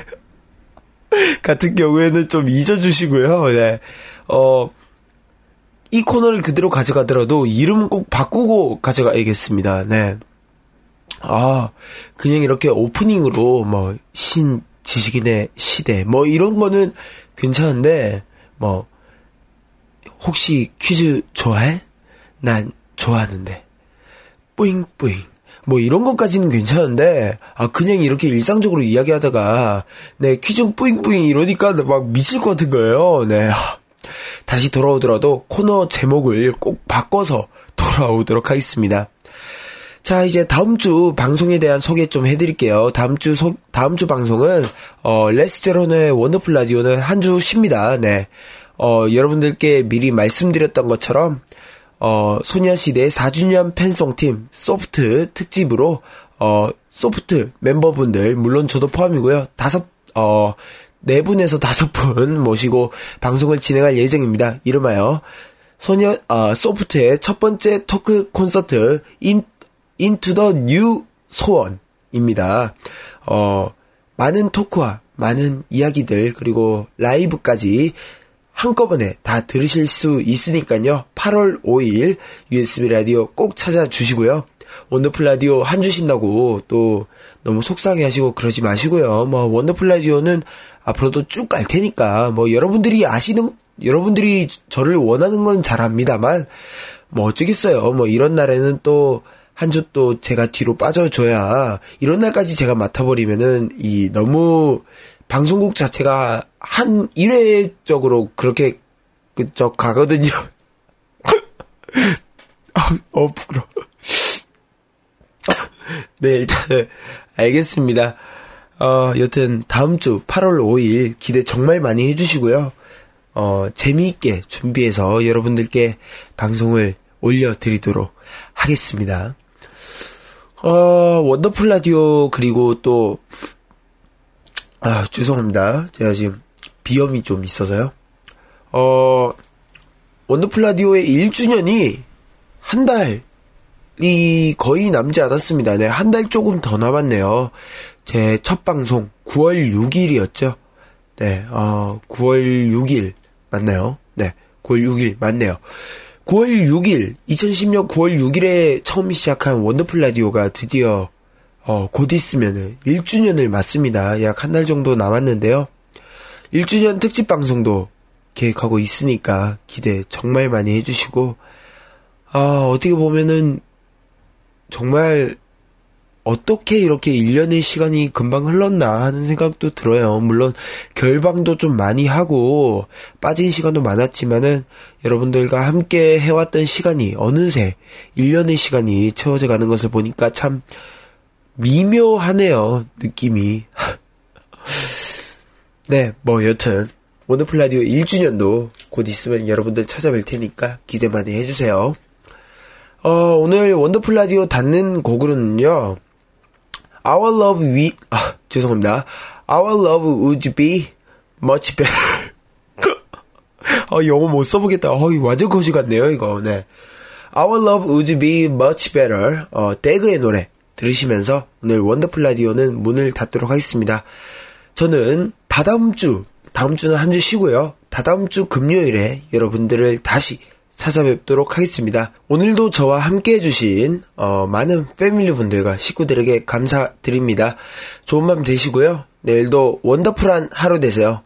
Speaker 4: 같은 경우에는 좀 잊어주시고요. 네. 어, 이 코너를 그대로 가져가더라도 이름 꼭 바꾸고 가져가야겠습니다. 네. 아, 그냥 이렇게 오프닝으로 뭐, 신, 지식인의 시대, 뭐, 이런 거는 괜찮은데, 뭐, 혹시 퀴즈 좋아해? 난 좋아하는데. 뿌잉뿌잉. 뭐 이런 것까지는 괜찮은데, 아, 그냥 이렇게 일상적으로 이야기하다가, 네, 퀴즈 뿌잉뿌잉 이러니까 막 미칠 것 같은 거예요. 네. 아, 다시 돌아오더라도 코너 제목을 꼭 바꿔서 돌아오도록 하겠습니다. 자, 이제 다음 주 방송에 대한 소개 좀 해드릴게요. 다음 주, 소- 다음 주 방송은, 어, 레스제로의 원더풀 라디오는 한 주 쉽니다. 네. 어, 여러분들께 미리 말씀드렸던 것처럼, 어, 소녀시대 4주년 팬송팀 소프트 특집으로, 어, 소프트 멤버분들, 물론 저도 포함이고요. 다섯, 어, 네 분에서 다섯 분 모시고 방송을 진행할 예정입니다. 이름하여, 소녀, 아, 소프트의 첫 번째 토크 콘서트, 인, 인투 더 뉴 소원입니다. 어, 많은 토크와 많은 이야기들, 그리고 라이브까지 한꺼번에 다 들으실 수 있으니까요. 8월 5일 USB 라디오 꼭 찾아주시고요. 원더풀 라디오 한 주신다고 또 너무 속상해 하시고 그러지 마시고요. 뭐 원더풀 라디오는 앞으로도 쭉 갈 테니까 뭐 여러분들이 아시는 여러분들이 저를 원하는 건 잘 압니다만 뭐 어쩌겠어요. 뭐 이런 날에는 또 한 주 또 제가 뒤로 빠져줘야 이런 날까지 제가 맡아버리면은 이 너무 방송국 자체가 한 일회적으로 그렇게 그저 가거든요. 아, 어 부끄러. 워 네 일단 알겠습니다. 어 여튼 다음 주 8월 5일 기대 정말 많이 해주시고요. 어, 재미있게 준비해서 여러분들께 방송을 올려드리도록 하겠습니다. 어, 원더풀 라디오, 그리고 또, 아, 죄송합니다. 제가 지금 비염이 좀 있어서요. 어, 원더풀 라디오의 1주년이 한 달이 거의 남지 않았습니다. 네, 한 달 조금 더 남았네요. 제 첫 방송 9월 6일이었죠. 네, 어, 9월 6일 맞나요? 네, 9월 6일 맞네요. 9월 6일, 2010년 9월 6일에 처음 시작한 원더풀 라디오가 드디어 어, 곧 있으면 1주년을 맞습니다. 약 한 달 정도 남았는데요. 1주년 특집 방송도 계획하고 있으니까 기대 정말 많이 해주시고 아, 어떻게 보면은 정말 어떻게 이렇게 1년의 시간이 금방 흘렀나 하는 생각도 들어요. 물론 결방도 좀 많이 하고 빠진 시간도 많았지만은 여러분들과 함께 해왔던 시간이 어느새 1년의 시간이 채워져 가는 것을 보니까 참 미묘하네요. 느낌이. 네, 뭐 여튼 원더풀 라디오 1주년도 곧 있으면 여러분들 찾아뵐 테니까 기대 많이 해주세요. 어, 오늘 원더풀 라디오 닿는 곡으로는요. Our love we 아, 죄송합니다. Our love would be much better. 아, 영어 못 써보겠다. 어이, 완전 거지 같네요, 이거. 네. Our love would be much better. 어, 데그의 노래 들으시면서 오늘 원더풀 라디오는 문을 닫도록 하겠습니다. 저는 다다음 주, 다음 주는 한 주 쉬고요. 다다음 주 금요일에 여러분들을 다시 찾아뵙도록 하겠습니다. 오늘도 저와 함께 해주신 어, 많은 패밀리 분들과 식구들에게 감사드립니다. 좋은 밤 되시고요. 내일도 원더풀한 하루 되세요.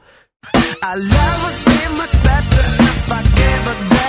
Speaker 12: I love would be much better if I gave a damn.